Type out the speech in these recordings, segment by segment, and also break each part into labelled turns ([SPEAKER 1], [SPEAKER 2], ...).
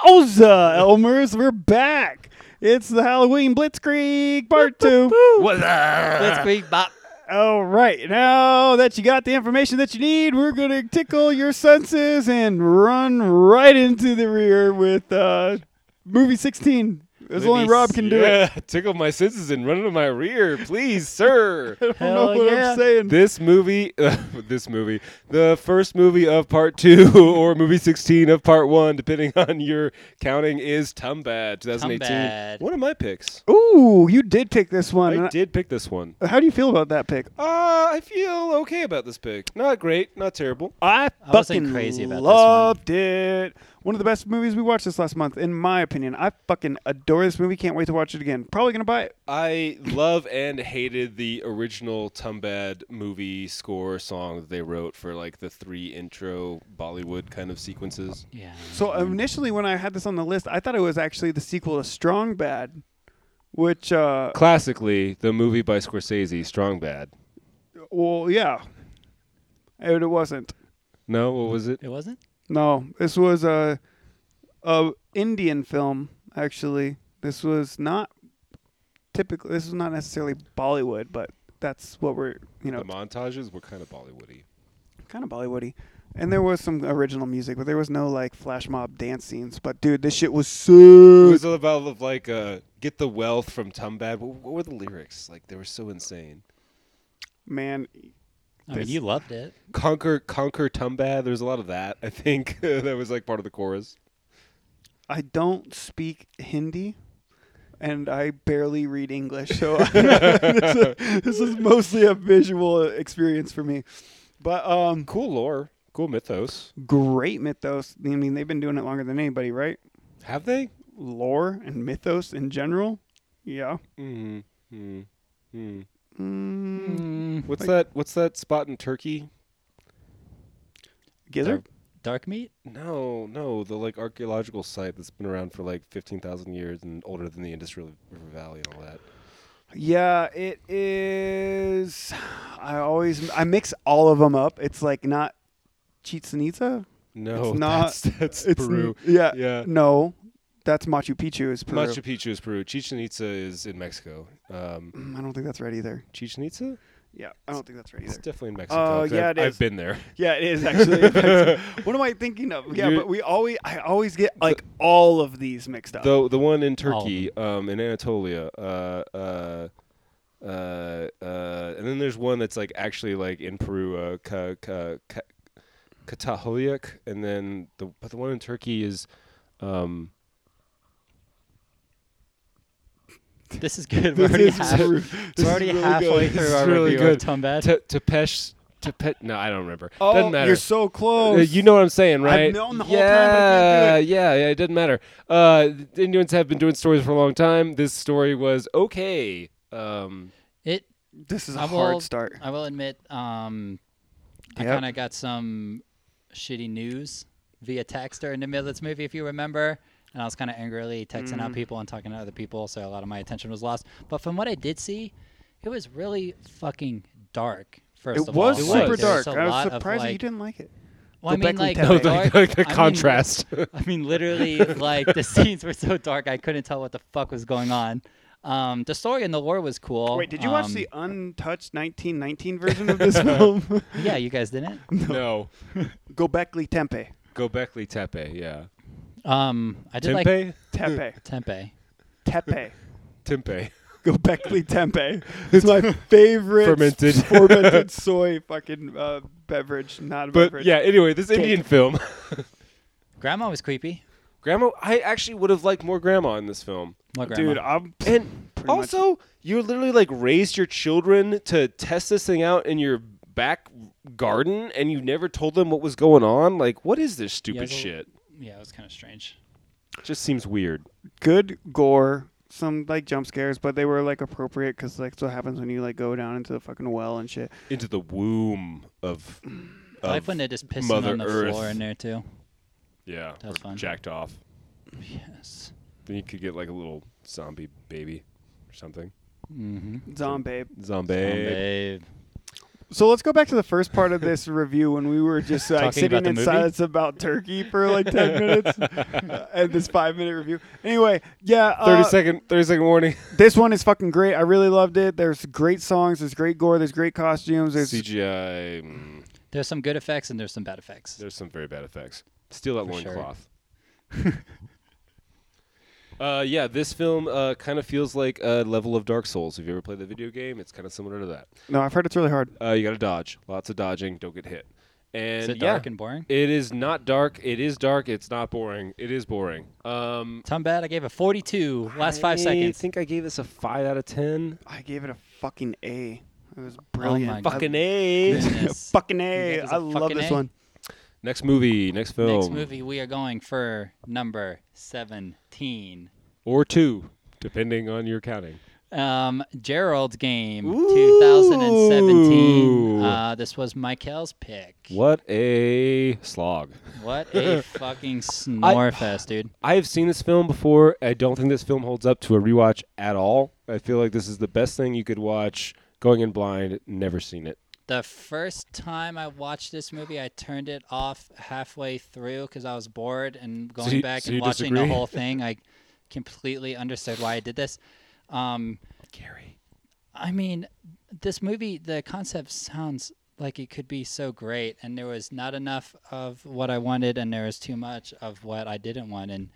[SPEAKER 1] Wowza, Elmers, we're back. It's the Halloween Blitzkrieg Part 2.
[SPEAKER 2] What's
[SPEAKER 3] Let's
[SPEAKER 2] up?
[SPEAKER 3] be bop.
[SPEAKER 1] All right, now that you got the information that you need, we're going to tickle your senses and run right into the rear with uh, movie 16. As only Rob can do it.
[SPEAKER 2] Yeah, tickle my senses and run into my rear, please, sir.
[SPEAKER 1] I don't know
[SPEAKER 3] Hell
[SPEAKER 1] what
[SPEAKER 3] yeah.
[SPEAKER 1] I'm saying.
[SPEAKER 2] this movie, this movie, the first movie of part two or movie 16 of part one, depending on your counting, is Tumbad 2018.
[SPEAKER 3] Tumbad.
[SPEAKER 2] One of my picks.
[SPEAKER 1] Ooh, you did pick this one.
[SPEAKER 2] I did pick this one.
[SPEAKER 1] How do you feel about that pick?
[SPEAKER 2] Uh, I feel okay about this pick. Not great, not terrible.
[SPEAKER 1] I
[SPEAKER 3] I wasn't
[SPEAKER 1] fucking
[SPEAKER 3] crazy about this one.
[SPEAKER 1] loved it. One of the best movies we watched this last month, in my opinion. I fucking adore this movie. Can't wait to watch it again. Probably gonna buy it.
[SPEAKER 2] I love and hated the original Tumbad movie score song that they wrote for like the three intro Bollywood kind of sequences.
[SPEAKER 3] Yeah.
[SPEAKER 1] So initially, when I had this on the list, I thought it was actually the sequel to Strong Bad, which, uh,
[SPEAKER 2] Classically, the movie by Scorsese, Strong Bad.
[SPEAKER 1] well, yeah, it, it wasn't.
[SPEAKER 2] No, what was it?
[SPEAKER 3] It wasn't?
[SPEAKER 1] No, this was a, a Indian film. Actually, this was not typically. This was not necessarily Bollywood, but that's what we're you know
[SPEAKER 2] The montages were kind of Bollywoody.
[SPEAKER 1] kind of Bollywoody. And there was some original music, but there was no like flash mob dance scenes. But dude, this shit was
[SPEAKER 2] It
[SPEAKER 1] so
[SPEAKER 2] was about of like uh, get the wealth from Tumbad. What, what were the lyrics? Like they were so insane.
[SPEAKER 1] man.
[SPEAKER 3] I mean,
[SPEAKER 1] This-
[SPEAKER 3] you loved it.
[SPEAKER 2] Conquer, conquer Tumbad. There's a lot of that. I think that was like part of the chorus.
[SPEAKER 1] I don't speak Hindi, and I barely read English, so this, is, this is mostly a visual experience for me. But um,
[SPEAKER 2] Cool lore, cool mythos.
[SPEAKER 1] great mythos. I mean, they've been doing it longer than anybody, right?
[SPEAKER 2] Have they?
[SPEAKER 1] Lore and mythos in general. Yeah.
[SPEAKER 2] Mm. Mm. Mm.
[SPEAKER 1] Mm,
[SPEAKER 2] What's that? What's that spot in Turkey?
[SPEAKER 1] Gizzard.
[SPEAKER 3] Dark meat?
[SPEAKER 2] No, no, the like archaeological site that's been around for like fifteen thousand years and older than the Indus River Valley and all that.
[SPEAKER 1] Yeah, it is. I always I mix all of them up. It's like not Chichen Itza.
[SPEAKER 2] No,
[SPEAKER 1] It's not-
[SPEAKER 2] that's, that's
[SPEAKER 1] It's
[SPEAKER 2] Peru.
[SPEAKER 1] Yeah,
[SPEAKER 2] Yeah.
[SPEAKER 1] No, that's Machu Picchu. Is Peru.
[SPEAKER 2] Machu Picchu is Peru. Chichen Itza is in Mexico. Um,
[SPEAKER 1] Mm, I don't think that's right either.
[SPEAKER 2] Chichen Itza?
[SPEAKER 1] Yeah, I don't think that's right
[SPEAKER 2] It's
[SPEAKER 1] either.
[SPEAKER 2] definitely in Mexico.
[SPEAKER 1] Oh,
[SPEAKER 2] 'cause
[SPEAKER 1] yeah,
[SPEAKER 2] I've,
[SPEAKER 1] it
[SPEAKER 2] I've
[SPEAKER 1] is.
[SPEAKER 2] been there.
[SPEAKER 1] Yeah, it is actually. what am I thinking of? Yeah,
[SPEAKER 2] You're-
[SPEAKER 1] but we always I always get like all of these mixed up.
[SPEAKER 2] The the one in
[SPEAKER 3] All of
[SPEAKER 2] Turkey, um, in Anatolia. Uh, uh, uh, uh, and then there's one that's like actually like in Peru, uh, Ka, Ka, Ka, Katahoyuk, and then the but the one in Turkey is, um,
[SPEAKER 3] This is good. We're already, half- we're already halfway through our review of Tumbad.
[SPEAKER 2] Te- Tepesh, Tepe- no, I don't remember.
[SPEAKER 1] oh,
[SPEAKER 2] Doesn't matter.
[SPEAKER 1] you're so close.
[SPEAKER 2] Uh, you know what I'm saying, right?
[SPEAKER 1] known the whole time, but I
[SPEAKER 2] yeah,
[SPEAKER 1] can't
[SPEAKER 2] yeah, yeah. It doesn't matter. Uh, the Indians have been doing stories for a long time. This story was okay. Um,
[SPEAKER 3] it
[SPEAKER 1] this is a
[SPEAKER 3] I
[SPEAKER 1] hard
[SPEAKER 3] will-
[SPEAKER 1] start.
[SPEAKER 3] I will admit, um, I
[SPEAKER 1] Yep.
[SPEAKER 3] kind of got some shitty news via text during the middle of this movie, if you remember. And I was kind of angrily texting
[SPEAKER 1] Mm.
[SPEAKER 3] out people and talking to other people, so a lot of my attention was lost. But from what I did see, it was really fucking dark. First
[SPEAKER 1] It
[SPEAKER 3] of all,
[SPEAKER 1] was
[SPEAKER 2] It
[SPEAKER 1] super
[SPEAKER 2] was.
[SPEAKER 1] dark.
[SPEAKER 3] There's a
[SPEAKER 1] I was
[SPEAKER 3] lot of,
[SPEAKER 1] surprised that you
[SPEAKER 3] like-
[SPEAKER 1] didn't like it.
[SPEAKER 3] Well, I
[SPEAKER 1] The
[SPEAKER 3] mean,
[SPEAKER 1] Beckley
[SPEAKER 3] like
[SPEAKER 1] No, the-
[SPEAKER 3] dark-
[SPEAKER 2] like the
[SPEAKER 3] I mean,
[SPEAKER 2] contrast.
[SPEAKER 3] I mean, literally, like the scenes were so dark, I couldn't tell what the fuck was going on. Um, the story and the lore was cool.
[SPEAKER 1] Wait, did you watch
[SPEAKER 3] Um,
[SPEAKER 1] the untouched 1919 version of this film?
[SPEAKER 3] Yeah, you guys didn't.
[SPEAKER 2] no,
[SPEAKER 1] Gobekli Tempe.
[SPEAKER 2] Gobekli Tepe. Yeah,
[SPEAKER 3] Um, I did like
[SPEAKER 2] Tempe,
[SPEAKER 1] Tepe.
[SPEAKER 3] Tempe.
[SPEAKER 1] Tepe.
[SPEAKER 2] Tempe.
[SPEAKER 1] Gobekli Tempe. It's my favorite
[SPEAKER 2] Fermented.
[SPEAKER 1] fermented soy fucking uh, beverage. Not a
[SPEAKER 2] But
[SPEAKER 1] beverage.
[SPEAKER 2] yeah, anyway, this Indian film.
[SPEAKER 3] Grandma was creepy.
[SPEAKER 2] Grandma, I actually would have liked more Grandma in this film.
[SPEAKER 3] My grandma.
[SPEAKER 1] Dude, I'm
[SPEAKER 2] And
[SPEAKER 1] Pretty much.
[SPEAKER 2] also, you literally like raised your children to test this thing out in your back garden, and you never told them what was going on. Like, what is this stupid
[SPEAKER 3] it's a-
[SPEAKER 2] shit?
[SPEAKER 3] yeah, it was kind of strange.
[SPEAKER 2] Just seems weird.
[SPEAKER 1] good gore. Some like jump scares, but they were like appropriate because like that's what happens when you like go down into the fucking well and shit.
[SPEAKER 2] Into the womb of,
[SPEAKER 3] I like
[SPEAKER 2] of-
[SPEAKER 3] when they're just pissing
[SPEAKER 2] Mother
[SPEAKER 3] on the
[SPEAKER 2] Earth.
[SPEAKER 3] floor in there too.
[SPEAKER 2] yeah,
[SPEAKER 3] That's
[SPEAKER 2] or
[SPEAKER 3] fun.
[SPEAKER 2] jacked off.
[SPEAKER 3] Yes.
[SPEAKER 2] Then you could get like a little zombie baby or something.
[SPEAKER 3] Mm-hmm.
[SPEAKER 1] Zombie.
[SPEAKER 2] Zombie.
[SPEAKER 3] Babe.
[SPEAKER 1] So let's go back to the first part of this review when we were just like
[SPEAKER 3] Talking
[SPEAKER 1] sitting
[SPEAKER 3] about the
[SPEAKER 1] in
[SPEAKER 3] movie?
[SPEAKER 1] silence about Turkey for like ten minutes, uh, and this five minute review. Anyway, yeah, uh,
[SPEAKER 2] Thirty second, thirty second warning.
[SPEAKER 1] This one is fucking great. I really loved it. There's great songs. There's great gore. There's great costumes. There's
[SPEAKER 2] CGI. mm,
[SPEAKER 3] There's some good effects and there's some bad effects.
[SPEAKER 2] there's some very bad effects. Steal that
[SPEAKER 3] For sure.
[SPEAKER 2] loincloth. uh, yeah, this film uh, kind of feels like a level of Dark Souls. If you ever played the video game, it's kind of similar to that.
[SPEAKER 1] no. I've heard it's really hard.
[SPEAKER 2] Uh, you got to dodge. Lots of dodging. Don't get hit. And
[SPEAKER 3] Is it
[SPEAKER 2] yeah,
[SPEAKER 3] dark and boring?
[SPEAKER 2] it is not dark. It is dark. It's not boring. It is boring. Um,
[SPEAKER 3] Tom bad. I gave it 42. Last five seconds.
[SPEAKER 2] I think I gave this a five out of ten.
[SPEAKER 1] I gave it a fucking A. It was brilliant.
[SPEAKER 3] Oh my
[SPEAKER 2] Fucking a.
[SPEAKER 3] Goodness.
[SPEAKER 1] fucking
[SPEAKER 3] You
[SPEAKER 1] A.
[SPEAKER 3] got this a
[SPEAKER 1] I love
[SPEAKER 3] fucking
[SPEAKER 1] this
[SPEAKER 3] A?
[SPEAKER 1] one.
[SPEAKER 2] Next movie. Next film.
[SPEAKER 3] Next movie we are going for number 17.
[SPEAKER 2] or two, depending on your counting.
[SPEAKER 3] Um, Gerald's Game,
[SPEAKER 1] Ooh.
[SPEAKER 3] 2017. Uh, this was Michael's pick.
[SPEAKER 2] What a slog.
[SPEAKER 3] What a fucking snorefest, dude.
[SPEAKER 2] I have seen this film before. I don't think this film holds up to a rewatch at all. I feel like this is the best thing you could watch going in blind. Never seen it.
[SPEAKER 3] The first time I watched this movie, I turned it off halfway through because I was bored and going
[SPEAKER 2] you-
[SPEAKER 3] back
[SPEAKER 2] so
[SPEAKER 3] and
[SPEAKER 2] you
[SPEAKER 3] watching
[SPEAKER 2] disagree?
[SPEAKER 3] the whole thing. I completely understood why I did this. Um,
[SPEAKER 2] Gary.
[SPEAKER 3] I mean, this movie, the concept sounds like it could be so great, and there was not enough of what I wanted, and there was too much of what I didn't want. And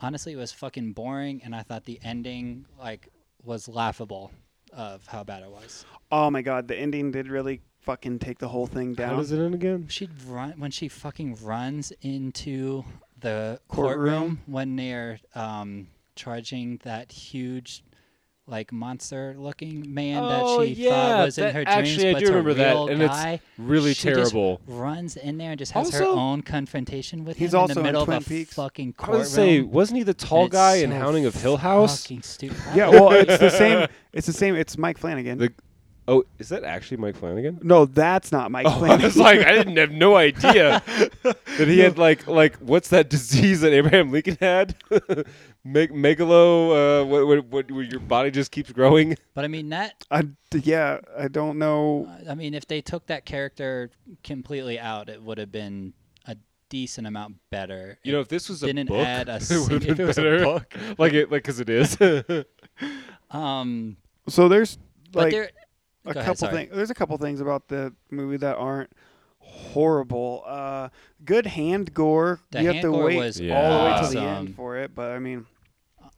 [SPEAKER 3] honestly, it was fucking boring, and I thought the ending, like, was laughable of how bad it was.
[SPEAKER 1] Oh my god, the ending did really fucking take the whole thing
[SPEAKER 2] How
[SPEAKER 1] down.
[SPEAKER 2] does it end again?
[SPEAKER 3] She run when she fucking runs into the
[SPEAKER 1] Courtroom.
[SPEAKER 3] courtroom, when they're um, charging that huge, like monster-looking man
[SPEAKER 2] Oh,
[SPEAKER 3] that she
[SPEAKER 2] yeah,
[SPEAKER 3] thought was
[SPEAKER 2] that-
[SPEAKER 3] in her dreams,
[SPEAKER 2] actually, I
[SPEAKER 3] but
[SPEAKER 2] do
[SPEAKER 3] it's a
[SPEAKER 2] remember that,
[SPEAKER 3] real
[SPEAKER 2] and it's
[SPEAKER 3] guy.
[SPEAKER 2] Really
[SPEAKER 3] She just
[SPEAKER 2] terrible.
[SPEAKER 3] runs in there and just has her
[SPEAKER 2] Also-
[SPEAKER 3] own confrontation with
[SPEAKER 1] He's
[SPEAKER 3] him
[SPEAKER 1] also
[SPEAKER 3] in the
[SPEAKER 1] in
[SPEAKER 3] middle
[SPEAKER 1] Twin
[SPEAKER 3] of a
[SPEAKER 1] Peaks.
[SPEAKER 3] fucking
[SPEAKER 2] I
[SPEAKER 3] courtroom.
[SPEAKER 2] was gonna say, wasn't he the
[SPEAKER 3] and
[SPEAKER 2] tall
[SPEAKER 3] it's
[SPEAKER 2] guy in
[SPEAKER 3] so
[SPEAKER 2] Hounding of Hill House?
[SPEAKER 3] Fucking stupid.
[SPEAKER 1] Yeah, well, it's the same. It's the same. It's Mike Flanagan.
[SPEAKER 2] The- oh, is that actually Mike Flanagan?
[SPEAKER 1] no, that's not Mike
[SPEAKER 2] Oh, I
[SPEAKER 1] Flanagan.
[SPEAKER 2] was like, I didn't have no idea that he had like like what's that disease that Abraham Lincoln had? Meg- megalo. Uh, what, what, what? Where your body just keeps growing.
[SPEAKER 3] But I mean that.
[SPEAKER 1] I, yeah, I don't know.
[SPEAKER 3] I mean, if they took that character completely out, it would have been a decent amount better.
[SPEAKER 2] You know, if this was a
[SPEAKER 3] didn't
[SPEAKER 2] book,
[SPEAKER 3] add a
[SPEAKER 2] it would
[SPEAKER 3] sing-
[SPEAKER 2] have
[SPEAKER 3] if it
[SPEAKER 2] been
[SPEAKER 3] was a
[SPEAKER 2] better. like it, like because it is.
[SPEAKER 3] um,
[SPEAKER 1] So there's
[SPEAKER 3] but
[SPEAKER 1] like
[SPEAKER 3] there.
[SPEAKER 1] a
[SPEAKER 3] go ahead,
[SPEAKER 1] couple
[SPEAKER 3] sorry.
[SPEAKER 1] things. There's a couple things about the movie that aren't horrible. Uh, good hand gore.
[SPEAKER 3] The
[SPEAKER 1] you have
[SPEAKER 3] hand
[SPEAKER 1] to
[SPEAKER 3] gore
[SPEAKER 1] wait
[SPEAKER 3] was
[SPEAKER 1] all the way to
[SPEAKER 3] awesome.
[SPEAKER 1] the end for it, but I mean,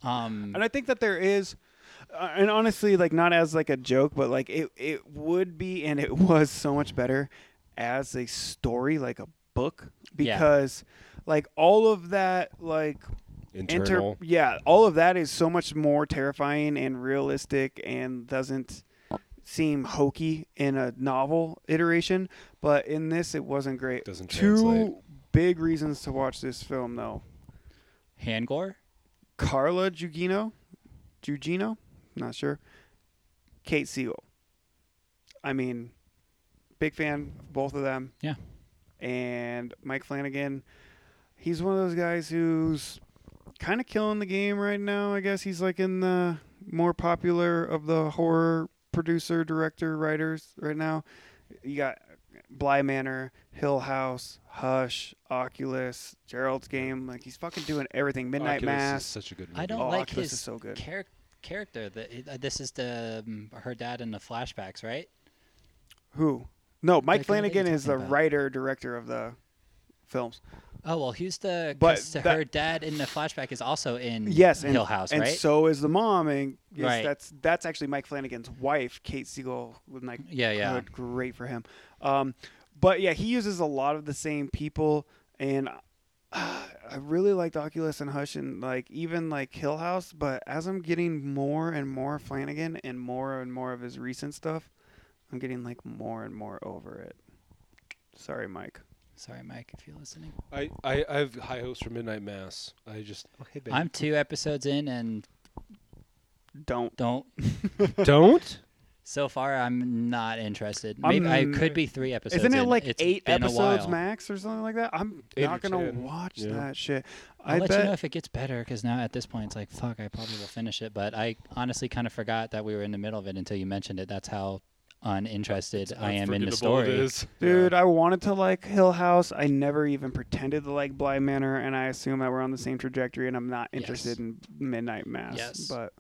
[SPEAKER 3] Um,
[SPEAKER 1] and I think that there is. Uh, and honestly, like not as like a joke, but like it it would be, and it was so much better as a story, like a book,
[SPEAKER 3] Yeah.
[SPEAKER 1] because like all of that, like
[SPEAKER 2] Internal.
[SPEAKER 1] yeah, all of that is so much more terrifying and realistic and doesn't seem hokey in a novel iteration, but in this it wasn't great.
[SPEAKER 2] Doesn't
[SPEAKER 1] Two
[SPEAKER 2] translate.
[SPEAKER 1] big reasons to watch this film though.
[SPEAKER 3] hand gore.
[SPEAKER 1] Carla Gugino, Gugino, not sure. Kate Siegel. I mean, big fan of both of them.
[SPEAKER 3] Yeah.
[SPEAKER 1] And Mike Flanagan, he's one of those guys who's kind of killing the game right now. I guess he's like in the more popular of the horror producer, director, writers right now. You got Bly Manor, Hill House, Hush, Oculus, Gerald's Game. Like he's fucking doing everything. Midnight
[SPEAKER 2] Oculus is
[SPEAKER 1] Mass.
[SPEAKER 2] such a good movie.
[SPEAKER 3] I don't
[SPEAKER 1] Oh,
[SPEAKER 3] like
[SPEAKER 1] Oculus
[SPEAKER 3] his
[SPEAKER 1] is so good.
[SPEAKER 3] charac- character. That it- uh, this is the um, her dad in the flashbacks, right?
[SPEAKER 1] Who? No, Mike
[SPEAKER 3] Like, I know what
[SPEAKER 1] Flanagan
[SPEAKER 3] you're
[SPEAKER 1] is the
[SPEAKER 3] talking about.
[SPEAKER 1] writer director of the films.
[SPEAKER 3] Oh well, who's the?
[SPEAKER 1] But
[SPEAKER 3] 'cause
[SPEAKER 1] that-
[SPEAKER 3] her dad in the flashback is also in
[SPEAKER 1] Yes, and,
[SPEAKER 3] Hill House,
[SPEAKER 1] and
[SPEAKER 3] right?
[SPEAKER 1] so is the mom, and yes,
[SPEAKER 3] Right.
[SPEAKER 1] that's that's actually Mike Flanagan's wife, Kate Siegel. With Mike,
[SPEAKER 3] Yeah, yeah.
[SPEAKER 1] good, great for him. Um, but yeah, he uses a lot of the same people, and uh, I really liked Oculus and Hush, and like even like Hill House. But as I'm getting more and more Flanagan and more and more of his recent stuff, I'm getting like more and more over it. Sorry, Mike.
[SPEAKER 3] Sorry, Mike, if you're listening.
[SPEAKER 2] I, I, I have high hopes for Midnight Mass. I just
[SPEAKER 3] I'm two episodes in, and
[SPEAKER 1] Don't
[SPEAKER 3] don't.
[SPEAKER 2] don't.
[SPEAKER 3] So far, I'm not interested.
[SPEAKER 1] I'm-
[SPEAKER 3] Maybe i could be three episodes.
[SPEAKER 1] Isn't it
[SPEAKER 3] in.
[SPEAKER 1] like
[SPEAKER 3] It's
[SPEAKER 1] eight
[SPEAKER 3] been a
[SPEAKER 1] episodes
[SPEAKER 3] while.
[SPEAKER 1] max or something like that? I'm
[SPEAKER 2] Eight
[SPEAKER 1] not
[SPEAKER 2] or
[SPEAKER 1] gonna
[SPEAKER 2] 10,
[SPEAKER 1] watch
[SPEAKER 2] yeah.
[SPEAKER 1] that shit.
[SPEAKER 3] I'll
[SPEAKER 1] I
[SPEAKER 3] let
[SPEAKER 1] bet.
[SPEAKER 3] you know if it gets better, because now at this point, it's like fuck. I probably will finish it, but I honestly kind of forgot that we were in the middle of it until you mentioned it. That's how uninterested I am in the
[SPEAKER 2] Unforgettable
[SPEAKER 3] story.
[SPEAKER 2] It is.
[SPEAKER 1] Dude, I wanted to like Hill House. I never even pretended to like Bly Manor, and I assume that we're on the same trajectory. And I'm not interested
[SPEAKER 3] Yes.
[SPEAKER 1] in Midnight Mass.
[SPEAKER 3] Yes.
[SPEAKER 1] But,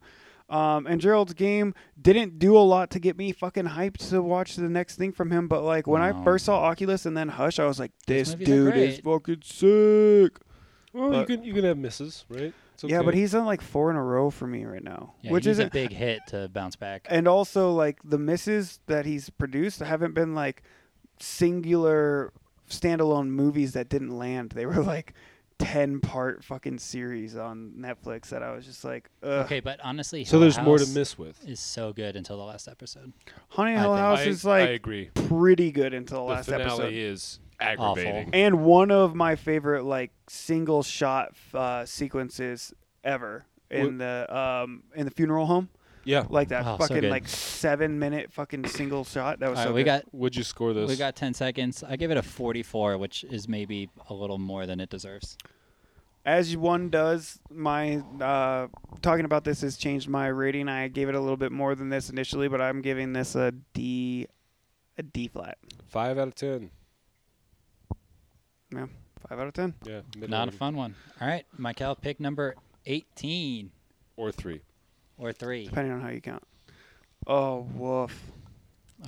[SPEAKER 1] um, and Gerald's game didn't do a lot to get me fucking hyped to watch the next thing from him. But like when I
[SPEAKER 3] No.
[SPEAKER 1] first saw Oculus and then Hush, I was like, this
[SPEAKER 3] movies are
[SPEAKER 1] dude is
[SPEAKER 3] great.
[SPEAKER 1] fucking sick.
[SPEAKER 2] Well, you
[SPEAKER 1] But-
[SPEAKER 2] can you can have misses, right? It's
[SPEAKER 1] Yeah, but
[SPEAKER 2] okay.
[SPEAKER 1] he's on like four in a row for me right now,
[SPEAKER 3] Yeah,
[SPEAKER 1] which
[SPEAKER 3] he needs
[SPEAKER 1] isn't Eh.
[SPEAKER 3] a big hit to bounce back.
[SPEAKER 1] and also like the misses that he's produced haven't been like singular standalone movies that didn't land. They were like ten part fucking series on Netflix that I was just like, Ugh.
[SPEAKER 3] Okay, but honestly,
[SPEAKER 2] so
[SPEAKER 3] Hill
[SPEAKER 2] there's more to
[SPEAKER 3] House
[SPEAKER 2] miss with.
[SPEAKER 3] Is so good until the last episode.
[SPEAKER 1] Honey
[SPEAKER 3] I
[SPEAKER 1] Hill
[SPEAKER 3] think-
[SPEAKER 1] House
[SPEAKER 4] I,
[SPEAKER 1] is
[SPEAKER 4] I
[SPEAKER 1] like
[SPEAKER 4] agree.
[SPEAKER 1] pretty good until the,
[SPEAKER 4] The
[SPEAKER 1] last
[SPEAKER 4] finale
[SPEAKER 1] episode.
[SPEAKER 4] is aggravating.
[SPEAKER 1] and one of my favorite like single shot uh, sequences ever in the um in the funeral home
[SPEAKER 2] Yeah.
[SPEAKER 1] like that
[SPEAKER 3] Oh, so
[SPEAKER 1] fucking
[SPEAKER 3] good.
[SPEAKER 1] like seven minute fucking single shot that
[SPEAKER 3] All
[SPEAKER 1] was
[SPEAKER 3] right,
[SPEAKER 1] Oh, so
[SPEAKER 3] we
[SPEAKER 1] good.
[SPEAKER 3] got
[SPEAKER 2] Would you score this?
[SPEAKER 3] we got 10 seconds. I give it a 44, which is maybe a little more than it deserves.
[SPEAKER 1] as one does my uh, talking about this has changed my rating i gave it a little bit more than this initially but i'm giving this a d a d flat
[SPEAKER 2] five out of ten.
[SPEAKER 1] yeah five out of ten
[SPEAKER 2] Yeah.
[SPEAKER 3] Not a
[SPEAKER 2] middling.
[SPEAKER 3] fun one. All right, Michael, pick number 18
[SPEAKER 2] or three.
[SPEAKER 3] or three.
[SPEAKER 1] depending on how you count oh woof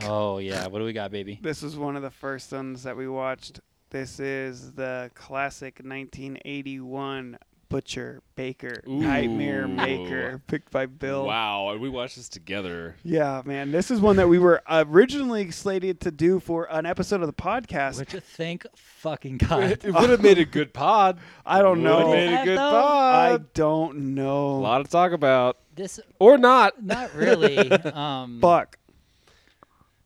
[SPEAKER 3] Oh yeah, what do we got, baby?
[SPEAKER 1] this was one of the first ones that we watched this is the classic 1981 butcher baker nightmare
[SPEAKER 4] Ooh.
[SPEAKER 1] maker picked by bill
[SPEAKER 4] Wow, and we watched this together.
[SPEAKER 1] yeah man this is one that we were originally slated to do for an episode of the podcast
[SPEAKER 3] Would you thank fucking God?
[SPEAKER 2] It would have made a good pod.
[SPEAKER 1] I don't
[SPEAKER 2] Would
[SPEAKER 1] know.
[SPEAKER 2] have made a
[SPEAKER 3] Have
[SPEAKER 2] good
[SPEAKER 3] though?
[SPEAKER 1] I
[SPEAKER 2] pod.
[SPEAKER 1] don't know.
[SPEAKER 2] A lot to talk about,
[SPEAKER 3] This
[SPEAKER 2] or not.
[SPEAKER 3] not really. Um,
[SPEAKER 1] Fuck.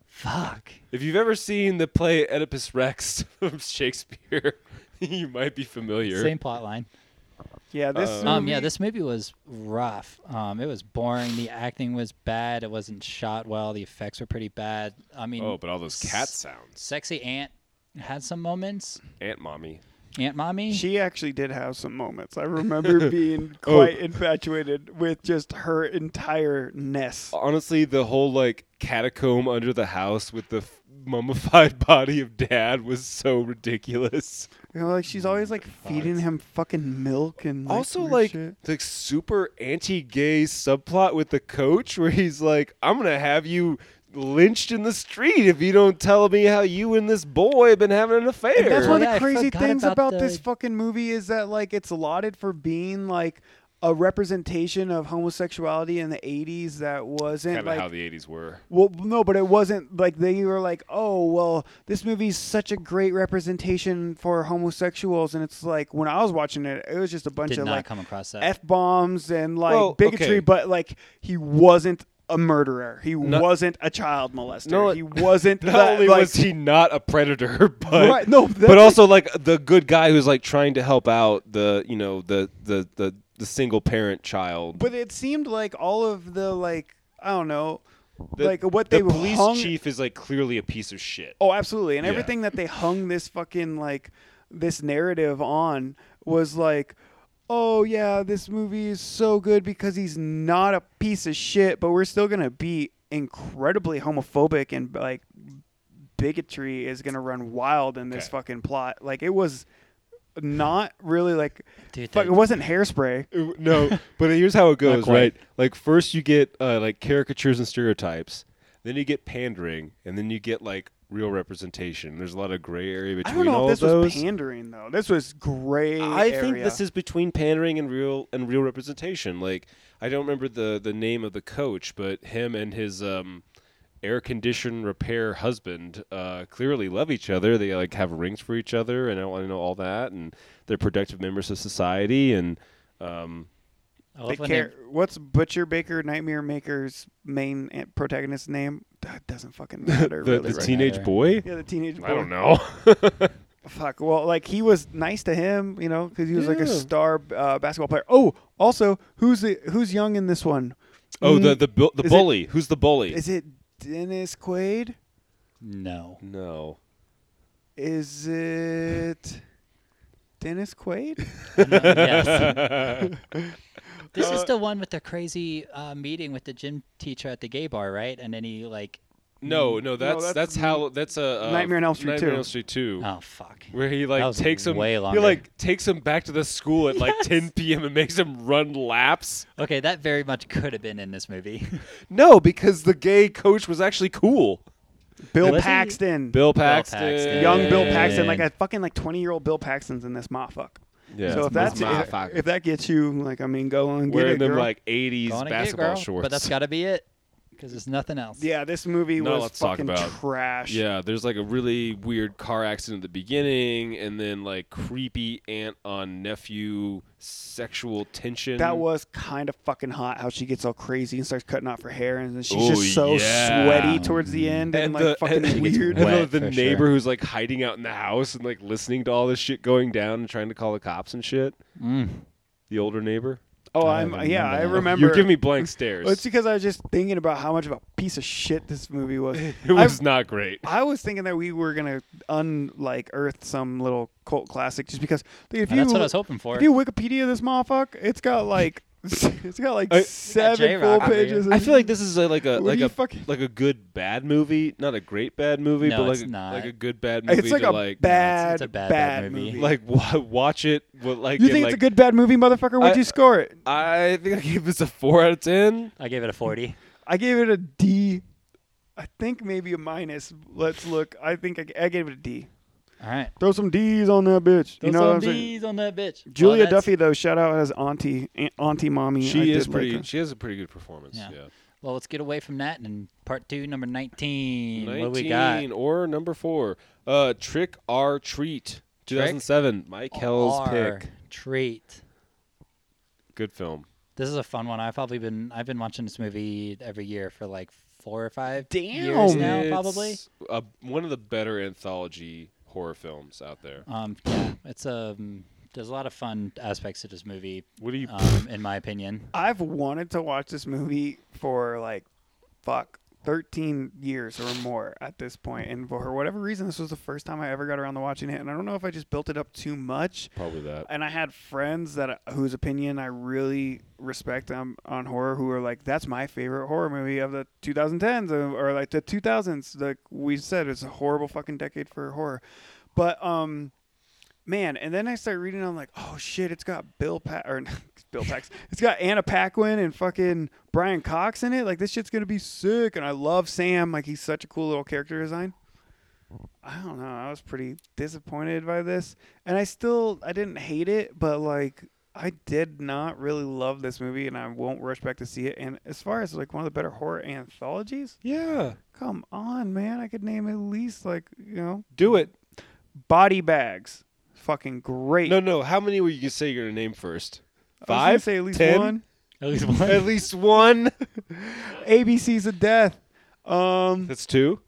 [SPEAKER 3] fuck.
[SPEAKER 2] If you've ever seen the play Oedipus Rex from Shakespeare, you might be familiar.
[SPEAKER 3] Same plot line.
[SPEAKER 1] Yeah, this.
[SPEAKER 2] Uh,
[SPEAKER 3] Um, yeah,
[SPEAKER 1] movie-
[SPEAKER 3] this movie was rough. Um, it was boring. The acting was bad. It wasn't shot well. The effects were pretty bad. I mean,
[SPEAKER 4] Oh, but all those cat sounds.
[SPEAKER 3] sexy aunt had some moments.
[SPEAKER 2] Aunt Mommy.
[SPEAKER 3] Aunt mommy.
[SPEAKER 1] She actually did have some moments. I remember being
[SPEAKER 2] Oh.
[SPEAKER 1] quite infatuated with just her entire ness.
[SPEAKER 2] Honestly, the whole like catacomb under the house with the f- mummified body of Dad was so ridiculous.
[SPEAKER 1] You know, like she's always like feeding him fucking milk and like,
[SPEAKER 2] also
[SPEAKER 1] weird
[SPEAKER 2] like
[SPEAKER 1] shit.
[SPEAKER 2] the super anti-gay subplot with the coach where he's like i'm gonna have you lynched in the street if you don't tell me how you and this boy have been having an affair
[SPEAKER 1] And that's one
[SPEAKER 3] Yeah,
[SPEAKER 1] of
[SPEAKER 3] I
[SPEAKER 1] the crazy
[SPEAKER 3] forgot
[SPEAKER 1] things about,
[SPEAKER 3] about
[SPEAKER 1] this
[SPEAKER 3] the-
[SPEAKER 1] fucking movie is that like it's lauded for being like a representation of homosexuality in the 80s that wasn't
[SPEAKER 4] Kind of
[SPEAKER 1] like
[SPEAKER 4] how the 80s were.
[SPEAKER 1] Well, no, but it wasn't like they were like, oh, well, this movie's such a great representation for homosexuals, and it's like when I was watching it, it was just a bunch
[SPEAKER 3] Did
[SPEAKER 1] of
[SPEAKER 3] not
[SPEAKER 1] like
[SPEAKER 3] come across that.
[SPEAKER 1] f bombs and like
[SPEAKER 2] Well,
[SPEAKER 1] bigotry,
[SPEAKER 2] okay.
[SPEAKER 1] but like he wasn't a murderer, he
[SPEAKER 2] No-
[SPEAKER 1] wasn't a child molester,
[SPEAKER 2] No,
[SPEAKER 1] he wasn't
[SPEAKER 2] not
[SPEAKER 1] that,
[SPEAKER 2] only
[SPEAKER 1] like,
[SPEAKER 2] was he not a predator but
[SPEAKER 1] Right, no, that's
[SPEAKER 2] but
[SPEAKER 1] it.
[SPEAKER 2] also like the good guy who's like trying to help out the you know the the the, the single parent child
[SPEAKER 1] But it seemed like all of the like I don't know,
[SPEAKER 2] The-
[SPEAKER 1] like what
[SPEAKER 2] the
[SPEAKER 1] they
[SPEAKER 2] police
[SPEAKER 1] hung,
[SPEAKER 2] chief is like clearly a piece of shit
[SPEAKER 1] Oh, absolutely. And
[SPEAKER 2] Yeah.
[SPEAKER 1] everything that they hung this fucking like this narrative on was like, "Oh yeah, this movie is so good because he's not a piece of shit, but we're still going to be incredibly homophobic and like bigotry is going to run wild in this
[SPEAKER 4] Okay.
[SPEAKER 1] fucking plot." Like it was not really like
[SPEAKER 3] Dude,
[SPEAKER 1] fuck,
[SPEAKER 3] they-
[SPEAKER 1] it wasn't hairspray.
[SPEAKER 2] Uh, no, but here's how it goes,
[SPEAKER 3] quite.
[SPEAKER 2] right? Like first you get uh, like caricatures and stereotypes, then you get pandering, and then you get like real representation. There's a lot of gray area
[SPEAKER 1] I
[SPEAKER 2] between
[SPEAKER 1] don't know
[SPEAKER 2] all
[SPEAKER 1] if this
[SPEAKER 2] of those.
[SPEAKER 1] was pandering though. This was gray
[SPEAKER 2] I think
[SPEAKER 1] area.
[SPEAKER 2] this is between pandering and real and real representation. Like I don't remember the the name of the coach, but him and his um air condition repair husband uh clearly love each other. They like have rings for each other and I want to know all that and they're productive members of society and um
[SPEAKER 3] I
[SPEAKER 1] They
[SPEAKER 3] love when they-
[SPEAKER 1] care. What's Butcher Baker Nightmare Maker's main an- protagonist name? That doesn't fucking matter.
[SPEAKER 2] the,
[SPEAKER 1] really
[SPEAKER 2] the
[SPEAKER 1] right
[SPEAKER 2] teenage
[SPEAKER 3] matter.
[SPEAKER 2] boy?
[SPEAKER 1] now. Yeah, the teenage.
[SPEAKER 2] I don't
[SPEAKER 1] boy.
[SPEAKER 2] know.
[SPEAKER 1] Fuck. Well, like he was nice to him, you know, because he was like a
[SPEAKER 2] Yeah.
[SPEAKER 1] star uh, basketball player. Oh, also, who's the who's young in this one?
[SPEAKER 2] oh,
[SPEAKER 1] Mm,
[SPEAKER 2] the the bu- the
[SPEAKER 1] Is it-
[SPEAKER 2] bully. Who's the bully?
[SPEAKER 1] Is it Dennis Quaid?
[SPEAKER 3] no.
[SPEAKER 2] no.
[SPEAKER 1] Is it Dennis Quaid?
[SPEAKER 3] No, yes. uh, this is the one with the crazy uh, meeting with the gym teacher at the gay bar, right? And then he like
[SPEAKER 5] No, no, that's
[SPEAKER 1] Mm. that's-
[SPEAKER 5] that's, how that's a uh,
[SPEAKER 1] Nightmare on Elm Street
[SPEAKER 5] Nightmare
[SPEAKER 1] 2.
[SPEAKER 5] on Elm Street two.
[SPEAKER 3] Oh fuck.
[SPEAKER 5] Where he
[SPEAKER 3] That
[SPEAKER 5] like
[SPEAKER 3] was
[SPEAKER 5] takes him,
[SPEAKER 3] way
[SPEAKER 5] he
[SPEAKER 3] longer.
[SPEAKER 5] like takes him back to the school at like 10 p.m. and makes him run laps.
[SPEAKER 3] Okay, that very much could have been in this movie.
[SPEAKER 5] No, because the gay coach was actually cool.
[SPEAKER 1] Bill
[SPEAKER 3] Was he-
[SPEAKER 1] Paxton.
[SPEAKER 5] Bill Paxton,
[SPEAKER 3] Paxton.
[SPEAKER 1] Young Bill
[SPEAKER 3] Yeah.
[SPEAKER 1] Paxton, like a fucking like twenty year old Bill Paxton's in this motherfucker.
[SPEAKER 5] Yeah.
[SPEAKER 1] so if that's if,
[SPEAKER 2] motherfucker.
[SPEAKER 1] if that gets you, like, I mean, go on, get
[SPEAKER 5] wearing
[SPEAKER 1] it,
[SPEAKER 5] them
[SPEAKER 1] girl.
[SPEAKER 5] like 80s
[SPEAKER 3] Gonna get
[SPEAKER 5] basketball
[SPEAKER 3] girl,
[SPEAKER 5] shorts.
[SPEAKER 3] But that's got to be it, because there's nothing else.
[SPEAKER 1] yeah, this movie
[SPEAKER 2] No,
[SPEAKER 1] was
[SPEAKER 2] let's talk
[SPEAKER 1] fucking
[SPEAKER 2] about-
[SPEAKER 1] trash.
[SPEAKER 2] Yeah, there's like a really weird car accident at the beginning, and then like creepy aunt on nephew sexual tension.
[SPEAKER 1] That was kind of fucking hot. How she gets all crazy and starts cutting off her hair, and then she's
[SPEAKER 2] Oh,
[SPEAKER 1] just so
[SPEAKER 2] yeah.
[SPEAKER 1] sweaty towards the end and, like fucking
[SPEAKER 5] and-
[SPEAKER 1] weird.
[SPEAKER 5] and the-
[SPEAKER 3] Wet,
[SPEAKER 5] the,
[SPEAKER 3] for sure.
[SPEAKER 5] neighbor who's like hiding out in the house and like listening to all this shit going down and trying to call the cops and shit.
[SPEAKER 3] Mm.
[SPEAKER 5] The older neighbor.
[SPEAKER 1] Oh,
[SPEAKER 3] I
[SPEAKER 1] I'm
[SPEAKER 3] remember
[SPEAKER 1] yeah, I
[SPEAKER 3] that.
[SPEAKER 1] remember.
[SPEAKER 5] You're giving me blank stares.
[SPEAKER 1] Well, it's because I was just thinking about how much of a piece of shit this movie was.
[SPEAKER 5] it was not great.
[SPEAKER 1] I was thinking that we were gonna unlike earth some little cult classic just because dude, if
[SPEAKER 3] And
[SPEAKER 1] you
[SPEAKER 3] that's what I was hoping for.
[SPEAKER 1] if you Wikipedia this motherfucker, it's got like it's got like
[SPEAKER 5] I-
[SPEAKER 1] seven full
[SPEAKER 3] J-Rock over here.
[SPEAKER 1] pages.
[SPEAKER 5] I feel like this is a, like a
[SPEAKER 1] What
[SPEAKER 5] like
[SPEAKER 1] do you
[SPEAKER 5] a
[SPEAKER 1] fucking-
[SPEAKER 5] like a good bad movie, not a great bad movie,
[SPEAKER 3] No,
[SPEAKER 5] but like
[SPEAKER 3] it's
[SPEAKER 5] a,
[SPEAKER 3] not.
[SPEAKER 5] like a good bad movie.
[SPEAKER 1] it's like
[SPEAKER 5] to
[SPEAKER 1] a
[SPEAKER 5] like
[SPEAKER 1] bad,
[SPEAKER 3] it's a bad,
[SPEAKER 1] bad,
[SPEAKER 3] bad
[SPEAKER 1] movie.
[SPEAKER 3] movie.
[SPEAKER 5] like wa watch it. With, like
[SPEAKER 1] you
[SPEAKER 5] in,
[SPEAKER 1] think
[SPEAKER 5] like,
[SPEAKER 1] it's a good bad movie, motherfucker? What'd
[SPEAKER 5] I-
[SPEAKER 1] you score it?
[SPEAKER 5] I think I gave this a four out of ten.
[SPEAKER 3] I gave it a 40.
[SPEAKER 1] I gave it a D. I think maybe a minus. Let's look. I think I, I gave it a D.
[SPEAKER 3] All right.
[SPEAKER 1] Throw some D's on that bitch. you
[SPEAKER 3] Throw
[SPEAKER 1] know what
[SPEAKER 3] some
[SPEAKER 1] I'm saying?
[SPEAKER 3] D's on that bitch. Well,
[SPEAKER 1] Julia
[SPEAKER 3] that's-
[SPEAKER 1] Duffy though, shout out as auntie, Aunt- auntie mommy. I
[SPEAKER 2] she
[SPEAKER 1] did
[SPEAKER 2] is
[SPEAKER 1] like
[SPEAKER 2] pretty.
[SPEAKER 1] her.
[SPEAKER 2] she has a pretty good performance.
[SPEAKER 3] Yeah.
[SPEAKER 2] Yeah.
[SPEAKER 3] Well, let's get away from that and part two, number 19.
[SPEAKER 2] 19
[SPEAKER 3] What we got?
[SPEAKER 2] or number four, uh, Trick or Treat, 2007. Mike Hell's
[SPEAKER 3] Our
[SPEAKER 2] pick.
[SPEAKER 3] Treat.
[SPEAKER 2] Good film.
[SPEAKER 3] This is a fun one. I've probably been I've been watching this movie every year for like four or five years
[SPEAKER 1] Damn.
[SPEAKER 3] now,
[SPEAKER 2] It's,
[SPEAKER 3] probably.
[SPEAKER 2] uh, one of the better anthology horror films out there.
[SPEAKER 3] Um, yeah, it's um, there's a lot of fun aspects to this movie,
[SPEAKER 2] What do you?
[SPEAKER 3] um, in my opinion.
[SPEAKER 1] I've wanted to watch this movie for like fuck 13 years or more at this point and for whatever reason this was the first time I ever got around to watching it and I don't know if I just built it up too much
[SPEAKER 2] Probably that.
[SPEAKER 1] and I had friends that uh, whose opinion I really respect um, on horror who are like that's my favorite horror movie of the 2010s or, or like the 2000s like we said it's a horrible fucking decade for horror but um man and then I started reading I'm like oh shit it's got Bill pa- or Bill Pax it's got Anna Paquin and fucking Brian Cox in it like this shit's gonna be sick and I love Sam like he's such a cool little character design I don't know. I was pretty disappointed by this, and I still I didn't hate it, but like I did not really love this movie, and I won't rush back to see it. And as far as like one of the better horror anthologies,
[SPEAKER 5] Yeah,
[SPEAKER 1] come on, man, I could name at least like you know
[SPEAKER 5] do it.
[SPEAKER 1] Body Bags, fucking great.
[SPEAKER 2] No, no. How many were you gonna say you're gonna name first?
[SPEAKER 1] I was gonna
[SPEAKER 5] Five,
[SPEAKER 1] say at least
[SPEAKER 5] ten?
[SPEAKER 1] one.
[SPEAKER 3] At least one.
[SPEAKER 5] At least one.
[SPEAKER 1] ABC's of Death. Um,
[SPEAKER 5] That's two.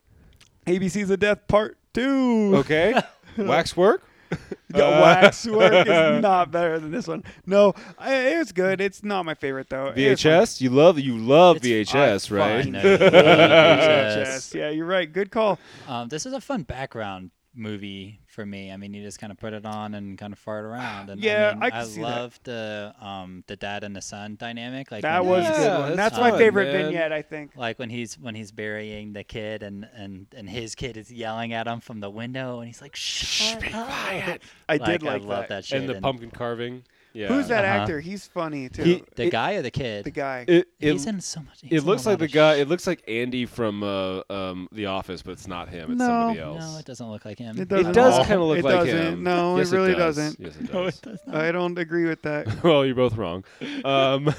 [SPEAKER 1] ABC's of Death Part Two.
[SPEAKER 5] Okay. Waxwork.
[SPEAKER 1] The waxwork is not better than this one. No, I, it was good. It's not my favorite though. It was fun.
[SPEAKER 5] VHS. You love you love
[SPEAKER 3] It's
[SPEAKER 5] VHS,
[SPEAKER 3] fun.
[SPEAKER 5] right?
[SPEAKER 3] I know you love
[SPEAKER 1] VHS. Yeah, you're right. Good call.
[SPEAKER 3] Um, this is a fun background movie for me. I mean, you just kind of put it on and kind of fart around. And
[SPEAKER 1] Yeah,
[SPEAKER 3] I, mean,
[SPEAKER 1] I can see that.
[SPEAKER 3] love the um, the dad and the son dynamic. Like
[SPEAKER 1] That
[SPEAKER 3] when
[SPEAKER 1] was a
[SPEAKER 3] he's-
[SPEAKER 1] good
[SPEAKER 2] Yeah,
[SPEAKER 1] one. That's
[SPEAKER 2] that's
[SPEAKER 1] my
[SPEAKER 2] fun,
[SPEAKER 1] favorite
[SPEAKER 2] man.
[SPEAKER 1] vignette, I think.
[SPEAKER 3] like when he's when he's burying the kid and and and his kid is yelling at him from the window and he's like shh be quiet
[SPEAKER 1] I did like
[SPEAKER 3] I love that,
[SPEAKER 1] that.
[SPEAKER 3] shit
[SPEAKER 2] And the pumpkin carving. Yeah.
[SPEAKER 1] Who's that
[SPEAKER 3] Uh-huh.
[SPEAKER 1] actor? He's funny too.
[SPEAKER 5] He-
[SPEAKER 3] the
[SPEAKER 5] it-
[SPEAKER 3] guy or the kid
[SPEAKER 1] the guy.
[SPEAKER 2] It, it,
[SPEAKER 3] he's in so much he's
[SPEAKER 2] it
[SPEAKER 3] in
[SPEAKER 2] looks
[SPEAKER 3] a
[SPEAKER 2] like
[SPEAKER 3] lot
[SPEAKER 2] the
[SPEAKER 3] of
[SPEAKER 2] guy.
[SPEAKER 3] shit.
[SPEAKER 2] It looks like Andy from uh, um, The Office, but it's not him. It's
[SPEAKER 1] No.
[SPEAKER 2] somebody else.
[SPEAKER 3] no it doesn't look like him
[SPEAKER 1] It doesn't.
[SPEAKER 2] It does
[SPEAKER 1] No,
[SPEAKER 2] kind of look
[SPEAKER 1] it
[SPEAKER 2] like
[SPEAKER 1] doesn't.
[SPEAKER 2] him.
[SPEAKER 1] No, it
[SPEAKER 2] Yes,
[SPEAKER 1] really
[SPEAKER 2] does.
[SPEAKER 1] doesn't.
[SPEAKER 2] Yes, it
[SPEAKER 3] No, it
[SPEAKER 2] does.
[SPEAKER 3] does not.
[SPEAKER 1] I don't agree with that.
[SPEAKER 2] well, you're both wrong. Um,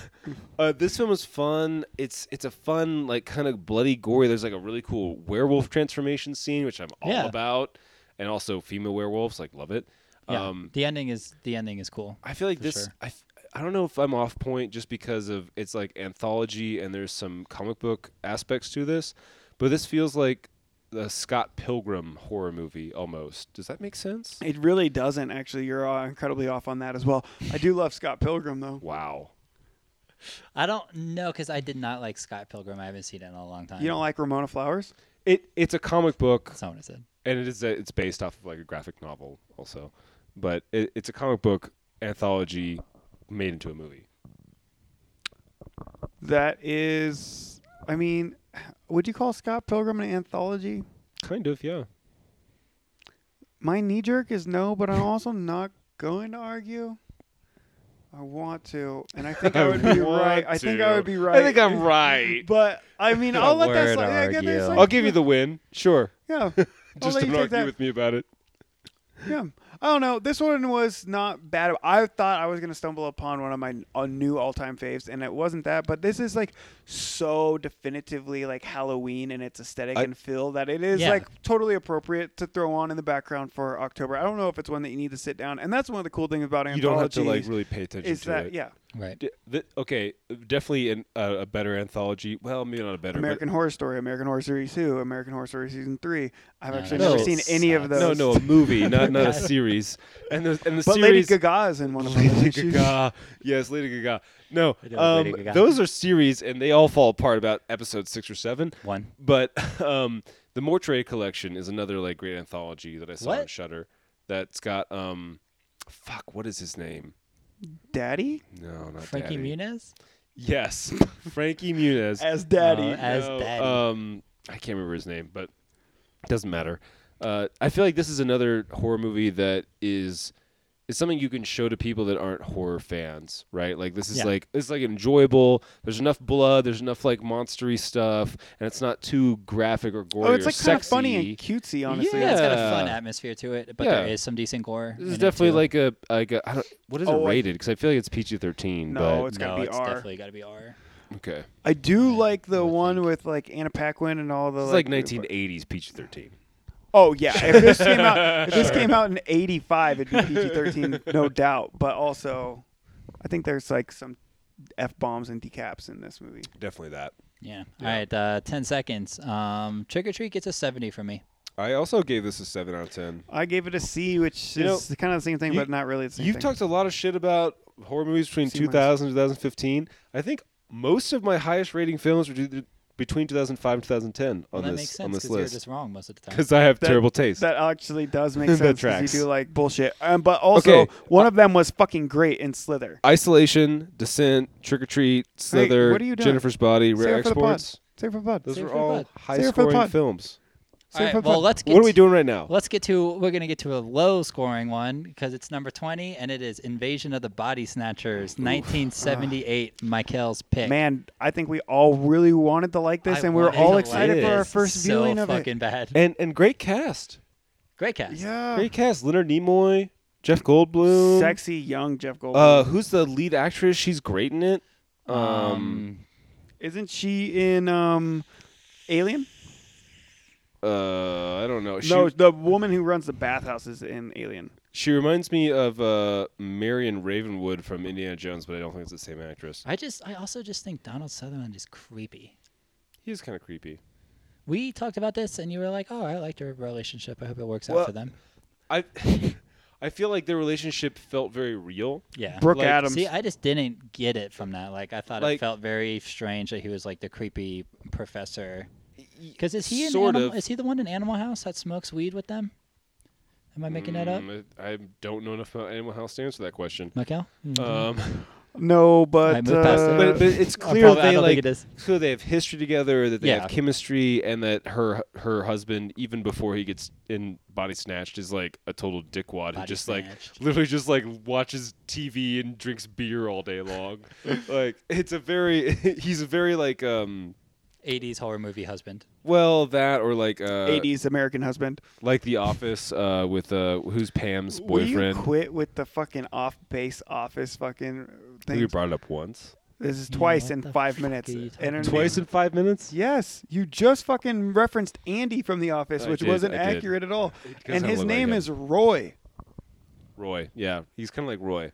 [SPEAKER 2] uh, this film was fun. It's it's a fun like kind of bloody gory. There's like a really cool werewolf transformation scene, which I'm all
[SPEAKER 3] Yeah.
[SPEAKER 2] about, and also female werewolves. Like love it.
[SPEAKER 3] yeah.
[SPEAKER 2] Um,
[SPEAKER 3] the ending is the ending is cool
[SPEAKER 2] I feel like
[SPEAKER 3] For
[SPEAKER 2] this.
[SPEAKER 3] sure.
[SPEAKER 2] I f- I don't know if I'm off point just because of it's like anthology and there's some comic book aspects to this, but this feels like the Scott Pilgrim horror movie almost. Does that make sense?
[SPEAKER 1] It really doesn't. Actually, you're uh, incredibly off on that as well. I do love Scott Pilgrim though.
[SPEAKER 2] Wow.
[SPEAKER 3] I don't know because I did not like Scott Pilgrim I haven't seen it in a long time
[SPEAKER 1] You don't like Ramona Flowers?
[SPEAKER 2] It it's a comic book.
[SPEAKER 3] that's not what I said
[SPEAKER 2] and it is a, it's based off of like a graphic novel also but it, it's a comic book anthology made into a movie
[SPEAKER 1] That is. I mean, Would you call Scott Pilgrim an anthology?
[SPEAKER 2] Kind of, yeah.
[SPEAKER 1] My knee jerk is no, but I'm also not going to argue. I want to, and I think I would be right. I think I would be right.
[SPEAKER 2] I think I'm right.
[SPEAKER 1] But I mean, I'll let that
[SPEAKER 3] word
[SPEAKER 1] slide. Yeah, I get that
[SPEAKER 3] argue.
[SPEAKER 1] slide.
[SPEAKER 2] I'll give you the win. Sure.
[SPEAKER 1] Yeah. I'll
[SPEAKER 2] Just
[SPEAKER 1] let
[SPEAKER 2] don't
[SPEAKER 1] you take
[SPEAKER 2] argue
[SPEAKER 1] that.
[SPEAKER 2] with me about it.
[SPEAKER 1] Yeah. I don't know. This one was not bad. I thought I was going to stumble upon one of my uh, new all-time faves, and it wasn't that. But this is like so definitively like Halloween in its aesthetic
[SPEAKER 2] I-
[SPEAKER 1] and feel that it is
[SPEAKER 3] Yeah.
[SPEAKER 1] like totally appropriate to throw on in the background for October. I don't know if it's one that you need to sit down, and that's one of the cool things about
[SPEAKER 2] You don't have
[SPEAKER 1] anthologies
[SPEAKER 2] to like really pay attention
[SPEAKER 1] is
[SPEAKER 2] to
[SPEAKER 1] that
[SPEAKER 2] it.
[SPEAKER 1] yeah,
[SPEAKER 3] Right.
[SPEAKER 2] D- th- okay, definitely an, uh, a better anthology. Well, maybe not a better. but-
[SPEAKER 1] American Horror Story, American Horror Series Two, American Horror Story Season Three. I've
[SPEAKER 3] No,
[SPEAKER 1] actually
[SPEAKER 3] no,
[SPEAKER 1] never
[SPEAKER 3] no.
[SPEAKER 1] seen any of
[SPEAKER 3] Sucks.
[SPEAKER 1] those.
[SPEAKER 2] no, no, a movie, not not a
[SPEAKER 3] God.
[SPEAKER 2] series. And the and the
[SPEAKER 1] But Lady
[SPEAKER 2] series.
[SPEAKER 1] Gaga is in one of them.
[SPEAKER 2] Lady
[SPEAKER 1] She's-
[SPEAKER 2] Gaga. Yes, Lady Gaga. No,
[SPEAKER 3] I do love
[SPEAKER 2] um,
[SPEAKER 3] Lady Gaga.
[SPEAKER 2] those are series, and they all fall apart about episode six or seven.
[SPEAKER 3] One.
[SPEAKER 2] But um, the Mortuary Collection is another like great anthology that I saw on
[SPEAKER 3] What?
[SPEAKER 2] Shutter. That's got um, fuck, what is his name?
[SPEAKER 1] Daddy
[SPEAKER 2] No, not
[SPEAKER 3] Frankie
[SPEAKER 2] Daddy.
[SPEAKER 3] Muniz?
[SPEAKER 2] Yes, Frankie Muniz.
[SPEAKER 1] as Daddy.
[SPEAKER 3] Uh, as
[SPEAKER 2] No,
[SPEAKER 3] Daddy.
[SPEAKER 2] Um, I can't remember his name, but it doesn't matter. Uh, I feel like this is another horror movie that is is something you can show to people that aren't horror fans, right? Like this is
[SPEAKER 3] Yeah.
[SPEAKER 2] like it's like enjoyable. There's enough blood. There's enough like monstery stuff, and it's not too graphic or gory
[SPEAKER 1] Oh, it's
[SPEAKER 2] or
[SPEAKER 1] like
[SPEAKER 2] sexy.
[SPEAKER 1] kind of funny and cutesy, honestly.
[SPEAKER 3] Yeah, it's got a fun
[SPEAKER 2] Yeah.
[SPEAKER 3] atmosphere to it, but there
[SPEAKER 2] Yeah.
[SPEAKER 3] is some decent gore.
[SPEAKER 2] This
[SPEAKER 3] in
[SPEAKER 2] is
[SPEAKER 3] it,
[SPEAKER 2] definitely like
[SPEAKER 3] too.
[SPEAKER 2] a like a I don't, what is
[SPEAKER 1] Oh,
[SPEAKER 2] it
[SPEAKER 1] I-
[SPEAKER 2] rated? Because I feel like it's PG-13.
[SPEAKER 1] No,
[SPEAKER 2] but,
[SPEAKER 1] it's
[SPEAKER 3] no,
[SPEAKER 1] gotta be
[SPEAKER 3] it's
[SPEAKER 1] R.
[SPEAKER 3] definitely got to be R.
[SPEAKER 2] okay.
[SPEAKER 1] I do
[SPEAKER 3] Yeah,
[SPEAKER 1] like
[SPEAKER 3] I
[SPEAKER 1] the
[SPEAKER 3] would
[SPEAKER 1] one
[SPEAKER 3] think.
[SPEAKER 1] with like Anna Paquin and all the
[SPEAKER 2] It's like 1980s PG-13.
[SPEAKER 1] Oh yeah, if this came out if this came out in '85, it'd be PG-13, no doubt. But also, I think there's like some f bombs and decaps in this movie.
[SPEAKER 2] Definitely that.
[SPEAKER 3] Yeah.
[SPEAKER 2] Yeah.
[SPEAKER 3] All right. Uh, Ten seconds. Um, Trick or Treat gets a seventy from me.
[SPEAKER 2] I also gave this a seven out of ten.
[SPEAKER 1] I gave it a C, which
[SPEAKER 2] You
[SPEAKER 1] is kind of the same thing,
[SPEAKER 2] you-
[SPEAKER 1] but not really the same
[SPEAKER 2] You've
[SPEAKER 1] thing.
[SPEAKER 2] talked a lot of shit about horror movies between
[SPEAKER 1] C
[SPEAKER 2] 2000 and 2015. I think most of my highest rating films were due- between 2005 and 2010
[SPEAKER 3] Well,
[SPEAKER 2] on
[SPEAKER 3] that
[SPEAKER 2] this
[SPEAKER 3] makes
[SPEAKER 2] on
[SPEAKER 3] sense
[SPEAKER 2] this
[SPEAKER 3] because you're
[SPEAKER 2] list
[SPEAKER 3] just wrong most of the time.
[SPEAKER 2] because I have
[SPEAKER 1] That-
[SPEAKER 2] terrible taste.
[SPEAKER 1] that actually does make
[SPEAKER 2] That
[SPEAKER 1] sense 'cause
[SPEAKER 2] tracks.
[SPEAKER 1] you do like bullshit. Um, but also,
[SPEAKER 2] Okay.
[SPEAKER 1] one of them was fucking great in Slither.
[SPEAKER 2] Isolation, Descent, Trick or Treat, Slither,
[SPEAKER 1] what are you doing?
[SPEAKER 2] Jennifer's Body,
[SPEAKER 1] Save
[SPEAKER 2] Rare
[SPEAKER 1] it for the pod.
[SPEAKER 2] Exports.
[SPEAKER 1] Save for Bud.
[SPEAKER 2] Those
[SPEAKER 3] Save
[SPEAKER 2] were
[SPEAKER 3] it for the
[SPEAKER 2] all
[SPEAKER 3] pod.
[SPEAKER 2] high
[SPEAKER 1] Save it for the
[SPEAKER 2] scoring
[SPEAKER 1] pod.
[SPEAKER 2] films.
[SPEAKER 3] All right,
[SPEAKER 1] Save for
[SPEAKER 3] well,
[SPEAKER 1] Bud.
[SPEAKER 3] let's get
[SPEAKER 2] What are we
[SPEAKER 3] to-
[SPEAKER 2] doing right now?
[SPEAKER 3] Let's get to we're gonna get to a low scoring one because it's number twenty and it is Invasion of the Body Snatchers, nineteen seventy eight. Michael's pick.
[SPEAKER 1] Man, I think we all really wanted to like this,
[SPEAKER 3] Eh. I
[SPEAKER 1] and we were
[SPEAKER 3] wanted
[SPEAKER 1] all
[SPEAKER 3] to
[SPEAKER 1] excited
[SPEAKER 3] like
[SPEAKER 1] for our
[SPEAKER 3] this
[SPEAKER 1] first
[SPEAKER 3] so
[SPEAKER 1] viewing of it.
[SPEAKER 3] fucking bad.
[SPEAKER 2] And and great cast,
[SPEAKER 3] Great cast.
[SPEAKER 1] Yeah.
[SPEAKER 2] great cast. Leonard Nimoy, Jeff Goldblum,
[SPEAKER 1] Sexy young Jeff Goldblum.
[SPEAKER 2] Uh, who's the lead actress? She's great in it.
[SPEAKER 3] Um,
[SPEAKER 1] Isn't she in um, Alien?
[SPEAKER 2] Uh, I don't know. She,
[SPEAKER 1] no, the woman who runs the bathhouse is in Alien.
[SPEAKER 2] She reminds me of uh, Marion Ravenwood from Indiana Jones, but I don't think it's the same actress.
[SPEAKER 3] I just I also just think Donald Sutherland is creepy.
[SPEAKER 2] He is kind of creepy.
[SPEAKER 3] We talked about this and you were like, "Oh, I liked their relationship. I hope it works
[SPEAKER 2] Well-
[SPEAKER 3] out for them."
[SPEAKER 2] I, I feel like their relationship felt very real.
[SPEAKER 3] Yeah.
[SPEAKER 1] Brooke
[SPEAKER 2] Like,
[SPEAKER 1] Adams.
[SPEAKER 3] Uh, See, I just didn't get it from that. Like, I thought
[SPEAKER 2] Like-
[SPEAKER 3] it felt very strange that he was like the creepy professor. Because is he in
[SPEAKER 2] sort
[SPEAKER 3] Animal-
[SPEAKER 2] of?
[SPEAKER 3] Is he the one in Animal House that smokes weed with them? Am I making that up,
[SPEAKER 2] Mm, I I don't know enough about Animal House to answer that question.
[SPEAKER 3] Michael?
[SPEAKER 6] Mm.
[SPEAKER 2] Um,
[SPEAKER 1] No,
[SPEAKER 3] I
[SPEAKER 1] but,
[SPEAKER 3] moved past
[SPEAKER 1] uh,
[SPEAKER 3] it.
[SPEAKER 2] but, but it's
[SPEAKER 3] I
[SPEAKER 2] clear
[SPEAKER 3] probably- I
[SPEAKER 2] they
[SPEAKER 3] don't think
[SPEAKER 2] like
[SPEAKER 3] it is.
[SPEAKER 2] clear they have history together, that they
[SPEAKER 3] Yeah.
[SPEAKER 2] have chemistry, and that her her husband, even before he gets in body snatched, is like a total dickwad who
[SPEAKER 3] Body
[SPEAKER 2] just
[SPEAKER 3] snatched.
[SPEAKER 2] like literally just like watches TV and drinks beer all day long. like it's a very he's a very like um
[SPEAKER 3] '80s horror movie husband.
[SPEAKER 2] well that or like uh
[SPEAKER 1] 80s American husband.
[SPEAKER 2] like The Office uh with uh who's Pam's
[SPEAKER 1] Will you
[SPEAKER 2] boyfriend.
[SPEAKER 1] quit with the fucking off base office fucking
[SPEAKER 2] we
[SPEAKER 1] thing?
[SPEAKER 2] brought it up once,
[SPEAKER 1] This is
[SPEAKER 3] Yeah,
[SPEAKER 1] twice
[SPEAKER 3] what
[SPEAKER 1] in
[SPEAKER 3] the
[SPEAKER 1] five
[SPEAKER 3] fuck
[SPEAKER 1] minutes.
[SPEAKER 3] are you talking
[SPEAKER 1] Internet-
[SPEAKER 3] about?
[SPEAKER 2] twice in five minutes.
[SPEAKER 1] Yes, you just fucking referenced Andy from The Office,
[SPEAKER 2] I
[SPEAKER 1] which
[SPEAKER 2] did,
[SPEAKER 1] wasn't
[SPEAKER 2] I did.
[SPEAKER 1] accurate at all.
[SPEAKER 2] kinda
[SPEAKER 1] And his
[SPEAKER 2] looked like
[SPEAKER 1] name
[SPEAKER 2] him.
[SPEAKER 1] is Roy.
[SPEAKER 2] Roy, yeah, he's kind of like Roy.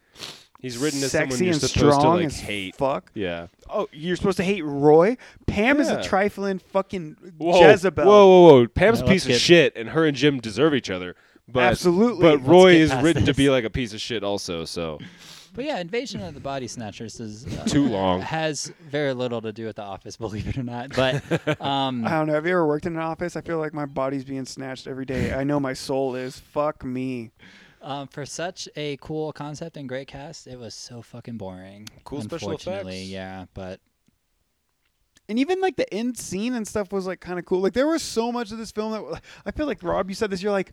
[SPEAKER 2] He's written as someone
[SPEAKER 1] Sexy
[SPEAKER 2] you're
[SPEAKER 1] and
[SPEAKER 2] supposed
[SPEAKER 1] strong
[SPEAKER 2] to like
[SPEAKER 1] as
[SPEAKER 2] hate.
[SPEAKER 1] fuck.
[SPEAKER 2] Yeah.
[SPEAKER 1] Oh, you're supposed to hate Roy? Pam is a
[SPEAKER 2] Yeah.
[SPEAKER 1] trifling fucking
[SPEAKER 2] Whoa,
[SPEAKER 1] Jezebel.
[SPEAKER 2] Whoa, whoa, whoa! Pam's
[SPEAKER 3] Now
[SPEAKER 2] a
[SPEAKER 3] let's
[SPEAKER 2] piece of
[SPEAKER 3] get-
[SPEAKER 2] shit, and her and Jim deserve each other. But,
[SPEAKER 1] Absolutely.
[SPEAKER 2] But
[SPEAKER 1] Let's
[SPEAKER 2] Roy
[SPEAKER 3] get
[SPEAKER 2] is
[SPEAKER 3] past
[SPEAKER 2] written to
[SPEAKER 3] this.
[SPEAKER 2] be like a piece of shit, also. So
[SPEAKER 3] But yeah, Invasion of the Body Snatchers is uh,
[SPEAKER 2] Too long.
[SPEAKER 3] Has very little to do with the office, believe it or not. But um,
[SPEAKER 1] I don't know. Have you ever worked in an office? I feel like my body's being snatched every day. I know my soul is. Fuck me.
[SPEAKER 3] Um, for such a cool concept and great cast, it was so fucking boring.
[SPEAKER 2] Cool special
[SPEAKER 3] unfortunately,
[SPEAKER 2] effects.
[SPEAKER 3] Yeah, but
[SPEAKER 1] and even like the end scene and stuff was like kind of cool. Like there was so much of this film that like, I feel like Rob, you said this. You're like,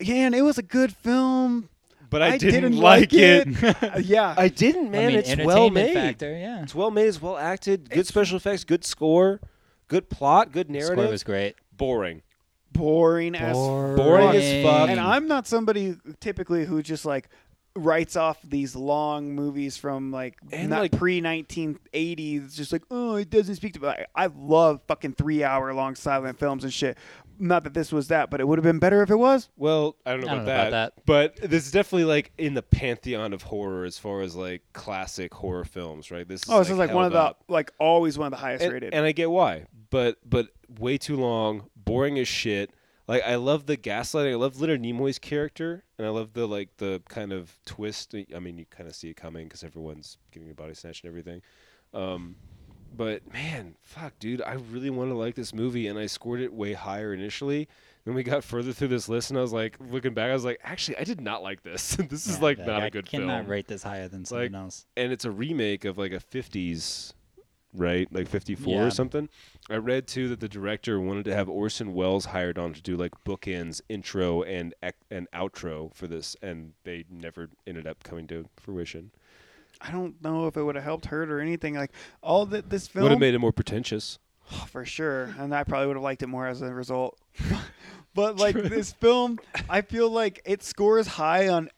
[SPEAKER 1] yeah, and it was a good film.
[SPEAKER 2] But I, didn't, like it.
[SPEAKER 1] Uh, yeah,
[SPEAKER 6] I didn't, man.
[SPEAKER 3] I mean,
[SPEAKER 6] it's
[SPEAKER 3] entertainment
[SPEAKER 6] well made.
[SPEAKER 3] factor, yeah.
[SPEAKER 6] It's well made. It's well acted. Good special effects. Good score. Good plot. Good narrative.
[SPEAKER 3] Score was great.
[SPEAKER 6] boring.
[SPEAKER 1] boring as f-
[SPEAKER 6] Boring as fuck.
[SPEAKER 1] And I'm not somebody typically who just like writes off these long movies from like
[SPEAKER 6] And,
[SPEAKER 1] not
[SPEAKER 6] like-
[SPEAKER 1] pre 1980s just like oh it doesn't speak to me. Like, I love fucking 3 hour long silent films and shit not that this was that but it would have been better if it was
[SPEAKER 2] Well, I don't know,
[SPEAKER 3] I
[SPEAKER 2] about,
[SPEAKER 3] don't know
[SPEAKER 2] that,
[SPEAKER 3] about
[SPEAKER 2] But this is definitely like in the pantheon of horror as far as like classic horror films, right? This is
[SPEAKER 1] oh this is like one of
[SPEAKER 2] held
[SPEAKER 1] the
[SPEAKER 2] up.
[SPEAKER 1] like always one of the highest
[SPEAKER 2] and,
[SPEAKER 1] rated
[SPEAKER 2] and I get why, but but way too long, boring as shit. Like I love the gaslighting. I love Leonard Nimoy's character, and I love the like the kind of twist. I mean, you kind of see it coming because everyone's getting a body snatch and everything. Um, but man, fuck, dude, I really wanted to like this movie, and I scored it way higher initially. Then we got further through this list, and I was like, looking back, I was like, actually, I did not like this. this is
[SPEAKER 3] Yeah,
[SPEAKER 2] like not
[SPEAKER 3] I
[SPEAKER 2] a good
[SPEAKER 3] cannot
[SPEAKER 2] film
[SPEAKER 3] rate this higher than something else.
[SPEAKER 2] and it's a remake of like a 50s right like 54
[SPEAKER 3] Yeah.
[SPEAKER 2] or something i read too that the director wanted to have orson welles hired on to do like bookends intro and ec- and outro for this and they never ended up coming to fruition
[SPEAKER 1] i don't know if it would have helped hurt or anything like all that this film
[SPEAKER 2] would have made it more pretentious
[SPEAKER 1] Oh, for sure. And I probably would have liked it more as a result. but like this film, I feel like it scores high on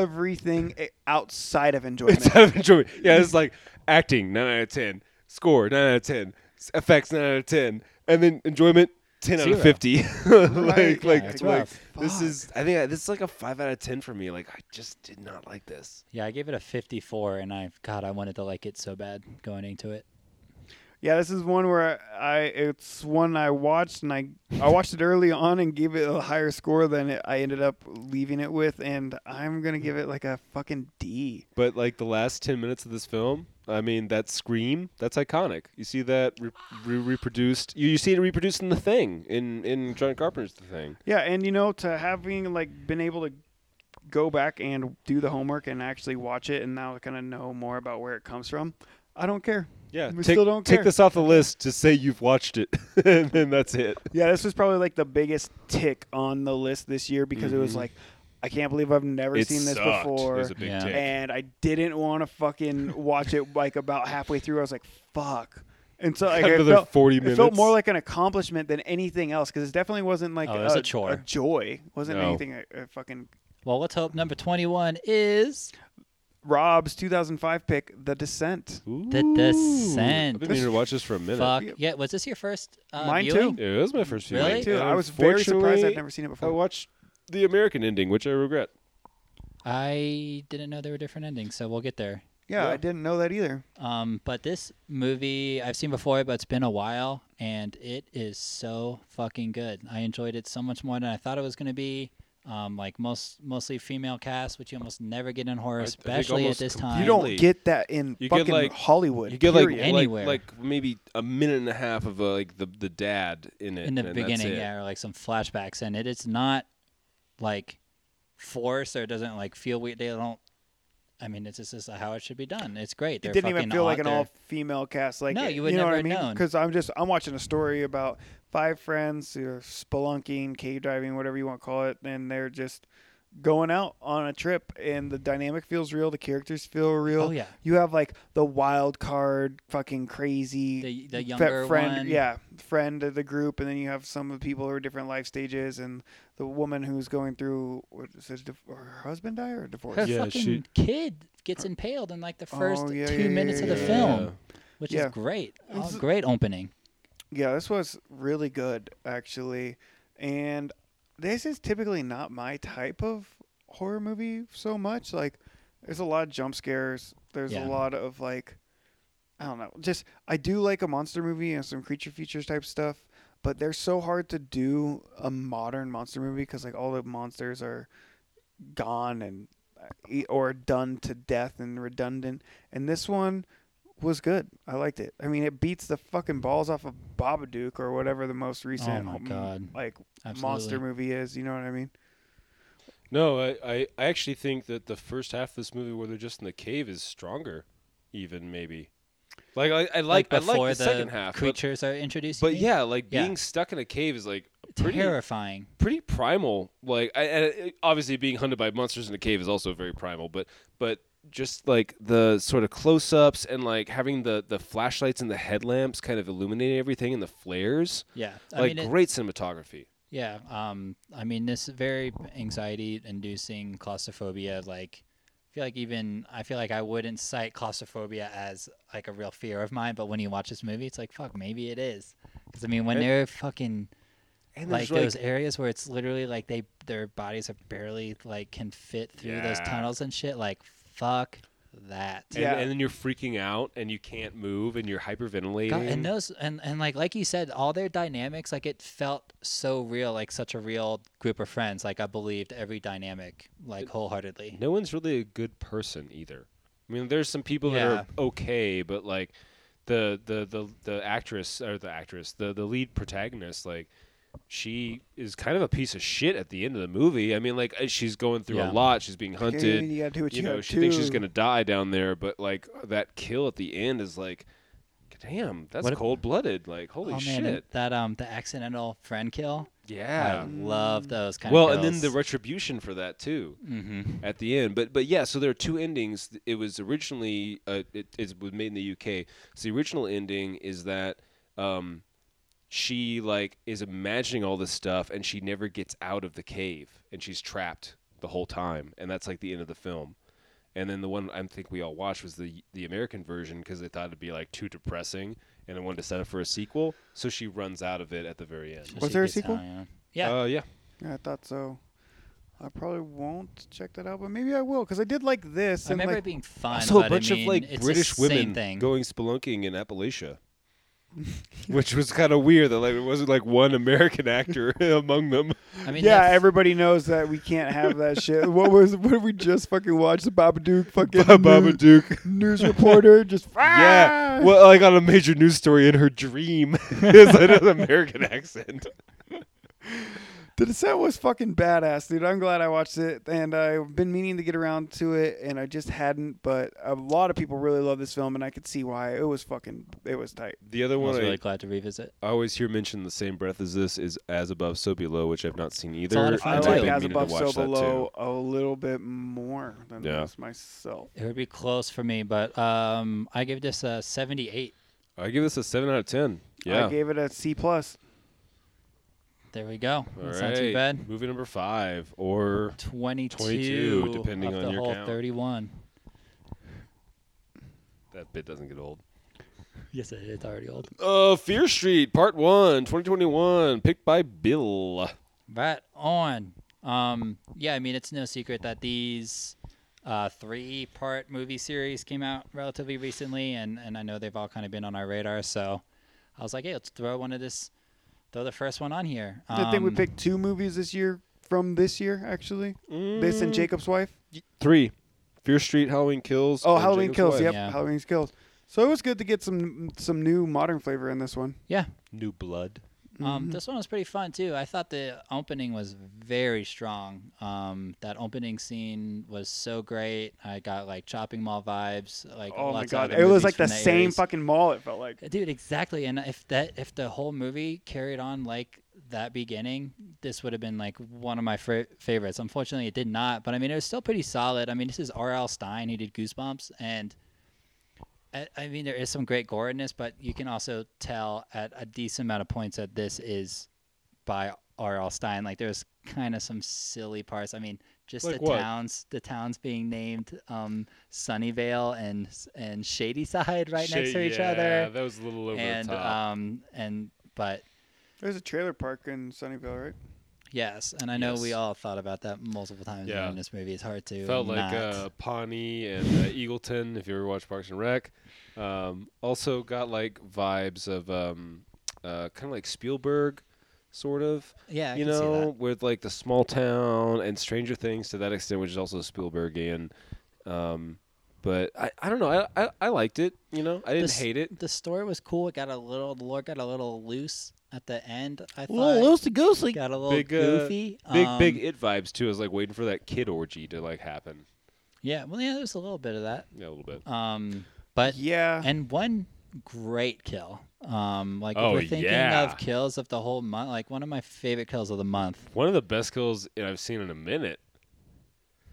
[SPEAKER 1] everything i- outside of enjoyment.
[SPEAKER 2] Out of enjoyment. yeah it's like acting 9 out of 10 score 9 out of 10 s- effects 9 out of 10 and then enjoyment 10 out
[SPEAKER 3] Zero.
[SPEAKER 2] of 50
[SPEAKER 1] Right,
[SPEAKER 2] like like,
[SPEAKER 3] yeah, it's
[SPEAKER 2] like
[SPEAKER 3] rough.
[SPEAKER 2] this
[SPEAKER 1] Fuck.
[SPEAKER 2] is i think I, this is like a 5 out of 10 for me like i just did not like this
[SPEAKER 3] Yeah, I gave it a 54, and I God, I wanted to like it so bad going into it.
[SPEAKER 1] yeah, this is one where I it's one I watched and I I watched it early on and gave it a higher score than it, I ended up leaving it with and I'm going to give it like a fucking D.
[SPEAKER 2] But like the last ten minutes of this film, I mean, that scream, that's iconic. You see that re- re- reproduced. You, you see it reproduced in the thing, in in John Carpenter's The Thing.
[SPEAKER 1] Yeah, and you know, to having like been able to go back and do the homework and actually watch it, and now kind of know more about where it comes from. I don't care.
[SPEAKER 2] Yeah,
[SPEAKER 1] we
[SPEAKER 2] take,
[SPEAKER 1] still don't
[SPEAKER 2] take
[SPEAKER 1] care.
[SPEAKER 2] this off the list. Just say you've watched it, and then that's it.
[SPEAKER 1] Yeah, this was probably like the biggest tick on the list this year because it was like, I can't believe I've never
[SPEAKER 2] Mm-hmm. It
[SPEAKER 1] seen this
[SPEAKER 2] sucked. It
[SPEAKER 1] before.
[SPEAKER 2] was a big
[SPEAKER 3] Yeah.
[SPEAKER 2] tick.
[SPEAKER 1] and I didn't want to fucking watch it like about halfway through. I was like, fuck. And so like, it,
[SPEAKER 2] Another
[SPEAKER 1] felt,
[SPEAKER 2] 40
[SPEAKER 1] it felt
[SPEAKER 2] minutes.
[SPEAKER 1] more like an accomplishment than anything else because it definitely wasn't like
[SPEAKER 3] Oh, it was a chore.
[SPEAKER 1] joy. wasn't
[SPEAKER 2] No.
[SPEAKER 1] anything I, I fucking
[SPEAKER 3] Well, let's hope number 21 is
[SPEAKER 1] Rob's 2005 pick, The Descent.
[SPEAKER 3] The
[SPEAKER 2] I've
[SPEAKER 3] Descent.
[SPEAKER 2] been meaning to watch this for a minute.
[SPEAKER 3] Fuck
[SPEAKER 1] Yeah.
[SPEAKER 3] yeah! Was this your first? Uh,
[SPEAKER 1] Mine too.
[SPEAKER 3] viewing?
[SPEAKER 2] Yeah, it was my first viewing.
[SPEAKER 3] Really?
[SPEAKER 1] Too.
[SPEAKER 2] And
[SPEAKER 1] I was very surprised.
[SPEAKER 2] unfortunately,
[SPEAKER 1] I've never seen it
[SPEAKER 2] I
[SPEAKER 1] before.
[SPEAKER 2] watched the American ending, which I regret.
[SPEAKER 3] I didn't know there were different endings, so we'll get there.
[SPEAKER 1] yeah,
[SPEAKER 2] Yeah.
[SPEAKER 1] I didn't know that either.
[SPEAKER 3] Um, but this movie I've seen before, but it's been a while, and it is so fucking good. I enjoyed it so much more than I thought it was gonna be. Um, like most mostly female cast, which you almost never get in horror,
[SPEAKER 2] I think
[SPEAKER 3] especially at
[SPEAKER 2] almost
[SPEAKER 3] this
[SPEAKER 2] completely-
[SPEAKER 3] time.
[SPEAKER 1] You don't
[SPEAKER 2] Really?
[SPEAKER 1] get that in
[SPEAKER 2] You get,
[SPEAKER 1] fucking
[SPEAKER 2] like-
[SPEAKER 1] Hollywood.
[SPEAKER 2] You get like,
[SPEAKER 1] period.
[SPEAKER 3] any-
[SPEAKER 2] like
[SPEAKER 3] Anywhere.
[SPEAKER 2] like maybe a minute and a half of uh, like the the dad in it
[SPEAKER 3] in the
[SPEAKER 2] and that's
[SPEAKER 3] beginning,
[SPEAKER 2] it.
[SPEAKER 3] yeah, or like some flashbacks, and it is not like forced or it doesn't like feel weird. They don't. I mean, it's just, it's how it should be done. It's great. They're
[SPEAKER 1] it didn't even
[SPEAKER 3] fucking
[SPEAKER 1] feel like an
[SPEAKER 3] author-
[SPEAKER 1] all female cast. Like
[SPEAKER 3] No,
[SPEAKER 1] it-
[SPEAKER 3] you would
[SPEAKER 1] know
[SPEAKER 3] never
[SPEAKER 1] what I
[SPEAKER 3] have
[SPEAKER 1] mean?
[SPEAKER 3] known.
[SPEAKER 1] Because I'm just I'm watching a story about five friends who are spelunking, cave diving, whatever you want to call it, and they're just going out on a trip and the dynamic feels real the characters feel real
[SPEAKER 3] Oh, yeah.
[SPEAKER 1] you have like the wild card fucking crazy
[SPEAKER 3] The- the
[SPEAKER 1] fe-
[SPEAKER 3] younger
[SPEAKER 1] friend
[SPEAKER 3] one.
[SPEAKER 1] yeah friend of the group and then you have some of the people who are different life stages and the woman who's going through what is it, div- her husband die or divorce
[SPEAKER 3] her
[SPEAKER 2] Yeah,
[SPEAKER 3] fucking
[SPEAKER 2] she-
[SPEAKER 3] kid gets impaled in like the first
[SPEAKER 1] yeah,
[SPEAKER 3] two
[SPEAKER 1] yeah,
[SPEAKER 3] minutes
[SPEAKER 1] yeah,
[SPEAKER 3] of the
[SPEAKER 1] yeah,
[SPEAKER 2] yeah.
[SPEAKER 3] film, which
[SPEAKER 1] Yeah.
[SPEAKER 3] is great. Oh,
[SPEAKER 1] It's-
[SPEAKER 3] great opening.
[SPEAKER 1] Yeah, this was really good actually, and this is typically not my type of horror movie so much. Like, there's a lot of jump scares. There's
[SPEAKER 3] Yeah.
[SPEAKER 1] a lot of like, I don't know. Just I do like a monster movie and some creature features type stuff, but they're so hard to do a modern monster movie because like all the monsters are gone and uh, e, or done to death and redundant. And this one was good. I liked it. I mean, it beats the fucking balls off of Babadook or whatever the most recent
[SPEAKER 3] my
[SPEAKER 1] um,
[SPEAKER 3] God.
[SPEAKER 1] like
[SPEAKER 3] Absolutely.
[SPEAKER 1] monster movie is. You know what I mean?
[SPEAKER 2] No, I, I, I actually think that the first half of this movie where they're just in the cave is stronger, even maybe. Like I, I like, I
[SPEAKER 3] before
[SPEAKER 2] like the, second half, but,
[SPEAKER 3] creatures are introduced. you
[SPEAKER 2] but
[SPEAKER 3] mean?
[SPEAKER 2] yeah, like
[SPEAKER 3] Yeah.
[SPEAKER 2] being stuck in a cave is like a pretty
[SPEAKER 3] terrifying.
[SPEAKER 2] pretty primal. Like I, I, obviously being hunted by monsters in a cave is also very primal, but but just like the sort of close-ups and like having the the flashlights and the headlamps kind of illuminating everything and the flares,
[SPEAKER 3] Yeah, I
[SPEAKER 2] like
[SPEAKER 3] mean, it-
[SPEAKER 2] great cinematography.
[SPEAKER 3] yeah. Um, I mean, this is very anxiety-inducing claustrophobia. Like, I feel like even I feel like I wouldn't cite claustrophobia as like a real fear of mine. But when you watch this movie, it's like fuck, maybe it is. Because I mean, when
[SPEAKER 2] Right.
[SPEAKER 3] they're fucking
[SPEAKER 2] And
[SPEAKER 3] like
[SPEAKER 2] there's,
[SPEAKER 3] those areas where it's literally like they their bodies are barely like can fit through those
[SPEAKER 2] Yeah.
[SPEAKER 3] tunnels and shit. Like, fuck that.
[SPEAKER 2] and,
[SPEAKER 1] Yeah.
[SPEAKER 2] and then you're freaking out and you can't move and you're hyperventilating.
[SPEAKER 3] God, and those and, and like like you said, all their dynamics, like it felt so real, like such a real group of friends. Like I believed every dynamic, like wholeheartedly.
[SPEAKER 2] no one's really a good person either. I mean, there's some people that are okay, but like the the the the actress or the actress, the the lead protagonist, like she is kind of a piece of shit at the end of the movie. I mean, like uh, she's going through
[SPEAKER 3] Yeah.
[SPEAKER 2] a lot. She's being hunted.
[SPEAKER 1] you gotta do what you
[SPEAKER 2] know,
[SPEAKER 1] gotta
[SPEAKER 2] she thinks she's
[SPEAKER 1] do.
[SPEAKER 2] gonna die down there, but like that kill at the end is like, damn, that's
[SPEAKER 3] What if-
[SPEAKER 2] cold blooded. Like, holy
[SPEAKER 3] oh man,
[SPEAKER 2] shit.
[SPEAKER 3] and that um the accidental friend kill.
[SPEAKER 2] yeah.
[SPEAKER 3] I love those kind
[SPEAKER 2] Well, and
[SPEAKER 3] of
[SPEAKER 2] then the retribution for that too
[SPEAKER 3] mm-hmm.
[SPEAKER 2] at the end. But but yeah, so there are two endings. It was originally uh, it, it was made in the UK. So the original ending is that um, she like is imagining all this stuff and she never gets out of the cave and she's trapped the whole time and that's like the end of the film. And then the one I think we all watched was the the American version because they thought it'd be like too depressing and they wanted to set up for a sequel. So she runs out of it at the very end.
[SPEAKER 1] Was there a sequel?
[SPEAKER 3] Yeah.
[SPEAKER 2] Uh, yeah.
[SPEAKER 1] Yeah, I thought so. I probably won't check that out, but maybe I will because I did like this.
[SPEAKER 3] I
[SPEAKER 1] and
[SPEAKER 3] remember
[SPEAKER 1] like,
[SPEAKER 3] it being fun.
[SPEAKER 2] Also, a
[SPEAKER 3] but
[SPEAKER 2] bunch
[SPEAKER 3] I mean,
[SPEAKER 2] of like
[SPEAKER 3] it's the
[SPEAKER 2] British
[SPEAKER 3] same
[SPEAKER 2] women
[SPEAKER 3] thing.
[SPEAKER 2] going spelunking in Appalachia, which was kind of weird. That like it wasn't like one American actor among them.
[SPEAKER 3] I mean,
[SPEAKER 1] yeah,
[SPEAKER 3] that's-
[SPEAKER 1] everybody knows that we can't have that shit. What was? What did we just fucking watch? The Babadook fucking
[SPEAKER 2] Baba
[SPEAKER 1] news,
[SPEAKER 2] Duke.
[SPEAKER 1] news reporter just
[SPEAKER 2] Yeah,
[SPEAKER 1] "Ah!"
[SPEAKER 2] well, like on a major news story in her dream is like an American accent.
[SPEAKER 1] The Descent was fucking badass, dude. I'm glad I watched it, and I've been meaning to get around to it, and I just hadn't. But a lot of people really love this film, and I could see why. It was fucking, it was tight.
[SPEAKER 2] The other
[SPEAKER 3] I
[SPEAKER 2] one
[SPEAKER 3] was
[SPEAKER 2] I,
[SPEAKER 3] really glad to revisit.
[SPEAKER 2] I always hear mentioned in the same breath as this is As Above, So Below, which I've not seen
[SPEAKER 3] a lot
[SPEAKER 2] either.
[SPEAKER 3] of fun,
[SPEAKER 1] I
[SPEAKER 2] and
[SPEAKER 3] too.
[SPEAKER 2] I've
[SPEAKER 1] like
[SPEAKER 2] been
[SPEAKER 1] As
[SPEAKER 2] meaning to
[SPEAKER 1] Above, So
[SPEAKER 2] watch that, too.
[SPEAKER 1] Below a little bit more than
[SPEAKER 2] Yeah.
[SPEAKER 1] this myself.
[SPEAKER 3] It would be close for me, but um, I give this a 78.
[SPEAKER 2] I give this a seven out of ten. Yeah,
[SPEAKER 1] I gave it a C plus.
[SPEAKER 3] There we
[SPEAKER 2] All
[SPEAKER 3] go. That's not too
[SPEAKER 2] right.
[SPEAKER 3] bad.
[SPEAKER 2] Movie number five or
[SPEAKER 3] 22,
[SPEAKER 2] 22, depending
[SPEAKER 3] of
[SPEAKER 2] on
[SPEAKER 3] the
[SPEAKER 2] your
[SPEAKER 3] whole
[SPEAKER 2] count.
[SPEAKER 3] 31.
[SPEAKER 2] that bit doesn't get old.
[SPEAKER 3] Yes, it is already old.
[SPEAKER 2] Uh, Fear Street Part 1, 2021, picked by Bill.
[SPEAKER 3] Right on. Um, yeah, I mean, it's no secret that these uh, three part movie series came out relatively recently, and, and I know they've all kind of been on our radar. So I was like, hey, let's throw one of this, throw the first one on here.
[SPEAKER 1] I think we
[SPEAKER 3] Um,
[SPEAKER 1] picked two movies this year from this year, actually. This
[SPEAKER 3] Mm.
[SPEAKER 1] and Jacob's Wife.
[SPEAKER 2] 3. Fear Street Halloween Kills.
[SPEAKER 1] Oh,
[SPEAKER 2] and
[SPEAKER 1] Halloween
[SPEAKER 2] Jacob's
[SPEAKER 1] Kills.
[SPEAKER 2] Wife.
[SPEAKER 1] Yep,
[SPEAKER 3] Yeah.
[SPEAKER 1] Halloween Kills. So it was good to get some some new modern flavor in this one.
[SPEAKER 3] Yeah.
[SPEAKER 2] New Blood.
[SPEAKER 3] Um, This one was pretty fun too. I thought the opening was very strong. Um, that opening scene was so great. I got like chopping mall vibes. Like
[SPEAKER 1] Oh my
[SPEAKER 3] lots of
[SPEAKER 1] god,
[SPEAKER 3] other
[SPEAKER 1] it was
[SPEAKER 3] movies
[SPEAKER 1] like the
[SPEAKER 3] from that
[SPEAKER 1] same
[SPEAKER 3] era.
[SPEAKER 1] fucking mall. It felt like.
[SPEAKER 3] Dude, exactly. And if that if the whole movie carried on like that beginning, this would have been like one of my fra- favorites. Unfortunately, it did not. But I mean, it was still pretty solid. I mean, this is R.L. Stein. He did Goosebumps, and I, I mean, there is some great gore in this, but you can also tell at a decent amount of points that this is by R.L. Stein. Like there's kind of some silly parts. I mean, just
[SPEAKER 2] Like
[SPEAKER 3] the
[SPEAKER 2] what?
[SPEAKER 3] towns, the towns being named um, Sunnyvale and and Shadyside right next to each other
[SPEAKER 2] Yeah, that was a little over
[SPEAKER 3] and
[SPEAKER 2] the top.
[SPEAKER 3] um and but
[SPEAKER 1] There's a trailer park in Sunnyvale, right?
[SPEAKER 3] yes and i know we
[SPEAKER 2] Yes.
[SPEAKER 3] all thought about that multiple times
[SPEAKER 2] Yeah.
[SPEAKER 3] during this movie it's hard to
[SPEAKER 2] Felt
[SPEAKER 3] not.
[SPEAKER 2] like uh, Pawnee and uh, Eagleton, if you ever watched Parks and Rec. Um, also got like vibes of um, uh, kind of like Spielberg, sort of.
[SPEAKER 3] yeah I
[SPEAKER 2] you
[SPEAKER 3] can see that.
[SPEAKER 2] know, with like the small town and Stranger Things to that extent, which is also Spielbergian. Um, but I, I don't know. I, I I liked it. You know, I didn't
[SPEAKER 3] s-
[SPEAKER 2] hate it.
[SPEAKER 3] the story was cool it got a little the lore got a little loose at the end i thought
[SPEAKER 2] goosey.
[SPEAKER 3] got a little
[SPEAKER 2] Big, uh,
[SPEAKER 3] goofy
[SPEAKER 2] Big
[SPEAKER 3] um,
[SPEAKER 2] big it vibes too. I was like waiting for that kid orgy to like happen.
[SPEAKER 3] yeah well yeah there's a little bit of that
[SPEAKER 2] Yeah, a little bit.
[SPEAKER 3] um but
[SPEAKER 1] Yeah.
[SPEAKER 3] and one great kill. Um, like
[SPEAKER 2] Oh,
[SPEAKER 3] if we're thinking
[SPEAKER 2] yeah.
[SPEAKER 3] of kills of the whole month, like one of my favorite kills of the month.
[SPEAKER 2] One of the best kills I've seen in a minute.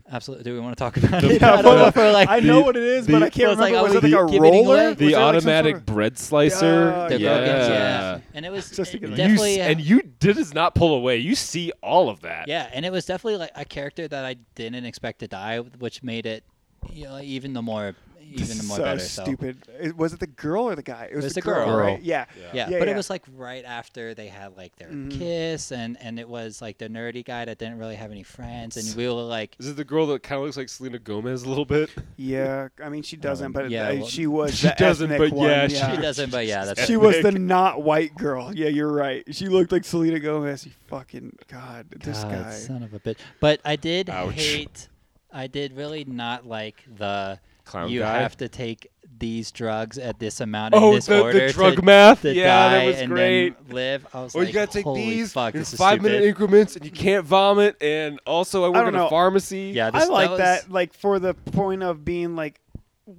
[SPEAKER 3] Absolutely. Do we want to talk about it?
[SPEAKER 1] Yeah,
[SPEAKER 3] I don't know
[SPEAKER 1] but
[SPEAKER 3] if we're like
[SPEAKER 1] I know what it is, but I can't
[SPEAKER 3] was like,
[SPEAKER 1] remember.
[SPEAKER 3] I
[SPEAKER 1] was it
[SPEAKER 3] was
[SPEAKER 1] like a
[SPEAKER 3] giving it
[SPEAKER 1] roller?
[SPEAKER 3] away.
[SPEAKER 1] Was
[SPEAKER 2] The
[SPEAKER 1] it like some
[SPEAKER 2] automatic
[SPEAKER 1] sort of-
[SPEAKER 2] bread slicer.
[SPEAKER 1] Yeah,
[SPEAKER 3] the
[SPEAKER 1] Oh, yeah.
[SPEAKER 3] Gogans,
[SPEAKER 1] Gogans,
[SPEAKER 3] yeah. And it was
[SPEAKER 1] Just
[SPEAKER 3] it
[SPEAKER 1] thinking like-
[SPEAKER 2] You s-
[SPEAKER 3] definitely uh,
[SPEAKER 2] and you did is not pull away. You see all of that.
[SPEAKER 3] Yeah, and it was definitely like a character that I didn't expect to die, which made it you know, even the more
[SPEAKER 1] This
[SPEAKER 3] even the
[SPEAKER 1] is
[SPEAKER 3] more
[SPEAKER 1] so
[SPEAKER 3] better. So.
[SPEAKER 1] stupid. It- was it the girl or the guy? It was,
[SPEAKER 3] was
[SPEAKER 1] the,
[SPEAKER 3] the
[SPEAKER 1] girl,
[SPEAKER 3] girl.
[SPEAKER 1] right? Yeah.
[SPEAKER 3] Yeah,
[SPEAKER 1] Yeah,
[SPEAKER 3] but
[SPEAKER 1] yeah.
[SPEAKER 3] it was like right after they had like their
[SPEAKER 1] Mhm.
[SPEAKER 3] kiss, and and it was like the nerdy guy that didn't really have any friends, and we were like,
[SPEAKER 2] Is it the girl that kind of looks like Selena Gomez a little bit?
[SPEAKER 1] Yeah. I mean, she doesn't, but
[SPEAKER 3] Um, yeah,
[SPEAKER 1] uh,
[SPEAKER 3] well-
[SPEAKER 1] she was.
[SPEAKER 2] She
[SPEAKER 1] the
[SPEAKER 2] doesn't,
[SPEAKER 1] ethnic
[SPEAKER 2] but
[SPEAKER 1] one,
[SPEAKER 2] yeah,
[SPEAKER 3] she doesn't, but yeah, that's
[SPEAKER 1] She was the not white girl. Yeah, you're right. She looked like Selena Gomez. You fucking god, this
[SPEAKER 3] God,
[SPEAKER 1] guy.
[SPEAKER 3] son of a bitch. But I did
[SPEAKER 2] Ouch.
[SPEAKER 3] hate. I did really not like the.
[SPEAKER 2] Clown
[SPEAKER 3] you
[SPEAKER 2] guy?
[SPEAKER 3] have to take these drugs at this amount in
[SPEAKER 2] Oh,
[SPEAKER 3] this
[SPEAKER 2] the- the
[SPEAKER 3] order
[SPEAKER 2] drug
[SPEAKER 3] to,
[SPEAKER 2] math?
[SPEAKER 3] to
[SPEAKER 2] Yeah, that
[SPEAKER 3] die
[SPEAKER 2] was
[SPEAKER 3] and
[SPEAKER 2] great.
[SPEAKER 3] Then live. I was
[SPEAKER 2] Or
[SPEAKER 3] like,
[SPEAKER 2] you gotta take
[SPEAKER 3] holy
[SPEAKER 2] these
[SPEAKER 3] fuck,
[SPEAKER 2] in
[SPEAKER 3] this is
[SPEAKER 2] five minute
[SPEAKER 3] stupid.
[SPEAKER 2] increments, and you can't vomit. And also, I work
[SPEAKER 1] don't
[SPEAKER 2] in
[SPEAKER 1] know.
[SPEAKER 2] a pharmacy.
[SPEAKER 3] Yeah, this,
[SPEAKER 1] I like
[SPEAKER 3] was-
[SPEAKER 1] that, like for the point of being like,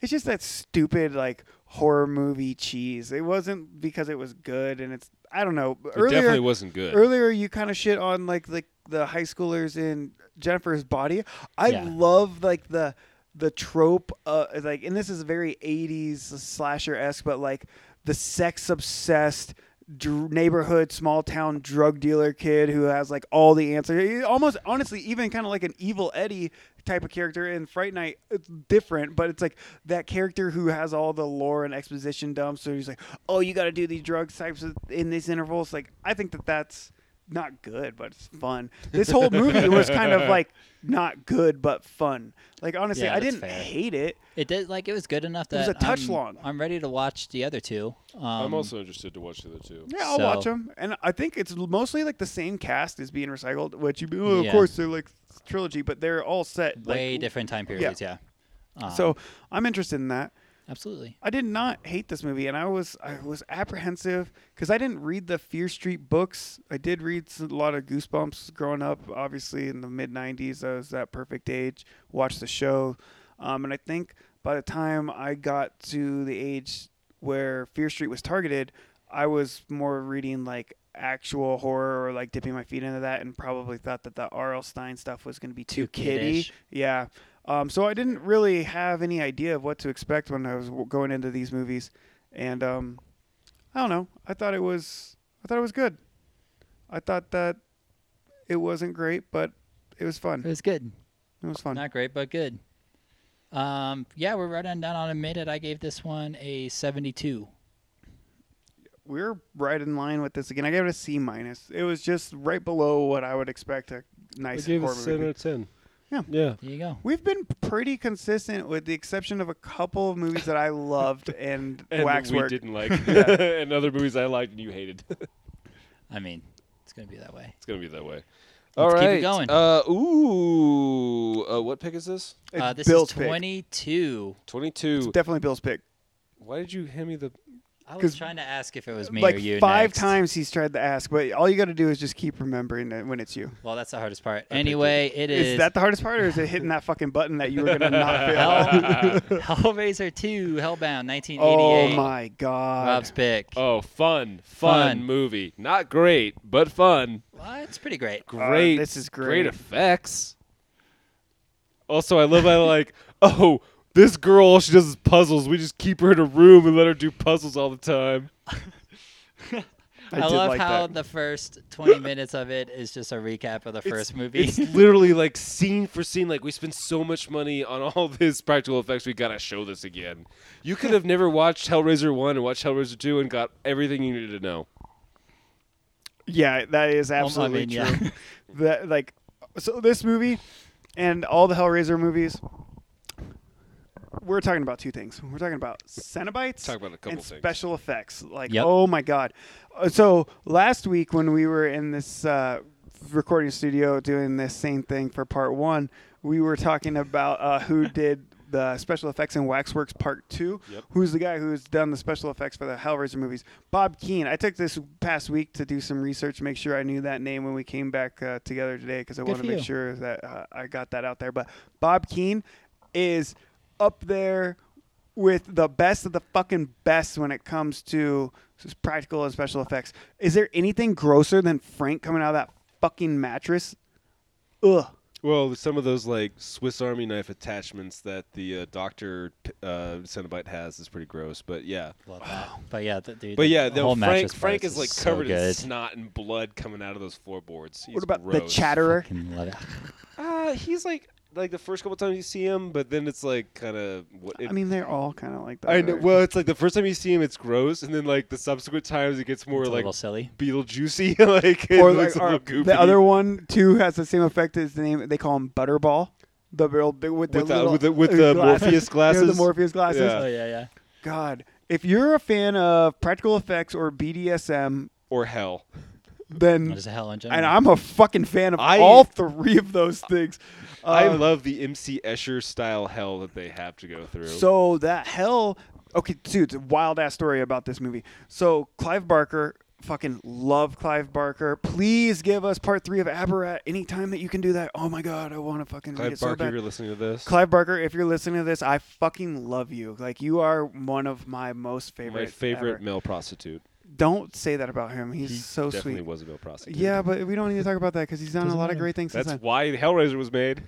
[SPEAKER 1] it's just that stupid like horror movie cheese. It wasn't because it was good, and it's I don't know.
[SPEAKER 2] it definitely
[SPEAKER 1] Earlier,
[SPEAKER 2] wasn't good.
[SPEAKER 1] earlier you kind of shit on like like the high schoolers in Jennifer's body. I
[SPEAKER 3] Yeah.
[SPEAKER 1] love like the the trope uh like and this is very 80s slasher esque but like the sex obsessed dr- neighborhood small town drug dealer kid who has like all the answers He- almost honestly even kind of like an evil eddie type of character in fright night it's different but it's like that character who has all the lore and exposition dump so he's like oh you got to do these drug types in these intervals like i think that that's not good, but it's fun. This whole movie was kind of like not good but fun. Like honestly,
[SPEAKER 3] Yeah,
[SPEAKER 1] I
[SPEAKER 3] that's
[SPEAKER 1] didn't
[SPEAKER 3] fair.
[SPEAKER 1] hate it.
[SPEAKER 3] It did like it was good enough
[SPEAKER 1] It
[SPEAKER 3] that
[SPEAKER 1] was a touch
[SPEAKER 3] I'm,
[SPEAKER 1] long.
[SPEAKER 3] I'm ready to watch the other two. Um,
[SPEAKER 2] I'm also interested to watch the other two.
[SPEAKER 1] Yeah, I'll
[SPEAKER 3] So-
[SPEAKER 1] watch them, and I think it's mostly like the same cast is being recycled. Which you, well,
[SPEAKER 3] Yeah.
[SPEAKER 1] of course, they're like trilogy, but they're all set like,
[SPEAKER 3] way different time periods. Yeah. Um,
[SPEAKER 1] So I'm interested in that.
[SPEAKER 3] absolutely.
[SPEAKER 1] I did not hate this movie, and I was I was apprehensive because I didn't read the Fear Street books. I did read s- a lot of Goosebumps growing up. Obviously, in the mid '90s, I was that perfect age. Watched the show, um, and I think by the time I got to the age where Fear Street was targeted, I was more reading like actual horror or like dipping my feet into that, and probably thought that the R.L. Stein stuff was going to be too,
[SPEAKER 3] Too
[SPEAKER 1] kiddy.
[SPEAKER 3] kiddish.
[SPEAKER 1] Yeah. Um, so I didn't really have any idea of what to expect when I was w- going into these movies, and um, I don't know. I thought it was I thought it was good. I thought that it wasn't great, but it was
[SPEAKER 3] It
[SPEAKER 1] fun.
[SPEAKER 3] was good.
[SPEAKER 1] It was fun.
[SPEAKER 3] Not great, but good. Um, yeah, we're running down on a minute. I gave this one a 72.
[SPEAKER 1] We're right in line with this again. I gave it a C minus. It was just right below what I would expect a nice
[SPEAKER 2] I gave it
[SPEAKER 1] horror
[SPEAKER 2] seven
[SPEAKER 1] movie.
[SPEAKER 2] out of ten.
[SPEAKER 1] Yeah.
[SPEAKER 2] yeah.
[SPEAKER 3] There you go.
[SPEAKER 1] We've been pretty consistent, with the exception of a couple of movies that I loved and,
[SPEAKER 2] And
[SPEAKER 1] Waxwork.
[SPEAKER 2] we didn't like, and other movies I liked and you hated.
[SPEAKER 3] I mean, it's gonna be that way.
[SPEAKER 2] it's gonna be that way.
[SPEAKER 3] Let's
[SPEAKER 2] All
[SPEAKER 3] keep it
[SPEAKER 2] right.
[SPEAKER 3] going.
[SPEAKER 2] Uh, ooh. Uh, what pick is this?
[SPEAKER 1] It's
[SPEAKER 3] uh, this
[SPEAKER 1] Bill's
[SPEAKER 3] is
[SPEAKER 1] pick.
[SPEAKER 3] 22.
[SPEAKER 1] It's
[SPEAKER 2] Twenty-two.
[SPEAKER 1] definitely Bill's pick.
[SPEAKER 2] Why did you hand me the?
[SPEAKER 3] I was
[SPEAKER 1] 'Cause
[SPEAKER 3] trying to ask if it was me
[SPEAKER 1] like
[SPEAKER 3] or you.
[SPEAKER 1] five
[SPEAKER 3] next.
[SPEAKER 1] times he's tried to ask, but all you got to do is just keep remembering it when it's you.
[SPEAKER 3] Well, that's the hardest part. Anyway, it
[SPEAKER 1] Is,
[SPEAKER 3] is
[SPEAKER 1] that the hardest part, or is it hitting that fucking button that you were gonna not feel?
[SPEAKER 3] Hell, Hellraiser 2, Hellbound, 1988.
[SPEAKER 1] oh my god!
[SPEAKER 3] Rob's pick.
[SPEAKER 2] Oh, fun, fun,
[SPEAKER 3] Fun.
[SPEAKER 2] movie. Not great, but fun.
[SPEAKER 3] Well, it's pretty great.
[SPEAKER 2] Great.
[SPEAKER 1] this is
[SPEAKER 2] Uh, Great
[SPEAKER 1] great.
[SPEAKER 2] effects. Also, I love how like, oh, this girl, all she does is puzzles. We just keep her in a room and let her do puzzles all the time.
[SPEAKER 1] I,
[SPEAKER 3] I,
[SPEAKER 1] did
[SPEAKER 3] love
[SPEAKER 1] like
[SPEAKER 3] how
[SPEAKER 1] that.
[SPEAKER 3] the first 20 minutes of it is just a recap of the first movie.
[SPEAKER 2] It's literally like scene for scene. Like we spend so much money on all this practical effects, we gotta show this again. You could have never watched Hellraiser one and watched Hellraiser two and got everything you needed to know.
[SPEAKER 1] Yeah, that is
[SPEAKER 3] I
[SPEAKER 1] absolutely
[SPEAKER 3] mean, yeah.
[SPEAKER 1] true. that like, so this movie and all the Hellraiser movies. We're talking about two things. We're talking about Cenobites
[SPEAKER 2] Talk about a couple
[SPEAKER 1] and
[SPEAKER 2] things.
[SPEAKER 1] special effects. Like,
[SPEAKER 3] Yep.
[SPEAKER 1] oh my god! Uh, So last week when we were in this uh, recording studio doing this same thing for part one, we were talking about uh, who did the special effects in Waxworks Part Two.
[SPEAKER 2] Yep.
[SPEAKER 1] Who's the guy who's done the special effects for the Hellraiser movies? Bob Keane. I took this past week to do some research, make sure I knew that name when we came back uh, together today, because I
[SPEAKER 3] Good
[SPEAKER 1] wanted to
[SPEAKER 3] for
[SPEAKER 1] make
[SPEAKER 3] you.
[SPEAKER 1] sure that uh, I got that out there. But Bob Keane is up there with the best of the fucking best when it comes to s- practical and special effects. Is there anything grosser than Frank coming out of that fucking mattress? Ugh.
[SPEAKER 2] Well, some of those like Swiss Army knife attachments that the uh, doctor uh, Cenobite has is pretty gross, but yeah,
[SPEAKER 3] Love that. But yeah, the, dude.
[SPEAKER 2] but yeah,
[SPEAKER 3] the
[SPEAKER 2] no,
[SPEAKER 3] whole
[SPEAKER 2] Frank
[SPEAKER 3] mattress
[SPEAKER 2] Frank
[SPEAKER 3] parts
[SPEAKER 2] is like
[SPEAKER 3] so
[SPEAKER 2] covered in
[SPEAKER 3] good.
[SPEAKER 2] snot and blood coming out of those floorboards. He's
[SPEAKER 1] what about the
[SPEAKER 2] gross.
[SPEAKER 1] chatterer?
[SPEAKER 3] Fucking love it.
[SPEAKER 2] Uh, he's like like the first couple times you see him, but then it's like kind of what it,
[SPEAKER 1] I mean, they're all kind of like that.
[SPEAKER 2] I know.
[SPEAKER 1] right?
[SPEAKER 2] Well, it's like the first time you see him, it's gross, and then like the subsequent times, it gets more
[SPEAKER 3] It's a
[SPEAKER 2] like
[SPEAKER 3] little silly.
[SPEAKER 2] Beetlejuicy. like it
[SPEAKER 1] or
[SPEAKER 2] looks
[SPEAKER 1] like,
[SPEAKER 2] a
[SPEAKER 1] or
[SPEAKER 2] little goopy.
[SPEAKER 1] the other one too has the same effect as the name. They call him Butterball. The real big with the
[SPEAKER 2] With the-
[SPEAKER 1] little-
[SPEAKER 2] with the- with the Morpheus
[SPEAKER 1] You know, the
[SPEAKER 2] glasses?
[SPEAKER 1] Morpheus glasses.
[SPEAKER 2] Yeah.
[SPEAKER 3] Oh yeah, yeah.
[SPEAKER 1] God, if you're a fan of practical effects or BDSM,
[SPEAKER 2] or hell.
[SPEAKER 1] then
[SPEAKER 3] There's a hell in general.
[SPEAKER 1] Mm. and I'm a fucking fan of
[SPEAKER 2] I-
[SPEAKER 1] all three of those things.
[SPEAKER 2] I
[SPEAKER 1] Uh,
[SPEAKER 2] love the MC Escher style hell that they have to go through.
[SPEAKER 1] So that hell. Okay, dude, it's a wild ass story about this movie. So Clive Barker, fucking love Clive Barker. Please give us part three of Aberrat anytime that you can do that. Oh my god, I want to fucking read
[SPEAKER 2] Clive
[SPEAKER 1] it so
[SPEAKER 2] Barker,
[SPEAKER 1] bad.
[SPEAKER 2] you're listening to this.
[SPEAKER 1] Clive Barker, if you're listening to this, I fucking love you. Like you are one of my most favorite.
[SPEAKER 2] my favorite
[SPEAKER 1] ever.
[SPEAKER 2] male prostitute.
[SPEAKER 1] Don't say that about him. He's
[SPEAKER 2] he
[SPEAKER 1] so
[SPEAKER 2] definitely
[SPEAKER 1] sweet.
[SPEAKER 2] was a male prostitute.
[SPEAKER 1] Yeah, but we don't need to talk about that because he's done a lot of great things.
[SPEAKER 2] That's
[SPEAKER 1] since then.
[SPEAKER 2] why Hellraiser was made.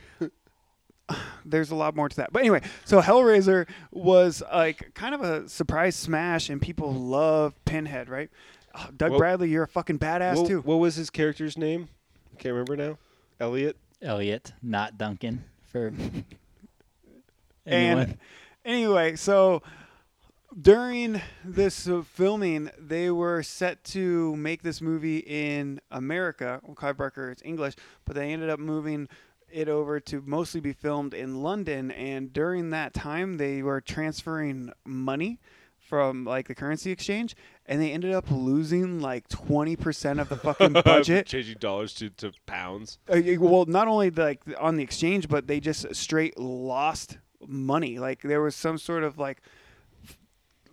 [SPEAKER 1] There's a lot more to that. But anyway, so Hellraiser was like kind of a surprise smash, and people love Pinhead, right? Oh, Doug
[SPEAKER 2] Well-
[SPEAKER 1] Bradley, you're a fucking badass
[SPEAKER 2] What,
[SPEAKER 1] too.
[SPEAKER 2] what was his character's name? I can't remember now. Elliot.
[SPEAKER 3] Elliot, not Duncan, for anyone.
[SPEAKER 1] And anyway, so during this uh, filming, they were set to make this movie in America. Well, Clive Barker is English, but they ended up moving it over to mostly be filmed in London. And during that time, they were transferring money from like the currency exchange, and they ended up losing like twenty percent of the fucking budget.
[SPEAKER 2] Changing dollars to, to pounds.
[SPEAKER 1] Uh, y- well, not only like on the exchange, but they just straight lost money. Like there was some sort of like f-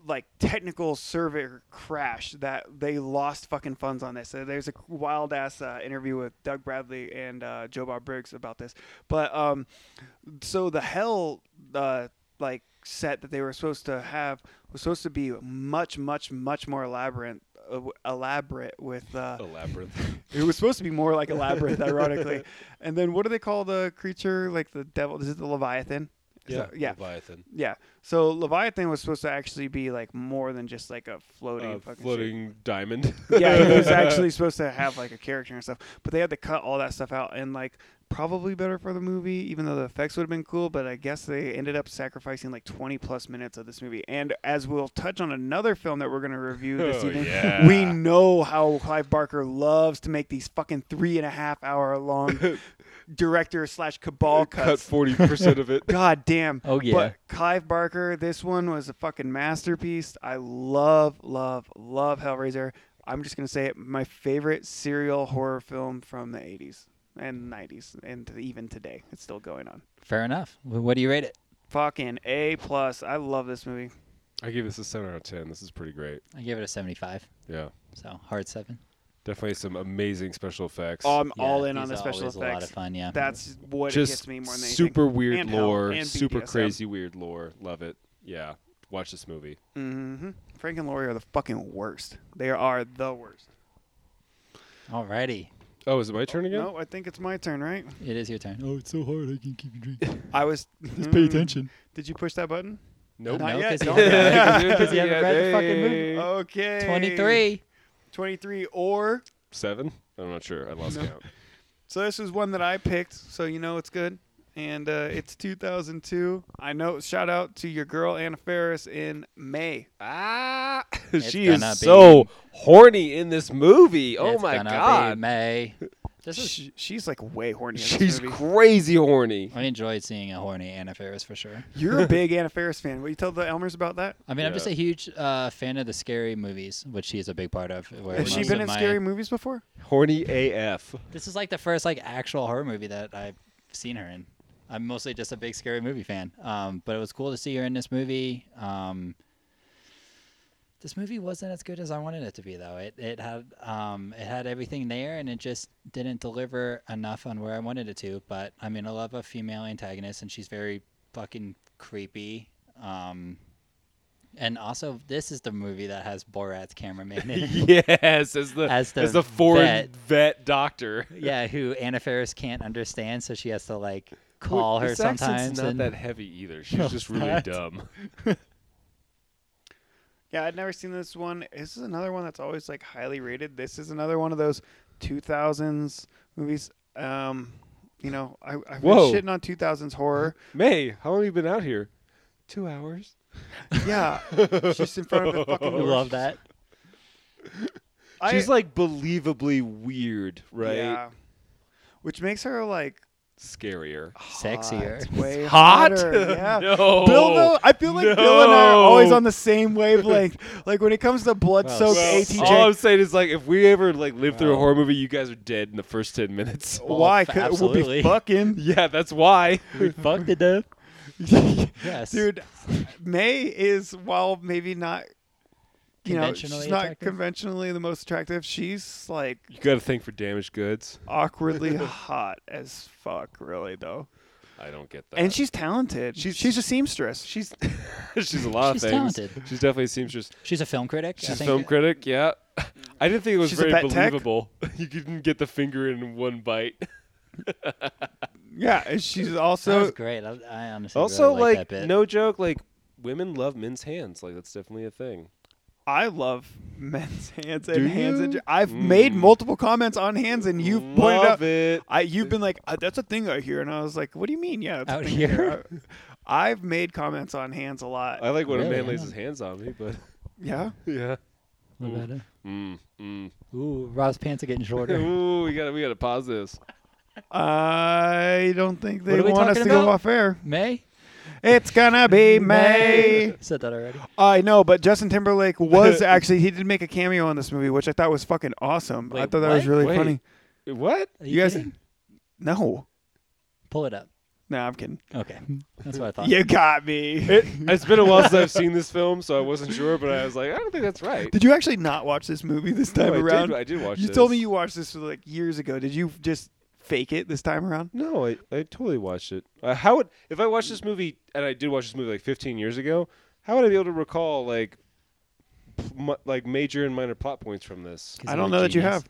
[SPEAKER 1] like technical server crash that they lost fucking funds on this. So there's a wild ass uh, interview with Doug Bradley and uh, Joe Bob Briggs about this. But um, so the hell uh, like set that they were supposed to have was supposed to be much much much more elaborate uh, elaborate with uh,
[SPEAKER 2] A labyrinth.
[SPEAKER 1] it was supposed to be more like a labyrinth, ironically. And then what do they call the creature? Like the devil? Is it the Leviathan? Is that- yeah,
[SPEAKER 2] Leviathan.
[SPEAKER 1] yeah. So Leviathan was supposed to actually be like more than just like a floating
[SPEAKER 2] Uh,
[SPEAKER 1] fucking shit.
[SPEAKER 2] floating diamond.
[SPEAKER 1] yeah, it was actually supposed to have like a character and stuff, but they had to cut all that stuff out and like probably better for the movie, even though the effects would have been cool. But I guess they ended up sacrificing like 20 plus minutes of this movie. And as we'll touch on another film that we're going to review this
[SPEAKER 2] Oh,
[SPEAKER 1] evening,
[SPEAKER 2] yeah.
[SPEAKER 1] we know how Clive Barker loves to make these fucking three and a half hour long director slash cabal
[SPEAKER 2] Cut
[SPEAKER 1] cuts.
[SPEAKER 2] forty percent of it.
[SPEAKER 1] God damn.
[SPEAKER 3] Oh, yeah.
[SPEAKER 1] But Clive Barker, this one was a fucking masterpiece. I love, love, love Hellraiser. I'm just gonna say it, my favorite serial horror film from the 80s and 90s, and even today, it's still going on.
[SPEAKER 3] Fair enough. Wh- What do you rate it?
[SPEAKER 1] Fucking A plus. I love this movie.
[SPEAKER 2] I give this a seven out of ten. This is pretty great.
[SPEAKER 3] I gave it a 75.
[SPEAKER 2] Yeah,
[SPEAKER 3] So hard seven.
[SPEAKER 2] definitely some amazing special effects.
[SPEAKER 1] Oh, I'm all
[SPEAKER 3] Yeah,
[SPEAKER 1] in on
[SPEAKER 3] these
[SPEAKER 1] the
[SPEAKER 3] are
[SPEAKER 1] special
[SPEAKER 3] always
[SPEAKER 1] effects.
[SPEAKER 3] A lot of fun. Yeah.
[SPEAKER 1] That's what
[SPEAKER 2] Just
[SPEAKER 1] gets me more than anything.
[SPEAKER 2] super weird
[SPEAKER 1] And hell,
[SPEAKER 2] lore,
[SPEAKER 1] and
[SPEAKER 2] super
[SPEAKER 1] BDSM.
[SPEAKER 2] crazy weird lore. Love it. Yeah, watch this movie.
[SPEAKER 1] hmm Frank and Laurie are the fucking worst. They are the worst.
[SPEAKER 3] Alrighty.
[SPEAKER 2] Oh, is it my turn again?
[SPEAKER 1] No, I think it's my turn, right?
[SPEAKER 3] It is your turn. Oh, it's so hard. I can't keep a drink.
[SPEAKER 1] I was.
[SPEAKER 3] Just pay attention.
[SPEAKER 1] Did you push that button?
[SPEAKER 2] Nope.
[SPEAKER 1] Not
[SPEAKER 3] no,
[SPEAKER 1] yet.
[SPEAKER 3] because you
[SPEAKER 1] Don't yet.
[SPEAKER 3] haven't read it, 'cause you haven't read the fucking movie.
[SPEAKER 2] Hey.
[SPEAKER 1] Okay.
[SPEAKER 3] 23.
[SPEAKER 1] 23 or
[SPEAKER 2] Seven? I'm not sure. I lost count.
[SPEAKER 1] so this is one that I picked, so you know it's good. And uh, it's 2002. I know. Shout out to your girl Anna Ferris in May.
[SPEAKER 2] Ah,
[SPEAKER 3] It's
[SPEAKER 2] she
[SPEAKER 3] gonna
[SPEAKER 2] is so
[SPEAKER 3] be-
[SPEAKER 2] horny in this movie. Oh
[SPEAKER 3] It's
[SPEAKER 2] my
[SPEAKER 3] gonna be
[SPEAKER 2] god,
[SPEAKER 3] May. This is.
[SPEAKER 1] She, she's like way horny. in this
[SPEAKER 2] she's
[SPEAKER 1] movie.
[SPEAKER 2] crazy horny.
[SPEAKER 3] I enjoyed seeing a horny Anna Faris for sure.
[SPEAKER 1] You're a big Anna Ferris fan. Will you tell the Elmers about that?
[SPEAKER 3] I mean, I'm just
[SPEAKER 2] Yeah.
[SPEAKER 3] a huge uh, fan of the scary movies, which she is a big part of. where
[SPEAKER 1] Has she
[SPEAKER 3] most
[SPEAKER 1] been
[SPEAKER 3] of
[SPEAKER 1] in
[SPEAKER 3] my-
[SPEAKER 1] scary movies before?
[SPEAKER 2] Horny AF.
[SPEAKER 3] This is like the first like actual horror movie that I've seen her in. I'm mostly just a big scary movie fan, um, but it was cool to see her in this movie. Um, this movie wasn't as good as I wanted it to be, though. It it had um, it had everything there, and it just didn't deliver enough on where I wanted it to. But I mean, I love a female antagonist, and she's very fucking creepy. Um, And also, this is the movie that has Borat's cameraman in it.
[SPEAKER 2] yes, as the
[SPEAKER 3] As
[SPEAKER 2] as the,
[SPEAKER 3] the
[SPEAKER 2] foreign
[SPEAKER 3] vet.
[SPEAKER 2] vet, doctor.
[SPEAKER 3] yeah, who Anna Faris can't understand, so she has to like call her
[SPEAKER 2] His
[SPEAKER 3] sometimes.
[SPEAKER 2] accent's not
[SPEAKER 3] and-
[SPEAKER 2] that heavy either. She's just really
[SPEAKER 1] not.
[SPEAKER 2] dumb.
[SPEAKER 1] Yeah, I'd never seen this one. This is another one that's always like highly rated. This is another one of those 2000s movies. Um, you know, I, I've been
[SPEAKER 5] Whoa.
[SPEAKER 1] shitting on 2000s horror.
[SPEAKER 5] May, how long have you been out here? Two hours.
[SPEAKER 1] yeah, just in front of the fucking
[SPEAKER 3] I
[SPEAKER 1] door.
[SPEAKER 3] love that.
[SPEAKER 1] I-
[SPEAKER 2] She's like believably weird, right?
[SPEAKER 1] Yeah. Which makes her like
[SPEAKER 2] Scarier.
[SPEAKER 3] Sexier.
[SPEAKER 1] hot, way
[SPEAKER 2] Hot?
[SPEAKER 1] hotter, Yeah.
[SPEAKER 2] No.
[SPEAKER 1] Bill, though, I feel like Bill and I are always
[SPEAKER 2] No.
[SPEAKER 1] on the same wavelength. Like when it comes to blood-soaked
[SPEAKER 2] Well, oh, all I'm
[SPEAKER 1] ATJ.
[SPEAKER 2] saying is like if we ever like live through a horror movie, you guys are dead in the first ten minutes.
[SPEAKER 3] Well,
[SPEAKER 1] why?
[SPEAKER 3] fa-
[SPEAKER 1] 'Cause We'll
[SPEAKER 3] absolutely.
[SPEAKER 1] be fucking
[SPEAKER 2] Yeah, that's why.
[SPEAKER 3] Fuck the death. yes.
[SPEAKER 1] Dude, May is while maybe not, you know, she's
[SPEAKER 3] Conventionally
[SPEAKER 1] not
[SPEAKER 3] attractive?
[SPEAKER 1] conventionally the most attractive. She's like
[SPEAKER 2] You got to think for damaged goods.
[SPEAKER 1] awkwardly hot as fuck, really though.
[SPEAKER 2] I don't get that.
[SPEAKER 1] And she's talented. She's she's a seamstress. She's
[SPEAKER 2] she's a lot
[SPEAKER 3] She's
[SPEAKER 2] of things.
[SPEAKER 3] talented.
[SPEAKER 2] She's definitely a seamstress.
[SPEAKER 3] She's a film critic. I
[SPEAKER 2] She's a
[SPEAKER 3] think.
[SPEAKER 2] film critic. Yeah, I didn't think it was
[SPEAKER 1] She's a
[SPEAKER 2] very
[SPEAKER 1] vet tech?
[SPEAKER 2] believable. you didn't get the finger in one bite.
[SPEAKER 1] yeah. and She's
[SPEAKER 3] That was
[SPEAKER 1] also
[SPEAKER 3] great. I, I honestly
[SPEAKER 2] Also,
[SPEAKER 3] really like,
[SPEAKER 2] like,
[SPEAKER 3] that bit.
[SPEAKER 2] no joke, like women love men's hands. Like that's definitely a thing.
[SPEAKER 1] I love men's hands and
[SPEAKER 2] Do
[SPEAKER 1] hands. And,
[SPEAKER 2] you?
[SPEAKER 1] I've made
[SPEAKER 2] Mm.
[SPEAKER 1] multiple comments on hands, and you've pointed
[SPEAKER 2] love
[SPEAKER 1] out.
[SPEAKER 2] it.
[SPEAKER 1] I you've been like uh, that's a thing out here, and I was like, what do you mean? Yeah, it's a
[SPEAKER 3] Out
[SPEAKER 1] thing
[SPEAKER 3] here?
[SPEAKER 1] I, have made comments on hands a lot.
[SPEAKER 2] I like when a
[SPEAKER 3] Really?
[SPEAKER 2] man lays
[SPEAKER 3] Yeah.
[SPEAKER 2] his hands on me, but
[SPEAKER 1] yeah.
[SPEAKER 2] yeah.
[SPEAKER 3] What about it?
[SPEAKER 2] Mm, mm.
[SPEAKER 3] Ooh, Rob's pants are getting shorter.
[SPEAKER 2] Ooh, we gotta we gotta pause this.
[SPEAKER 1] I don't think they
[SPEAKER 3] are we
[SPEAKER 1] want us to
[SPEAKER 3] talking
[SPEAKER 1] go
[SPEAKER 3] about?
[SPEAKER 1] off air.
[SPEAKER 3] May
[SPEAKER 1] It's gonna be May.
[SPEAKER 3] said that already.
[SPEAKER 1] I know, but Justin Timberlake was actually he did make a cameo in this movie, which I thought was fucking awesome. I
[SPEAKER 3] Wait,
[SPEAKER 1] thought that was
[SPEAKER 3] what?
[SPEAKER 1] really
[SPEAKER 2] Wait.
[SPEAKER 1] funny.
[SPEAKER 2] What?
[SPEAKER 3] Are
[SPEAKER 1] You,
[SPEAKER 3] you,
[SPEAKER 1] guys,
[SPEAKER 3] kidding?
[SPEAKER 1] no,
[SPEAKER 3] pull it up.
[SPEAKER 1] no, I'm kidding.
[SPEAKER 3] Okay, that's what I thought.
[SPEAKER 1] You got me.
[SPEAKER 2] It, it's been a while since I've seen this film, so I wasn't sure, but I was like, I don't think that's right.
[SPEAKER 1] Did you actually not watch this movie this time
[SPEAKER 2] No, I did-
[SPEAKER 1] around?
[SPEAKER 2] I did watch
[SPEAKER 1] You told me
[SPEAKER 2] this.
[SPEAKER 1] you watched this like years ago. Did you just fake it this time around?
[SPEAKER 2] No, I, I totally watched it. Uh, how would if I watched this movie and I did watch this movie like 15 years ago? How would I be able to recall like p- mu like major and minor plot points from this?
[SPEAKER 3] 'Cause
[SPEAKER 1] I
[SPEAKER 3] I'm
[SPEAKER 1] don't
[SPEAKER 3] a
[SPEAKER 1] know that you
[SPEAKER 3] genius.
[SPEAKER 1] have.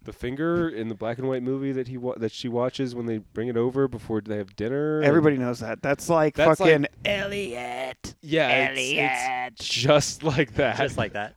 [SPEAKER 2] The finger in the black and white movie that he wa- that she watches when they bring it over before they have dinner. and-
[SPEAKER 1] Everybody knows that. That's like
[SPEAKER 2] That's
[SPEAKER 1] fucking.
[SPEAKER 2] like-
[SPEAKER 1] Elliot.
[SPEAKER 2] yeah, it's, it's just like that.
[SPEAKER 3] Just like that.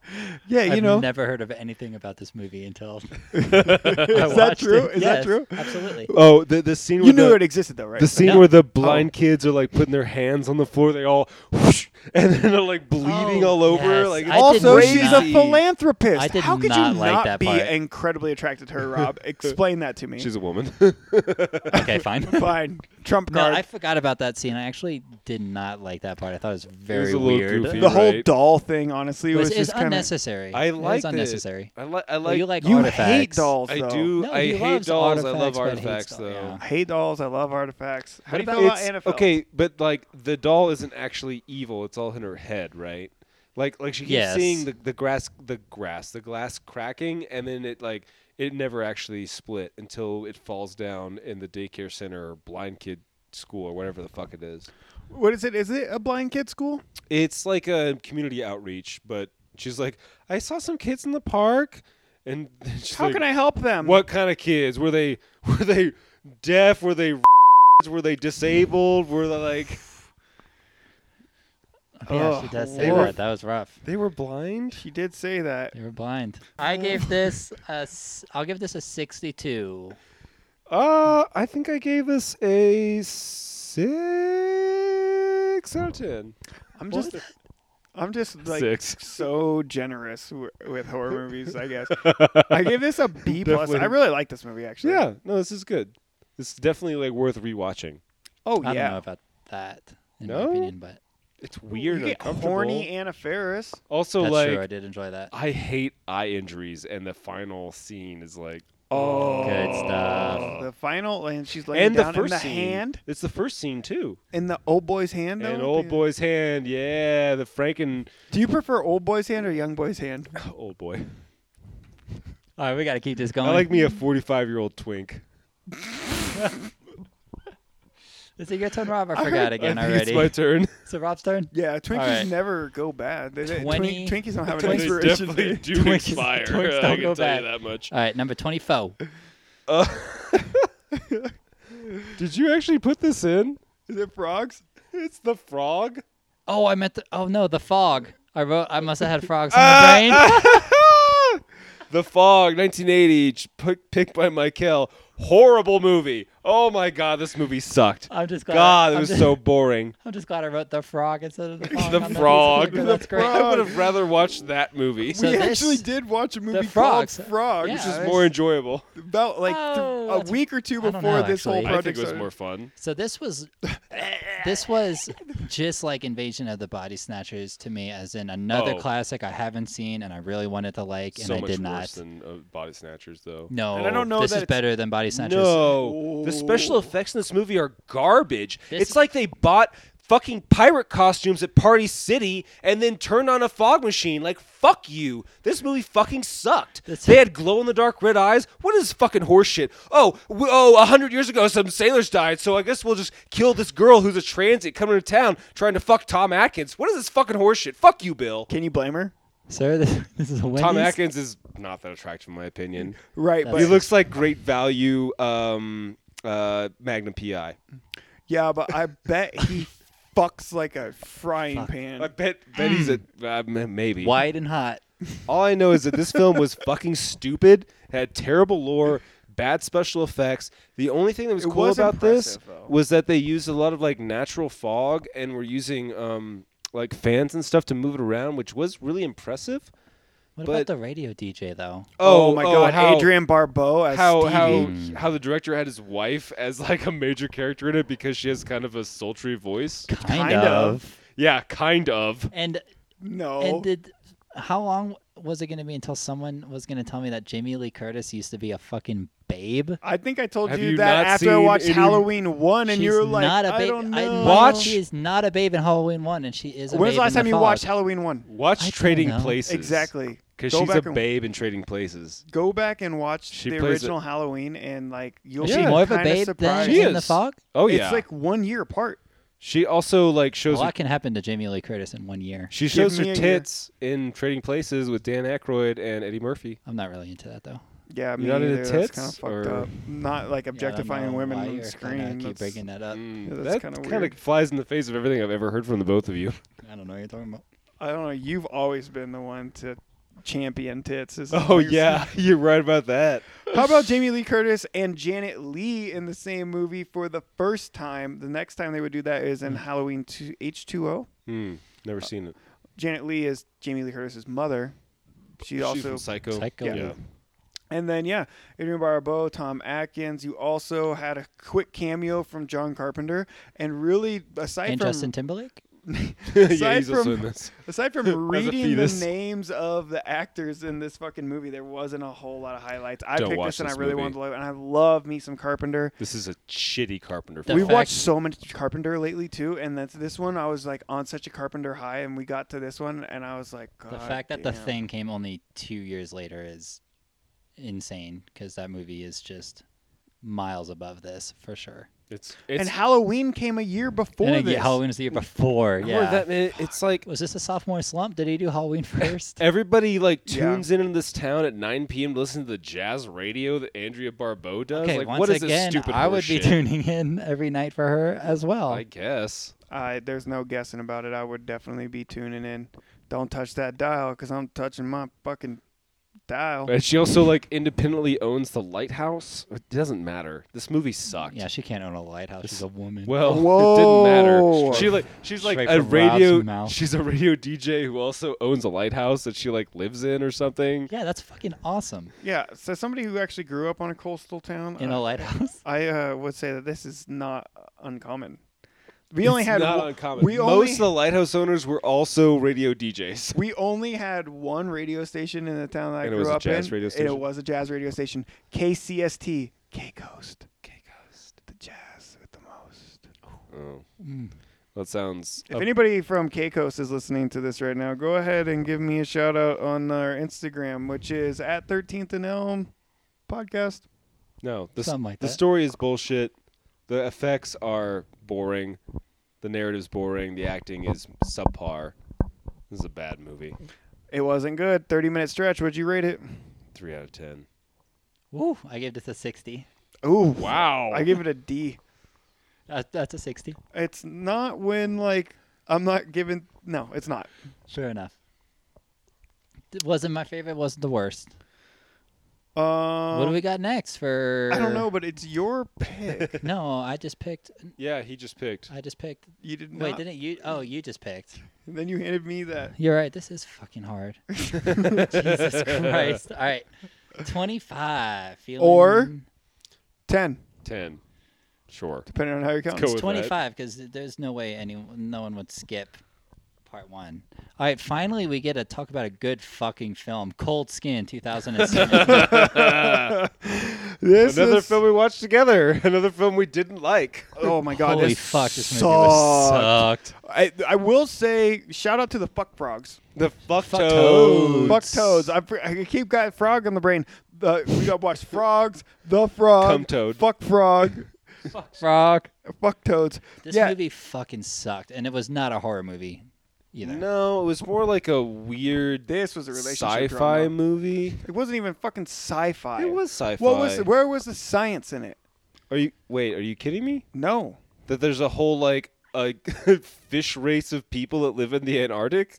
[SPEAKER 1] Yeah, you
[SPEAKER 3] I've
[SPEAKER 1] know.
[SPEAKER 3] never heard of anything about this movie until.
[SPEAKER 1] Is that true? Is that true?
[SPEAKER 3] Absolutely.
[SPEAKER 2] oh, the the scene.
[SPEAKER 1] You
[SPEAKER 2] with
[SPEAKER 1] knew
[SPEAKER 2] the,
[SPEAKER 1] it existed though, right?
[SPEAKER 2] The scene
[SPEAKER 3] No. Oh.
[SPEAKER 2] where the blind kids are like putting their hands on the floor, they all whoosh, and then they're like bleeding
[SPEAKER 3] Oh,
[SPEAKER 2] all over.
[SPEAKER 3] yes.
[SPEAKER 2] Like
[SPEAKER 3] I
[SPEAKER 2] it's
[SPEAKER 3] did
[SPEAKER 1] also,
[SPEAKER 3] not-
[SPEAKER 1] she's a philanthropist.
[SPEAKER 3] I did
[SPEAKER 1] How could
[SPEAKER 3] not
[SPEAKER 1] you
[SPEAKER 3] like
[SPEAKER 1] not
[SPEAKER 3] that
[SPEAKER 1] be
[SPEAKER 3] part.
[SPEAKER 1] incredibly attracted to her, Rob? Explain that to me.
[SPEAKER 2] She's a woman.
[SPEAKER 3] Okay, fine.
[SPEAKER 1] fine. Trump
[SPEAKER 3] No,
[SPEAKER 1] card.
[SPEAKER 3] I forgot about that scene. I actually did not like that part. I thought it was very
[SPEAKER 2] a little
[SPEAKER 3] weird.
[SPEAKER 2] goofy.
[SPEAKER 1] the whole
[SPEAKER 2] right.
[SPEAKER 1] doll thing, honestly,
[SPEAKER 3] It was,
[SPEAKER 1] was,
[SPEAKER 3] it was
[SPEAKER 1] just kind of.
[SPEAKER 3] unnecessary.
[SPEAKER 2] I
[SPEAKER 3] It was
[SPEAKER 2] like it.
[SPEAKER 3] unnecessary.
[SPEAKER 2] I like. I like.
[SPEAKER 3] Well, you like
[SPEAKER 1] You hate
[SPEAKER 3] artifacts.
[SPEAKER 1] dolls.
[SPEAKER 2] I
[SPEAKER 1] though.
[SPEAKER 2] do.
[SPEAKER 3] No,
[SPEAKER 2] I
[SPEAKER 3] he
[SPEAKER 2] hate
[SPEAKER 3] loves
[SPEAKER 2] dolls. I love
[SPEAKER 3] artifacts,
[SPEAKER 2] artifacts,
[SPEAKER 3] but he hates
[SPEAKER 2] though.
[SPEAKER 3] dolls,
[SPEAKER 1] I hate dolls. I love artifacts. How do you
[SPEAKER 2] But
[SPEAKER 1] feel about
[SPEAKER 2] it's-
[SPEAKER 1] Annabelle?
[SPEAKER 2] Okay, but like the doll isn't actually evil. It's all in her head, right? Like, like she keeps
[SPEAKER 3] Yes.
[SPEAKER 2] seeing the, the grass, the grass, the glass cracking, and then it like it never actually split until it falls down in the daycare center or blind kid school or whatever the fuck it is.
[SPEAKER 1] What is it? Is it a blind kid school?
[SPEAKER 2] It's like a community outreach, but she's like, I saw some kids in the park, and she's
[SPEAKER 1] How
[SPEAKER 2] like,
[SPEAKER 1] can I help them?
[SPEAKER 2] What kind of kids were they? Were they deaf? Were they? Were they disabled? Were they like?
[SPEAKER 3] Yeah, she
[SPEAKER 1] Ugh,
[SPEAKER 3] does say
[SPEAKER 1] they were-
[SPEAKER 3] that. That was rough.
[SPEAKER 2] They were blind.
[SPEAKER 1] She did say that.
[SPEAKER 3] They were blind. I gave this a. s- I'll give this a 62.
[SPEAKER 2] Oh, Uh, I think I gave this a six out of ten.
[SPEAKER 1] I'm just. I'm just like
[SPEAKER 2] Six.
[SPEAKER 1] so generous w- with horror movies. I guess I gave this a B plus. I
[SPEAKER 2] Definitely.
[SPEAKER 1] really like this movie actually.
[SPEAKER 2] Yeah, no, this is good. This is definitely like worth rewatching.
[SPEAKER 1] Oh
[SPEAKER 3] I
[SPEAKER 1] yeah.
[SPEAKER 3] don't know about that, in my
[SPEAKER 2] No?
[SPEAKER 3] opinion, but
[SPEAKER 2] It's weird.
[SPEAKER 1] you
[SPEAKER 2] and
[SPEAKER 1] get
[SPEAKER 2] uncomfortable.
[SPEAKER 1] horny Anna Ferris.
[SPEAKER 2] Also,
[SPEAKER 3] that's
[SPEAKER 2] like
[SPEAKER 3] true. I did enjoy that.
[SPEAKER 2] I hate eye injuries, and the final scene is like,
[SPEAKER 1] Oh,
[SPEAKER 3] Good stuff.
[SPEAKER 1] The final, and she's laying
[SPEAKER 2] and the
[SPEAKER 1] down
[SPEAKER 2] first
[SPEAKER 1] in the
[SPEAKER 2] scene,
[SPEAKER 1] hand,
[SPEAKER 2] It's the first scene too.
[SPEAKER 1] in the old boy's hand. though?
[SPEAKER 2] And old boy's hand, yeah, the Franken
[SPEAKER 1] Do you prefer old boy's hand or young boy's hand?
[SPEAKER 2] old boy.
[SPEAKER 3] All right, we got to keep this going.
[SPEAKER 2] I like me a forty-five year old twink.
[SPEAKER 3] Is it your turn, Rob? I forgot again
[SPEAKER 2] I think It's
[SPEAKER 3] already.
[SPEAKER 2] my
[SPEAKER 3] Is
[SPEAKER 2] turn.
[SPEAKER 3] it Rob's turn?
[SPEAKER 1] Yeah, Twinkies
[SPEAKER 3] right.
[SPEAKER 1] never go bad. They, they,
[SPEAKER 3] 20
[SPEAKER 1] Twink, Twinkies don't have an
[SPEAKER 2] They
[SPEAKER 1] expiration
[SPEAKER 2] definitely
[SPEAKER 1] date.
[SPEAKER 2] do
[SPEAKER 3] Twinkies-
[SPEAKER 2] expire.
[SPEAKER 3] Twinks
[SPEAKER 2] I
[SPEAKER 3] don't
[SPEAKER 2] can tell
[SPEAKER 3] go bad.
[SPEAKER 2] you that much.
[SPEAKER 3] All right, number 24.
[SPEAKER 2] Did you actually put this in?
[SPEAKER 1] Is it frogs?
[SPEAKER 2] It's the frog.
[SPEAKER 3] Oh, I meant the. Oh no, the fog. I wrote. I must have had frogs in my brain.
[SPEAKER 2] Ah! The Fog, 1980, ch- pick- picked by Michael. Horrible movie. Oh my god, this movie sucked.
[SPEAKER 3] I'm just glad.
[SPEAKER 2] God,
[SPEAKER 3] I'm
[SPEAKER 2] it was
[SPEAKER 3] just,
[SPEAKER 2] so boring.
[SPEAKER 3] I'm just glad I wrote the frog instead of the fog.
[SPEAKER 2] The
[SPEAKER 3] on
[SPEAKER 2] frog.
[SPEAKER 3] That That's great.
[SPEAKER 2] I would have rather watched that movie.
[SPEAKER 3] So
[SPEAKER 1] we
[SPEAKER 3] this-
[SPEAKER 1] actually did watch a movie
[SPEAKER 3] frogs.
[SPEAKER 1] called Frogs,
[SPEAKER 3] Yeah,
[SPEAKER 1] which
[SPEAKER 2] It's
[SPEAKER 1] is
[SPEAKER 3] I
[SPEAKER 2] more enjoyable.
[SPEAKER 1] about like th-
[SPEAKER 3] Oh,
[SPEAKER 1] a
[SPEAKER 3] that's-
[SPEAKER 1] week or two
[SPEAKER 3] I don't
[SPEAKER 1] before
[SPEAKER 3] know,
[SPEAKER 1] this whole
[SPEAKER 3] actually. I
[SPEAKER 2] I
[SPEAKER 1] project
[SPEAKER 2] think it was
[SPEAKER 1] started.
[SPEAKER 2] more fun.
[SPEAKER 3] So this was, this was just like Invasion of the Body Snatchers to me, as in another
[SPEAKER 2] Oh.
[SPEAKER 3] classic I haven't seen and I really wanted to like, and
[SPEAKER 2] so
[SPEAKER 3] I
[SPEAKER 2] much
[SPEAKER 3] did not.
[SPEAKER 2] worse than uh, Body Snatchers, though.
[SPEAKER 3] no,
[SPEAKER 1] And I don't know
[SPEAKER 3] this
[SPEAKER 1] that
[SPEAKER 3] is
[SPEAKER 1] it's-
[SPEAKER 3] better than Body Snatchers.
[SPEAKER 2] No, the special
[SPEAKER 1] Oh.
[SPEAKER 2] effects in this movie are garbage.
[SPEAKER 3] This-
[SPEAKER 2] it's like they bought fucking pirate costumes at Party City and then turned on a fog machine. Like fuck you. This movie fucking sucked.
[SPEAKER 3] That's-
[SPEAKER 2] they had glow in the dark red eyes. What is this fucking horseshit? Oh, w- oh, a hundred years ago some sailors died, so I guess we'll just kill this girl who's a transit coming to town trying to fuck Tom Atkins. What is this fucking horseshit? Fuck you, Bill.
[SPEAKER 1] Can you blame her?
[SPEAKER 3] Sir, this, this is a Wendy's.
[SPEAKER 2] Tom Atkins is not that attractive in my opinion.
[SPEAKER 1] Right,
[SPEAKER 3] That's-
[SPEAKER 2] He
[SPEAKER 1] but
[SPEAKER 2] looks like great value um, uh, Magnum PI.
[SPEAKER 1] yeah, but I bet he fucks like a frying pan.
[SPEAKER 2] I bet bet he's a uh, m- maybe.
[SPEAKER 3] White and hot.
[SPEAKER 2] All I know is that this film was fucking stupid, had terrible lore, bad special effects. The only thing that was
[SPEAKER 1] It
[SPEAKER 2] cool
[SPEAKER 1] was
[SPEAKER 2] about this
[SPEAKER 1] impressive, though.
[SPEAKER 2] was that they used a lot of like natural fog and were using um, like fans and stuff to move it around, which was really impressive.
[SPEAKER 3] What
[SPEAKER 2] But-
[SPEAKER 3] about the radio DJ though?
[SPEAKER 1] my
[SPEAKER 2] oh,
[SPEAKER 1] god,
[SPEAKER 2] how-
[SPEAKER 1] Adrian Barbeau as
[SPEAKER 2] how
[SPEAKER 1] Stevie.
[SPEAKER 2] how how the director had his wife as like a major character in it because she has kind of a sultry voice.
[SPEAKER 3] Kind,
[SPEAKER 1] kind
[SPEAKER 3] of.
[SPEAKER 2] Yeah, kind of.
[SPEAKER 3] And
[SPEAKER 1] no.
[SPEAKER 2] Oh.
[SPEAKER 3] and did how long was it going to be until someone was going to tell me that Jamie Lee Curtis used to be a fucking babe?
[SPEAKER 1] I think I told
[SPEAKER 2] Have
[SPEAKER 1] you
[SPEAKER 2] you
[SPEAKER 1] that
[SPEAKER 2] not
[SPEAKER 1] after I
[SPEAKER 2] seen
[SPEAKER 1] watched
[SPEAKER 2] any-
[SPEAKER 1] Halloween one, and
[SPEAKER 3] She's
[SPEAKER 1] you were like,
[SPEAKER 3] not a
[SPEAKER 1] I
[SPEAKER 3] babe.
[SPEAKER 1] don't
[SPEAKER 3] I-
[SPEAKER 1] know.
[SPEAKER 2] Watch-
[SPEAKER 3] She is not a babe in Halloween one, and she is. A
[SPEAKER 1] When's
[SPEAKER 3] babe
[SPEAKER 1] the last
[SPEAKER 3] in
[SPEAKER 1] time you
[SPEAKER 3] Fog.
[SPEAKER 1] watched Halloween one?
[SPEAKER 2] Watch
[SPEAKER 3] I don't
[SPEAKER 2] Trading
[SPEAKER 3] know.
[SPEAKER 2] Places.
[SPEAKER 1] Exactly.
[SPEAKER 2] Because
[SPEAKER 1] Go
[SPEAKER 2] she's a
[SPEAKER 1] back and-
[SPEAKER 2] babe in Trading Places.
[SPEAKER 1] Go back and watch
[SPEAKER 2] She
[SPEAKER 1] the
[SPEAKER 2] plays a-
[SPEAKER 1] original Halloween, and like you'll
[SPEAKER 3] Is
[SPEAKER 1] be
[SPEAKER 3] she more of a
[SPEAKER 1] kinda
[SPEAKER 3] babe than
[SPEAKER 1] surprised.
[SPEAKER 2] She
[SPEAKER 3] in the
[SPEAKER 2] is.
[SPEAKER 3] fog?
[SPEAKER 2] Oh
[SPEAKER 1] it's
[SPEAKER 2] yeah.
[SPEAKER 1] like one year apart.
[SPEAKER 2] she also like
[SPEAKER 3] A
[SPEAKER 2] shows her,
[SPEAKER 3] lot can happen to Jamie Lee Curtis in one year.
[SPEAKER 2] she
[SPEAKER 1] Give
[SPEAKER 2] shows
[SPEAKER 1] me
[SPEAKER 2] her
[SPEAKER 1] a year.
[SPEAKER 2] tits in Trading Places with Dan Aykroyd and Eddie Murphy.
[SPEAKER 3] I'm not really into that though.
[SPEAKER 1] Yeah, me
[SPEAKER 2] not into
[SPEAKER 1] either. That's kind of
[SPEAKER 2] tits,
[SPEAKER 1] fucked
[SPEAKER 2] or-
[SPEAKER 1] up. Not like objectifying women on screen.
[SPEAKER 3] I keep
[SPEAKER 1] That's-
[SPEAKER 3] bringing that up.
[SPEAKER 2] Mm,
[SPEAKER 1] Yeah, that's
[SPEAKER 2] that
[SPEAKER 1] kinda
[SPEAKER 2] kinda
[SPEAKER 1] weird.
[SPEAKER 2] flies in the face of everything I've ever heard from the both of you.
[SPEAKER 3] I don't know what you're talking about.
[SPEAKER 1] I don't know. You've always been the one to champion tits. This is
[SPEAKER 2] Oh
[SPEAKER 1] weird.
[SPEAKER 2] yeah, you're right about that.
[SPEAKER 1] How about Jamie Lee Curtis and Janet Lee in the same movie for the first time? The next time they would do that is
[SPEAKER 3] Mm.
[SPEAKER 1] in Halloween two, H2O.
[SPEAKER 2] Hmm. Never
[SPEAKER 1] Uh,
[SPEAKER 2] seen it.
[SPEAKER 1] Janet Lee is Jamie Lee Curtis's mother. She
[SPEAKER 2] She's
[SPEAKER 1] also
[SPEAKER 2] from Psycho.
[SPEAKER 3] Psycho.
[SPEAKER 1] yeah. and then yeah, Adrian Barbeau, Tom Atkins. You also had a quick cameo from John Carpenter, and really aside
[SPEAKER 3] and
[SPEAKER 1] from
[SPEAKER 3] Justin Timberlake.
[SPEAKER 2] Yeah,
[SPEAKER 1] Aside
[SPEAKER 2] he's also
[SPEAKER 1] from-
[SPEAKER 2] in this.
[SPEAKER 1] aside from reading the
[SPEAKER 2] fetus.
[SPEAKER 1] names of the actors in this fucking movie, there wasn't a whole lot of highlights. I
[SPEAKER 2] Don't
[SPEAKER 1] picked
[SPEAKER 2] watch
[SPEAKER 1] this and I
[SPEAKER 2] this
[SPEAKER 1] really
[SPEAKER 2] movie.
[SPEAKER 1] wanted to love it, and I love me some Carpenter.
[SPEAKER 2] This is a shitty Carpenter
[SPEAKER 3] The
[SPEAKER 2] film.
[SPEAKER 1] We've
[SPEAKER 3] fact-
[SPEAKER 1] watched so much Carpenter lately too, and that's this one. I was like on such a Carpenter high, and we got to this one, and I was like, God
[SPEAKER 3] the fact that the
[SPEAKER 1] Uh, damn.
[SPEAKER 3] thing came only two years later is insane because that movie is just miles above this for sure.
[SPEAKER 2] It's
[SPEAKER 1] and
[SPEAKER 2] it's
[SPEAKER 1] Halloween came a year before
[SPEAKER 3] and
[SPEAKER 1] this.
[SPEAKER 3] again, Halloween was the year before.
[SPEAKER 2] Or
[SPEAKER 3] Yeah.
[SPEAKER 2] that- it- it's like
[SPEAKER 3] was this a sophomore slump? Did he do Halloween first?
[SPEAKER 2] Everybody like
[SPEAKER 1] Yeah.
[SPEAKER 2] tunes in in this town at 9 p.m. to listen to the jazz radio that Andrea Barbeau does.
[SPEAKER 3] okay,
[SPEAKER 2] like,
[SPEAKER 3] once
[SPEAKER 2] what is
[SPEAKER 3] again,
[SPEAKER 2] this stupid
[SPEAKER 3] I would be
[SPEAKER 2] horseshit?
[SPEAKER 3] tuning in every night for her as well.
[SPEAKER 2] I guess.
[SPEAKER 1] I- there's no guessing about it. I would definitely be tuning in. Don't touch that dial, because I'm touching my fucking dial.
[SPEAKER 2] And she also like independently owns the lighthouse. It doesn't matter. This movie sucked.
[SPEAKER 3] yeah, she can't own a lighthouse. She's a woman.
[SPEAKER 2] Well, it didn't
[SPEAKER 1] Whoa.
[SPEAKER 2] matter. She like she's like
[SPEAKER 3] Straight
[SPEAKER 2] a
[SPEAKER 3] from Rob's
[SPEAKER 2] radio.
[SPEAKER 3] mouth.
[SPEAKER 2] She's a radio DJ who also owns a lighthouse that she like lives in or something.
[SPEAKER 3] yeah, that's fucking awesome.
[SPEAKER 1] Yeah, so somebody who actually grew up on a coastal town,
[SPEAKER 3] In
[SPEAKER 1] uh,
[SPEAKER 3] a lighthouse.
[SPEAKER 1] I uh, would say that this is not uncommon. We
[SPEAKER 2] It's
[SPEAKER 1] only had
[SPEAKER 2] not
[SPEAKER 1] one-
[SPEAKER 2] uncommon.
[SPEAKER 1] we
[SPEAKER 2] Most
[SPEAKER 1] only-
[SPEAKER 2] of the lighthouse owners were also radio DJs.
[SPEAKER 1] We only had one radio station in the town that I
[SPEAKER 2] And it
[SPEAKER 1] grew
[SPEAKER 2] was a
[SPEAKER 1] up
[SPEAKER 2] jazz
[SPEAKER 1] in.
[SPEAKER 2] radio
[SPEAKER 1] and it
[SPEAKER 2] station.
[SPEAKER 1] was a jazz radio station, KCST, K Coast, K Coast, the jazz with the most.
[SPEAKER 2] Oh. That sounds.
[SPEAKER 1] If
[SPEAKER 2] up-
[SPEAKER 1] anybody from K Coast is listening to this right now, go ahead and give me a shout out on our Instagram, which is at Thirteenth and Elm Podcast.
[SPEAKER 2] no, the, s-
[SPEAKER 3] Something like
[SPEAKER 2] the
[SPEAKER 3] that.
[SPEAKER 2] story is bullshit. The effects are boring. The narrative's boring. The acting is subpar. This is a bad movie.
[SPEAKER 1] It wasn't good. 30 minute stretch. Would you rate it?
[SPEAKER 2] Three out of ten.
[SPEAKER 3] Woo! I gave this a 60.
[SPEAKER 1] Ooh.
[SPEAKER 2] Wow.
[SPEAKER 1] I give it a D.
[SPEAKER 3] That, Uh, that's a 60.
[SPEAKER 1] It's not when, like, I'm not giving. No, it's not.
[SPEAKER 3] Sure enough. It wasn't my favorite. Wasn't the worst.
[SPEAKER 1] Um,
[SPEAKER 3] what do we got next for?
[SPEAKER 1] I don't know, but it's your pick.
[SPEAKER 3] No, I just picked.
[SPEAKER 2] yeah, he just picked.
[SPEAKER 3] I just picked.
[SPEAKER 1] you did not.
[SPEAKER 3] Wait, didn't you? Oh, you just picked.
[SPEAKER 1] And then you handed me that.
[SPEAKER 3] You're right. This is fucking hard. Jesus Christ. All right. 25. Feeling
[SPEAKER 1] Or- 10,
[SPEAKER 2] Ten. Sure.
[SPEAKER 1] depending on how you count.
[SPEAKER 2] go
[SPEAKER 3] it's
[SPEAKER 2] with that.
[SPEAKER 3] 25 because there's no way anyone, no one would skip part one. All right. Finally, we get to talk about a good fucking film Cold Skin 2007.
[SPEAKER 1] This
[SPEAKER 2] Another
[SPEAKER 1] is,
[SPEAKER 2] film we watched together. Another film we didn't like.
[SPEAKER 1] Oh my god!
[SPEAKER 3] Holy
[SPEAKER 1] this
[SPEAKER 3] fuck. This movie
[SPEAKER 1] sucked.
[SPEAKER 3] was sucked.
[SPEAKER 1] I I will say shout out to the fuck frogs.
[SPEAKER 2] The fuck
[SPEAKER 3] Fuck
[SPEAKER 2] toads.
[SPEAKER 1] Fuck toads. I, fr- I keep got frog in the brain. The, we got watched frogs, the frog,
[SPEAKER 2] Cum toad.
[SPEAKER 1] fuck frog,
[SPEAKER 3] Frog.
[SPEAKER 1] fuck toads.
[SPEAKER 3] This
[SPEAKER 1] yeah,
[SPEAKER 3] movie fucking sucked. And it was not a horror movie either.
[SPEAKER 2] No, it was more like a weird
[SPEAKER 1] this was a relationship
[SPEAKER 2] sci-fi
[SPEAKER 1] drama.
[SPEAKER 2] movie.
[SPEAKER 1] It wasn't even fucking sci-fi.
[SPEAKER 2] It was sci-fi.
[SPEAKER 1] What was? Where was the science in it?
[SPEAKER 2] Are you wait? Are you kidding me?
[SPEAKER 1] No.
[SPEAKER 2] That there's a whole like a fish race of people that live in the Antarctic?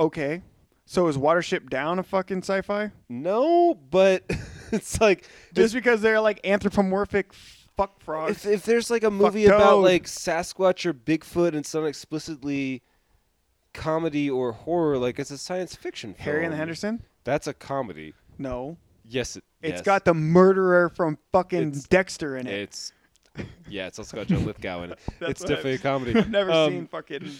[SPEAKER 1] Okay. So is Watership Down a fucking sci-fi?
[SPEAKER 2] No, but it's like
[SPEAKER 1] Just because they're like anthropomorphic fuck frogs.
[SPEAKER 2] if, if there's like a movie about
[SPEAKER 1] toad.
[SPEAKER 2] like Sasquatch or Bigfoot and it's not explicitly comedy or horror, like it's a science fiction. Film.
[SPEAKER 1] Harry and the Henderson?
[SPEAKER 2] That's a comedy.
[SPEAKER 1] No.
[SPEAKER 2] Yes, it,
[SPEAKER 1] It's
[SPEAKER 2] yes.
[SPEAKER 1] got the murderer from fucking
[SPEAKER 2] It's-
[SPEAKER 1] Dexter in it.
[SPEAKER 2] It's yeah, it's also got Joe Lithgow in it.
[SPEAKER 1] That's
[SPEAKER 2] it's
[SPEAKER 1] what I-
[SPEAKER 2] definitely a comedy.
[SPEAKER 1] I've never
[SPEAKER 2] Um,
[SPEAKER 1] seen fucking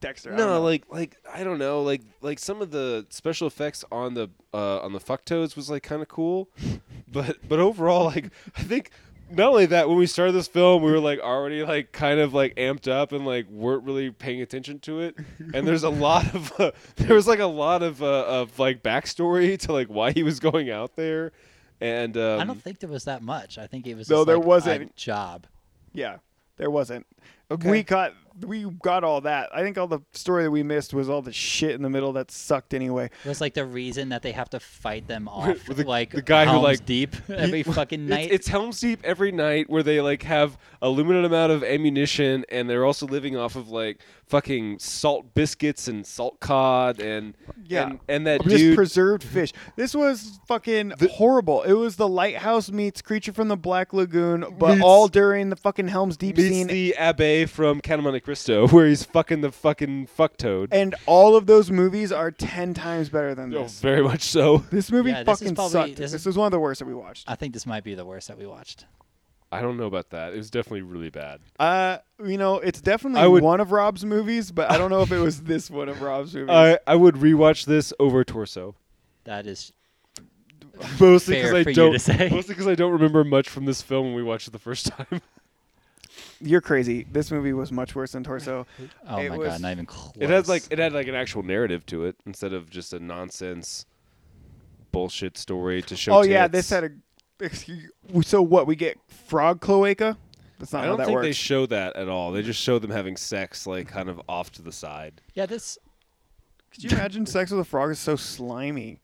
[SPEAKER 1] Dexter. I don't
[SPEAKER 2] No,
[SPEAKER 1] know.
[SPEAKER 2] like like I don't know, like like some of the special effects on the uh, on the fucktoads was like kind of cool, but but overall, like I think not only that when we started this film, we were like already like kind of like amped up and like weren't really paying attention to it, and there's a lot of uh, there was like a lot of uh, of like backstory to like why he was going out there, and um,
[SPEAKER 3] I don't think there was that much. I think it was
[SPEAKER 1] No,
[SPEAKER 3] just
[SPEAKER 1] there
[SPEAKER 3] like a
[SPEAKER 1] wasn't.
[SPEAKER 3] job.
[SPEAKER 1] yeah, there wasn't.
[SPEAKER 2] Okay.
[SPEAKER 1] We got we got all that. I think all the story that we missed was all the shit in the middle that sucked anyway.
[SPEAKER 3] It was like the reason that they have to fight them off,
[SPEAKER 2] with the-
[SPEAKER 3] like
[SPEAKER 2] the guy who,
[SPEAKER 3] Helm's
[SPEAKER 2] like-
[SPEAKER 3] deep every fucking
[SPEAKER 2] It's-
[SPEAKER 3] night.
[SPEAKER 2] It's, Helm's Deep every night where they like have a limited amount of ammunition and they're also living off of like fucking salt biscuits and salt cod and
[SPEAKER 1] Yeah.
[SPEAKER 2] and, and that
[SPEAKER 1] Just
[SPEAKER 2] dude
[SPEAKER 1] preserved fish. This was fucking horrible. It was the lighthouse meets creature from the Black Lagoon, but
[SPEAKER 2] Meets-
[SPEAKER 1] all during the fucking Helm's Deep
[SPEAKER 2] meets
[SPEAKER 1] scene.
[SPEAKER 2] the abbe from Count of Monte Cristo where he's fucking the fucking fucktoad.
[SPEAKER 1] and all of those movies are ten times better than
[SPEAKER 2] Oh,
[SPEAKER 1] this.
[SPEAKER 2] very much so.
[SPEAKER 1] This movie
[SPEAKER 3] Yeah, this is
[SPEAKER 1] fucking
[SPEAKER 3] probably-
[SPEAKER 1] sucked.
[SPEAKER 3] this
[SPEAKER 1] This,
[SPEAKER 3] is-
[SPEAKER 1] was one of the worst that we watched.
[SPEAKER 3] I think this might be the worst that we watched.
[SPEAKER 2] I don't know about that. It was definitely really bad.
[SPEAKER 1] Uh, you know, it's definitely
[SPEAKER 2] I would-
[SPEAKER 1] one of Rob's movies, but I don't know if it was this one of Rob's movies.
[SPEAKER 2] I I would rewatch this over Torso.
[SPEAKER 3] That is
[SPEAKER 2] Mostly
[SPEAKER 3] fair
[SPEAKER 2] because I
[SPEAKER 3] for you to
[SPEAKER 2] don't
[SPEAKER 3] say.
[SPEAKER 2] mostly because I don't remember much from this film when we watched it the first time.
[SPEAKER 1] You're crazy. This movie was much worse than Torso.
[SPEAKER 3] Oh
[SPEAKER 1] It
[SPEAKER 3] my
[SPEAKER 1] was-
[SPEAKER 3] god, not even close.
[SPEAKER 2] It had like it had like an actual narrative to it instead of just a nonsense bullshit story to show.
[SPEAKER 1] oh yeah,
[SPEAKER 2] tits.
[SPEAKER 1] this had a. excuse- So what? We get frog cloaca. That's not
[SPEAKER 2] I
[SPEAKER 1] how
[SPEAKER 2] don't
[SPEAKER 1] that
[SPEAKER 2] think
[SPEAKER 1] works.
[SPEAKER 2] they show that at all. They just show them having sex, like kind of off to the side.
[SPEAKER 3] yeah, this
[SPEAKER 1] Could you imagine sex with a frog is so slimy?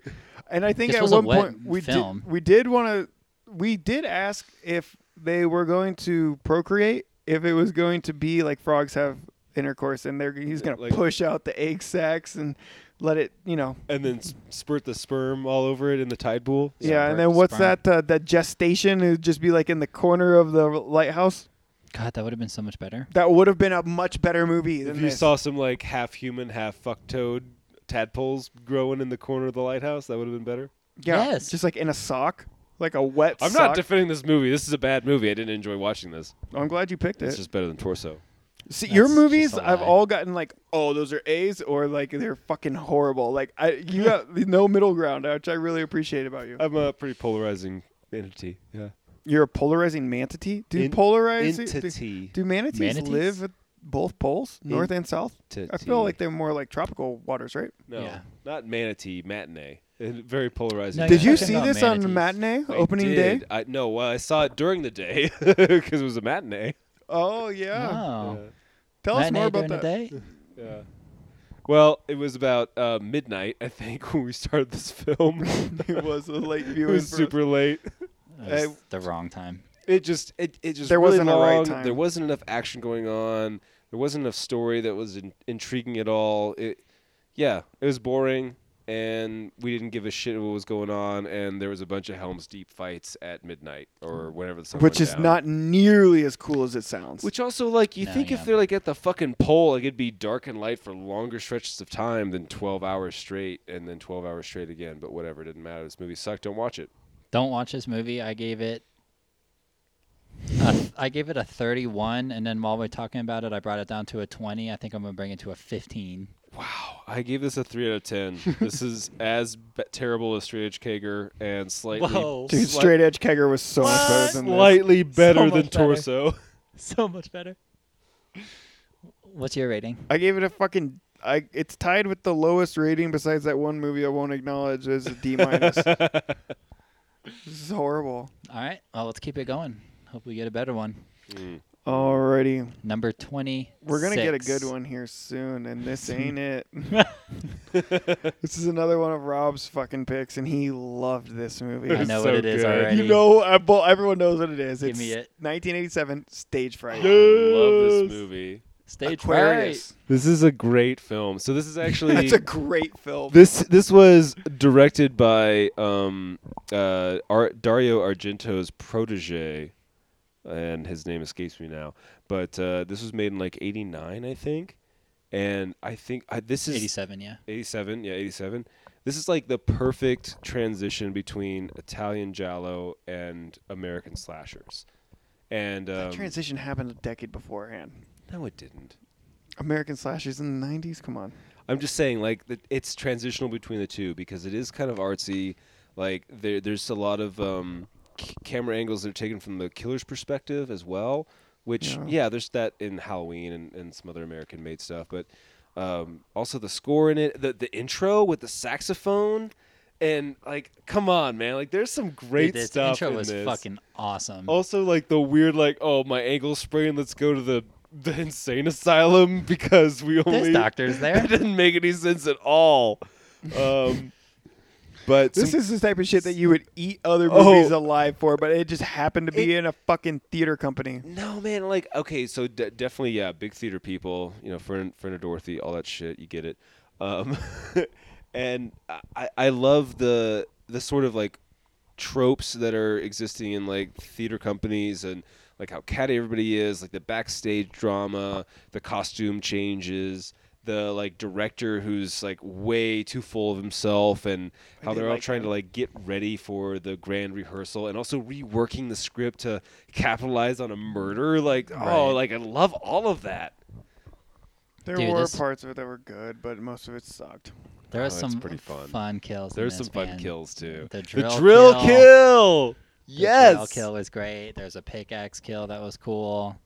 [SPEAKER 1] And I think
[SPEAKER 3] This
[SPEAKER 1] at
[SPEAKER 3] was a
[SPEAKER 1] one
[SPEAKER 3] wet
[SPEAKER 1] point we
[SPEAKER 3] film.
[SPEAKER 1] did we did want to we did ask if they were going to procreate, if it was going to be like frogs have intercourse and they're he's going
[SPEAKER 2] Like-
[SPEAKER 1] to push out the egg sacs and let it, you know.
[SPEAKER 2] And then s- spurt the sperm all over it in the tide pool.
[SPEAKER 1] yeah,
[SPEAKER 3] Sperm-
[SPEAKER 1] and then what's
[SPEAKER 3] sperm.
[SPEAKER 1] that uh, that gestation it would just be like in the corner of the lighthouse?
[SPEAKER 3] God, that would have been so much better.
[SPEAKER 1] That would have been a much better movie than
[SPEAKER 2] If you
[SPEAKER 1] this.
[SPEAKER 2] saw some like half human, half fuck toad tadpoles growing in the corner of the lighthouse, that would have been better.
[SPEAKER 1] yeah,
[SPEAKER 3] Yes.
[SPEAKER 1] just like in a sock, like a wet
[SPEAKER 2] I'm
[SPEAKER 1] sock.
[SPEAKER 2] not defending this movie. This is a bad movie. I didn't enjoy watching this.
[SPEAKER 1] I'm glad you picked
[SPEAKER 2] It's
[SPEAKER 1] it.
[SPEAKER 2] just better than Torso.
[SPEAKER 1] See, your
[SPEAKER 3] That's just
[SPEAKER 1] movies,
[SPEAKER 3] a
[SPEAKER 1] I've
[SPEAKER 3] lie.
[SPEAKER 1] all gotten like, oh, those are A's, or like they're fucking horrible. Like, I you got no middle ground, uh, which I really appreciate about you.
[SPEAKER 2] I'm a pretty polarizing entity. Yeah.
[SPEAKER 1] You're a polarizing manatee. Do
[SPEAKER 2] In-
[SPEAKER 1] polarizing do,
[SPEAKER 2] entity.
[SPEAKER 1] do manatees,
[SPEAKER 3] Manatees?
[SPEAKER 1] live at both poles, north and south? I
[SPEAKER 2] Entity.
[SPEAKER 1] feel like they're more like tropical waters, right?
[SPEAKER 2] No,
[SPEAKER 3] Yeah.
[SPEAKER 2] not manatee, matinee. And very polarizing.
[SPEAKER 3] No,
[SPEAKER 1] Did
[SPEAKER 3] you're
[SPEAKER 1] you
[SPEAKER 3] talking
[SPEAKER 1] see
[SPEAKER 3] about
[SPEAKER 1] this on
[SPEAKER 3] manatees.
[SPEAKER 1] matinee
[SPEAKER 2] I
[SPEAKER 1] opening
[SPEAKER 2] did.
[SPEAKER 1] day?
[SPEAKER 2] I, no, well, I saw it during the day because it was a matinee.
[SPEAKER 1] Oh yeah.
[SPEAKER 3] Oh.
[SPEAKER 1] Tell us
[SPEAKER 3] Matinee
[SPEAKER 1] more about
[SPEAKER 3] during the
[SPEAKER 1] that.
[SPEAKER 3] day?
[SPEAKER 2] Yeah. Well, it was about uh, midnight, I think, when we started this film.
[SPEAKER 1] it was a late
[SPEAKER 2] it
[SPEAKER 1] viewing.
[SPEAKER 2] was
[SPEAKER 1] for us.
[SPEAKER 2] super late.
[SPEAKER 3] That was
[SPEAKER 1] Hey.
[SPEAKER 3] the wrong time.
[SPEAKER 2] It just it, it just
[SPEAKER 1] There
[SPEAKER 2] really
[SPEAKER 1] wasn't a right
[SPEAKER 2] long.
[SPEAKER 1] time.
[SPEAKER 2] There wasn't enough action going on. There wasn't enough story that was in, intriguing at all. It yeah, it was boring and we didn't give a shit what was going on and there was a bunch of Helms Deep fights at midnight or whenever the sun
[SPEAKER 1] which
[SPEAKER 2] went
[SPEAKER 1] is
[SPEAKER 2] down.
[SPEAKER 1] not nearly as cool as it sounds.
[SPEAKER 2] Which also, like, you
[SPEAKER 3] No,
[SPEAKER 2] think
[SPEAKER 3] yeah.
[SPEAKER 2] if they're like at the fucking pole, like it'd be dark and light for longer stretches of time than twelve hours straight, and then twelve hours straight again. But whatever, it didn't matter. This movie sucked. Don't watch it.
[SPEAKER 3] Don't watch this movie. I gave it. A, I gave it a 31, and then while we are talking about it, I brought it down to a 20. I think I'm gonna bring it to a 15.
[SPEAKER 2] Wow, I gave this a three out of ten. this is as b- terrible as Straight Edge Kager and slightly,
[SPEAKER 3] Whoa.
[SPEAKER 1] Dude,
[SPEAKER 2] sli-
[SPEAKER 1] straight edge kegger was so much better than this.
[SPEAKER 2] slightly better
[SPEAKER 3] much
[SPEAKER 2] than
[SPEAKER 3] better.
[SPEAKER 2] Torso.
[SPEAKER 3] So much better. What's your rating?
[SPEAKER 1] I gave it a fucking. I it's tied with the lowest rating besides that one movie I won't acknowledge as a D minus. this is horrible.
[SPEAKER 3] All right. Well, let's keep it going. Hope we get a better one.
[SPEAKER 2] Mm.
[SPEAKER 1] Alrighty,
[SPEAKER 3] Number 20.
[SPEAKER 1] we're gonna get a good one here soon, and this ain't it. this is another one of Rob's fucking picks, and he loved this movie.
[SPEAKER 3] I know
[SPEAKER 2] So
[SPEAKER 3] what it is
[SPEAKER 2] good.
[SPEAKER 3] already.
[SPEAKER 1] You know, I, well, everyone knows what it is.
[SPEAKER 3] Give
[SPEAKER 1] it's
[SPEAKER 3] me it.
[SPEAKER 1] 1987 stage fright.
[SPEAKER 2] I love this movie.
[SPEAKER 3] Stage
[SPEAKER 1] Aquarius.
[SPEAKER 2] This is a great film. So this is actually
[SPEAKER 1] That's a great film.
[SPEAKER 2] This this was directed by um, uh, Ar- Dario Argento's protege, and his name escapes me now. But uh, this was made in like '89, I think, and I think I, this
[SPEAKER 3] Right.
[SPEAKER 2] is
[SPEAKER 3] 87, yeah.
[SPEAKER 2] 87 yeah 87 this is like the perfect transition between italian giallo and american slashers and um,
[SPEAKER 1] that transition happened a decade beforehand.
[SPEAKER 2] no it didn't
[SPEAKER 1] American slashers in the 90s. Come on.
[SPEAKER 2] i'm just saying like that it's transitional between the two because it is kind of artsy like there, there's a lot of um, c- camera angles that are taken from the killer's perspective as well which
[SPEAKER 1] Yeah.
[SPEAKER 2] yeah, there's that in halloween and, and some other american made stuff but um, also the score in it the, the intro with the saxophone and like come on man like there's some great
[SPEAKER 3] Dude, this
[SPEAKER 2] stuff
[SPEAKER 3] intro
[SPEAKER 2] in
[SPEAKER 3] was
[SPEAKER 2] this.
[SPEAKER 3] fucking awesome.
[SPEAKER 2] also like the weird like oh my ankle's sprained let's go to the the insane asylum because we only
[SPEAKER 3] There's doctors there.
[SPEAKER 2] that didn't make any sense at all um but
[SPEAKER 1] This
[SPEAKER 2] some-
[SPEAKER 1] is the type of shit that you would eat other
[SPEAKER 2] Oh.
[SPEAKER 1] movies alive for, but it just happened to be in a fucking theater company.
[SPEAKER 2] No, man. Like, okay, so de- definitely, yeah, big theater people. You know, friend, friend of Dorothy, all that shit. You get it. Um, and I- I, I love the the sort of like tropes that are existing in like theater companies and like how catty everybody is, like the backstage drama, the costume changes. The like director who's like way too full of himself, and how
[SPEAKER 1] did
[SPEAKER 2] they're all
[SPEAKER 1] like
[SPEAKER 2] trying
[SPEAKER 1] that.
[SPEAKER 2] to like get ready for the grand rehearsal and also reworking the script to capitalize on a murder like oh
[SPEAKER 3] Right.
[SPEAKER 2] like i love all of that
[SPEAKER 1] There
[SPEAKER 3] Dude,
[SPEAKER 1] were
[SPEAKER 3] this-
[SPEAKER 1] parts of it that were good, but most of it sucked.
[SPEAKER 3] there
[SPEAKER 2] Oh,
[SPEAKER 3] are
[SPEAKER 2] it's
[SPEAKER 3] some
[SPEAKER 2] pretty fun.
[SPEAKER 3] kills. in
[SPEAKER 2] there's some
[SPEAKER 3] this,
[SPEAKER 2] fun
[SPEAKER 3] man.
[SPEAKER 2] kills too
[SPEAKER 3] The drill kill.
[SPEAKER 2] kill,
[SPEAKER 3] The drill
[SPEAKER 2] yes
[SPEAKER 3] kill was great. There's a pickaxe kill that was cool.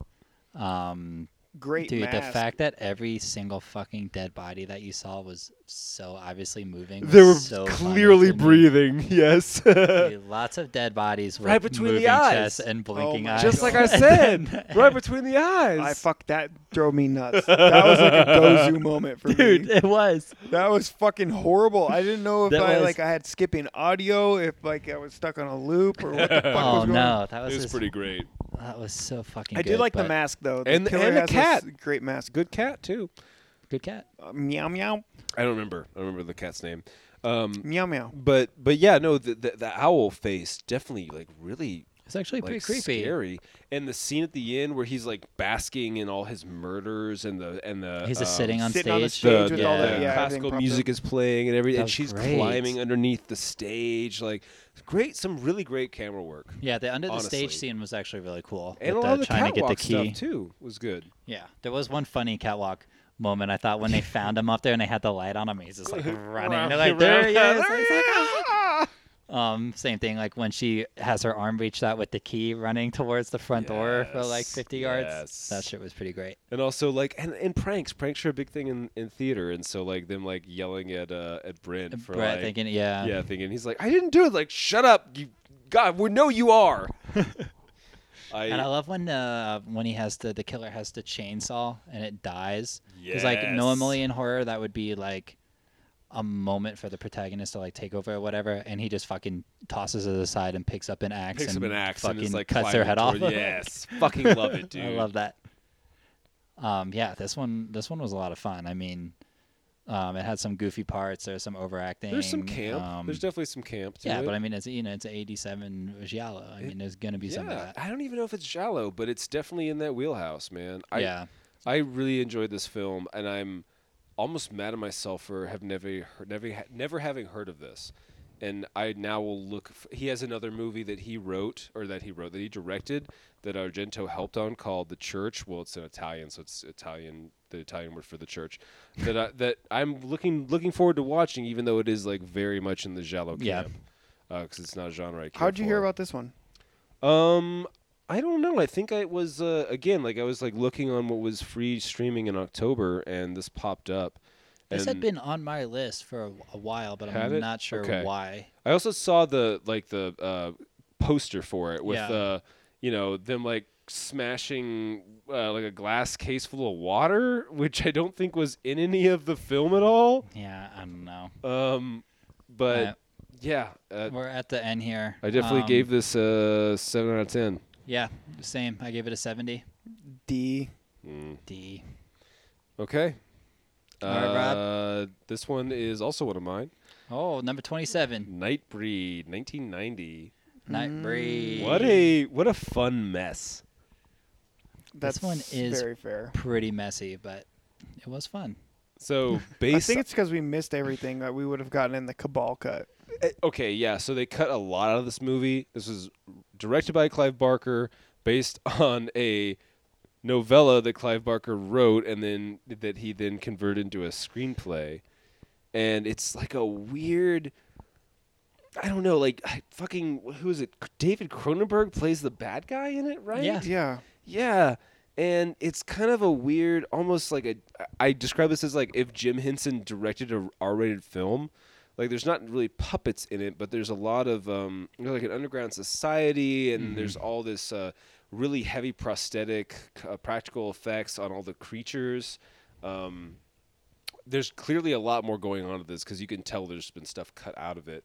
[SPEAKER 3] Um,
[SPEAKER 1] Great
[SPEAKER 3] dude, the
[SPEAKER 1] mask.
[SPEAKER 3] fact that every single fucking dead body that you saw was so obviously moving.
[SPEAKER 2] they were
[SPEAKER 3] was so funny
[SPEAKER 2] clearly
[SPEAKER 3] to me.
[SPEAKER 2] breathing yes
[SPEAKER 3] Dude, Lots of dead bodies with
[SPEAKER 2] Right between the
[SPEAKER 3] moving
[SPEAKER 2] eyes. Oh
[SPEAKER 3] chests and blinking
[SPEAKER 1] my
[SPEAKER 3] eyes.
[SPEAKER 2] just like i
[SPEAKER 1] God.
[SPEAKER 2] said right between the eyes
[SPEAKER 1] I fuck that drove me nuts. That was like a Gozu moment for
[SPEAKER 3] dude,
[SPEAKER 1] me.
[SPEAKER 3] it was.
[SPEAKER 1] That was fucking horrible. I didn't know if
[SPEAKER 3] That
[SPEAKER 1] I
[SPEAKER 3] was-
[SPEAKER 1] like I had skipping audio, if like I was stuck on a loop or what the fuck
[SPEAKER 3] Oh
[SPEAKER 1] was going on.
[SPEAKER 3] no, that was,
[SPEAKER 2] it was
[SPEAKER 3] just-
[SPEAKER 2] pretty great
[SPEAKER 3] That was so fucking.
[SPEAKER 1] I
[SPEAKER 3] good,
[SPEAKER 1] did like the
[SPEAKER 3] but-
[SPEAKER 1] mask though.
[SPEAKER 2] And-
[SPEAKER 1] killer
[SPEAKER 2] and the
[SPEAKER 1] has a
[SPEAKER 2] cat.
[SPEAKER 1] s- Great mask.
[SPEAKER 2] good cat too
[SPEAKER 3] Good cat.
[SPEAKER 1] Uh, meow meow
[SPEAKER 2] i don't remember i don't remember the cat's name um
[SPEAKER 1] meow meow.
[SPEAKER 2] but but yeah no the the, the owl face definitely like really
[SPEAKER 3] It's actually pretty
[SPEAKER 2] like,
[SPEAKER 3] creepy.
[SPEAKER 2] scary. And the scene at the end where he's like basking in all his murders and the and the
[SPEAKER 3] He's
[SPEAKER 2] um,
[SPEAKER 3] just sitting on
[SPEAKER 1] sitting
[SPEAKER 3] stage.
[SPEAKER 1] on the
[SPEAKER 2] the,
[SPEAKER 1] stage with all
[SPEAKER 2] the
[SPEAKER 1] that- yeah, everything
[SPEAKER 2] classical
[SPEAKER 1] popped up.
[SPEAKER 2] music is playing and everything,
[SPEAKER 3] That
[SPEAKER 2] and
[SPEAKER 3] was
[SPEAKER 2] she's
[SPEAKER 3] great.
[SPEAKER 2] climbing underneath the stage. Like, great, some really great camera work.
[SPEAKER 3] Yeah, the under the stage
[SPEAKER 2] Honestly.
[SPEAKER 3] scene was actually really cool.
[SPEAKER 2] And
[SPEAKER 3] with
[SPEAKER 2] a lot of
[SPEAKER 3] the
[SPEAKER 2] the
[SPEAKER 3] trying to get the
[SPEAKER 2] catwalk
[SPEAKER 3] key.
[SPEAKER 2] stuff too was good.
[SPEAKER 3] Yeah, there was one funny catwalk moment. I thought when they found him up there and they had the light on him, he's just like running. They're like, there he is. He's like, "Ah." Um, same thing, like when she has her arm reached out with the key running towards the front door for like
[SPEAKER 2] Yes,
[SPEAKER 3] 50 yards.
[SPEAKER 2] yes.
[SPEAKER 3] That shit was pretty great.
[SPEAKER 2] and also like and, and pranks. Pranks are a big thing in, in theater, and so like them like yelling at uh at Brent for
[SPEAKER 3] Brett
[SPEAKER 2] like
[SPEAKER 3] thinking, uh, yeah.
[SPEAKER 2] yeah thinking he's like I didn't do it. Like shut up, you God, we know you are. I,
[SPEAKER 3] And I love when uh, when he has the the killer has the chainsaw and it dies. Because like
[SPEAKER 2] Yes.
[SPEAKER 3] normally in horror that would be like a moment for the protagonist to like take over or whatever, and he just fucking tosses it aside and picks up an axe
[SPEAKER 2] picks
[SPEAKER 3] and
[SPEAKER 2] up an axe
[SPEAKER 3] fucking
[SPEAKER 2] and is like
[SPEAKER 3] cuts her
[SPEAKER 2] climbing
[SPEAKER 3] head off.
[SPEAKER 2] toward- Yes, fucking love it, dude.
[SPEAKER 3] I love that. Um, yeah, this one this one was a lot of fun. I mean, um, it had some goofy parts. There's some overacting.
[SPEAKER 2] There's some camp.
[SPEAKER 3] um,
[SPEAKER 2] There's definitely some camp. To
[SPEAKER 3] yeah,
[SPEAKER 2] it.
[SPEAKER 3] but I mean, it's you know, it's an 87 Giallo. I mean, there's gonna be some of
[SPEAKER 2] yeah.
[SPEAKER 3] that.
[SPEAKER 2] I don't even know if it's shallow, but it's definitely in that wheelhouse, man. I,
[SPEAKER 3] yeah,
[SPEAKER 2] I really enjoyed this film, and I'm almost mad at myself for have never heard- never ha- never having heard of this. And I now will look. F- he has another movie that he wrote, or that he wrote that he directed, that Argento helped on, called The Church. Well, it's in Italian, so it's Italian, the Italian word for the church. That I, that I'm looking looking forward to watching, even though it is like very much in the giallo camp.
[SPEAKER 3] Yeah.
[SPEAKER 2] Because it's not a genre. I care
[SPEAKER 1] How'd you
[SPEAKER 2] for.
[SPEAKER 1] hear about this one?
[SPEAKER 2] Um, I don't know. I think I was uh, again like I was like looking on what was free streaming in October, and this popped up.
[SPEAKER 3] this had
[SPEAKER 2] And
[SPEAKER 3] been on my list for a, a while, but
[SPEAKER 2] Had it?
[SPEAKER 3] I'm not sure
[SPEAKER 2] Okay.
[SPEAKER 3] why.
[SPEAKER 2] I also saw the like the uh, poster for it with
[SPEAKER 3] Yeah.
[SPEAKER 2] uh, you know them like smashing uh, like a glass case full of water, which I don't think was in any of the film at all.
[SPEAKER 3] Yeah, I don't know.
[SPEAKER 2] Um, but
[SPEAKER 3] Uh,
[SPEAKER 2] yeah, uh,
[SPEAKER 3] We're at the end here.
[SPEAKER 2] I definitely
[SPEAKER 3] Um,
[SPEAKER 2] gave this a seven out of ten.
[SPEAKER 3] Yeah, same. I gave it a 70.
[SPEAKER 1] D.
[SPEAKER 3] D.
[SPEAKER 2] Okay.
[SPEAKER 3] All right, Rob.
[SPEAKER 2] uh, This one is also one of mine.
[SPEAKER 3] Oh, number 27.
[SPEAKER 2] Nightbreed, 1990.
[SPEAKER 3] Nightbreed.
[SPEAKER 2] What a what a fun mess.
[SPEAKER 1] That's
[SPEAKER 3] one is
[SPEAKER 1] very fair.
[SPEAKER 3] pretty messy, but it was fun.
[SPEAKER 2] So
[SPEAKER 1] I
[SPEAKER 2] based
[SPEAKER 1] think it's because we missed everything that we would have gotten in the Cabal cut.
[SPEAKER 2] okay, yeah. So they cut a lot out of this movie. This was directed by Clive Barker, based on a novella that Clive Barker wrote, and then that he then converted into a screenplay. And it's like a weird. I don't know, like I fucking who is it? David Cronenberg plays the bad guy in it, right?
[SPEAKER 3] Yeah.
[SPEAKER 1] Yeah.
[SPEAKER 2] Yeah. And it's kind of a weird, almost like a. I describe this as like if Jim Henson directed a R-rated film. Like there's not really puppets in it, but there's a lot of um, you know, like an underground society, and there's all this uh, really heavy prosthetic uh, practical effects on all the creatures. Um, there's clearly a lot more going on to this because you can tell there's been stuff cut out of it.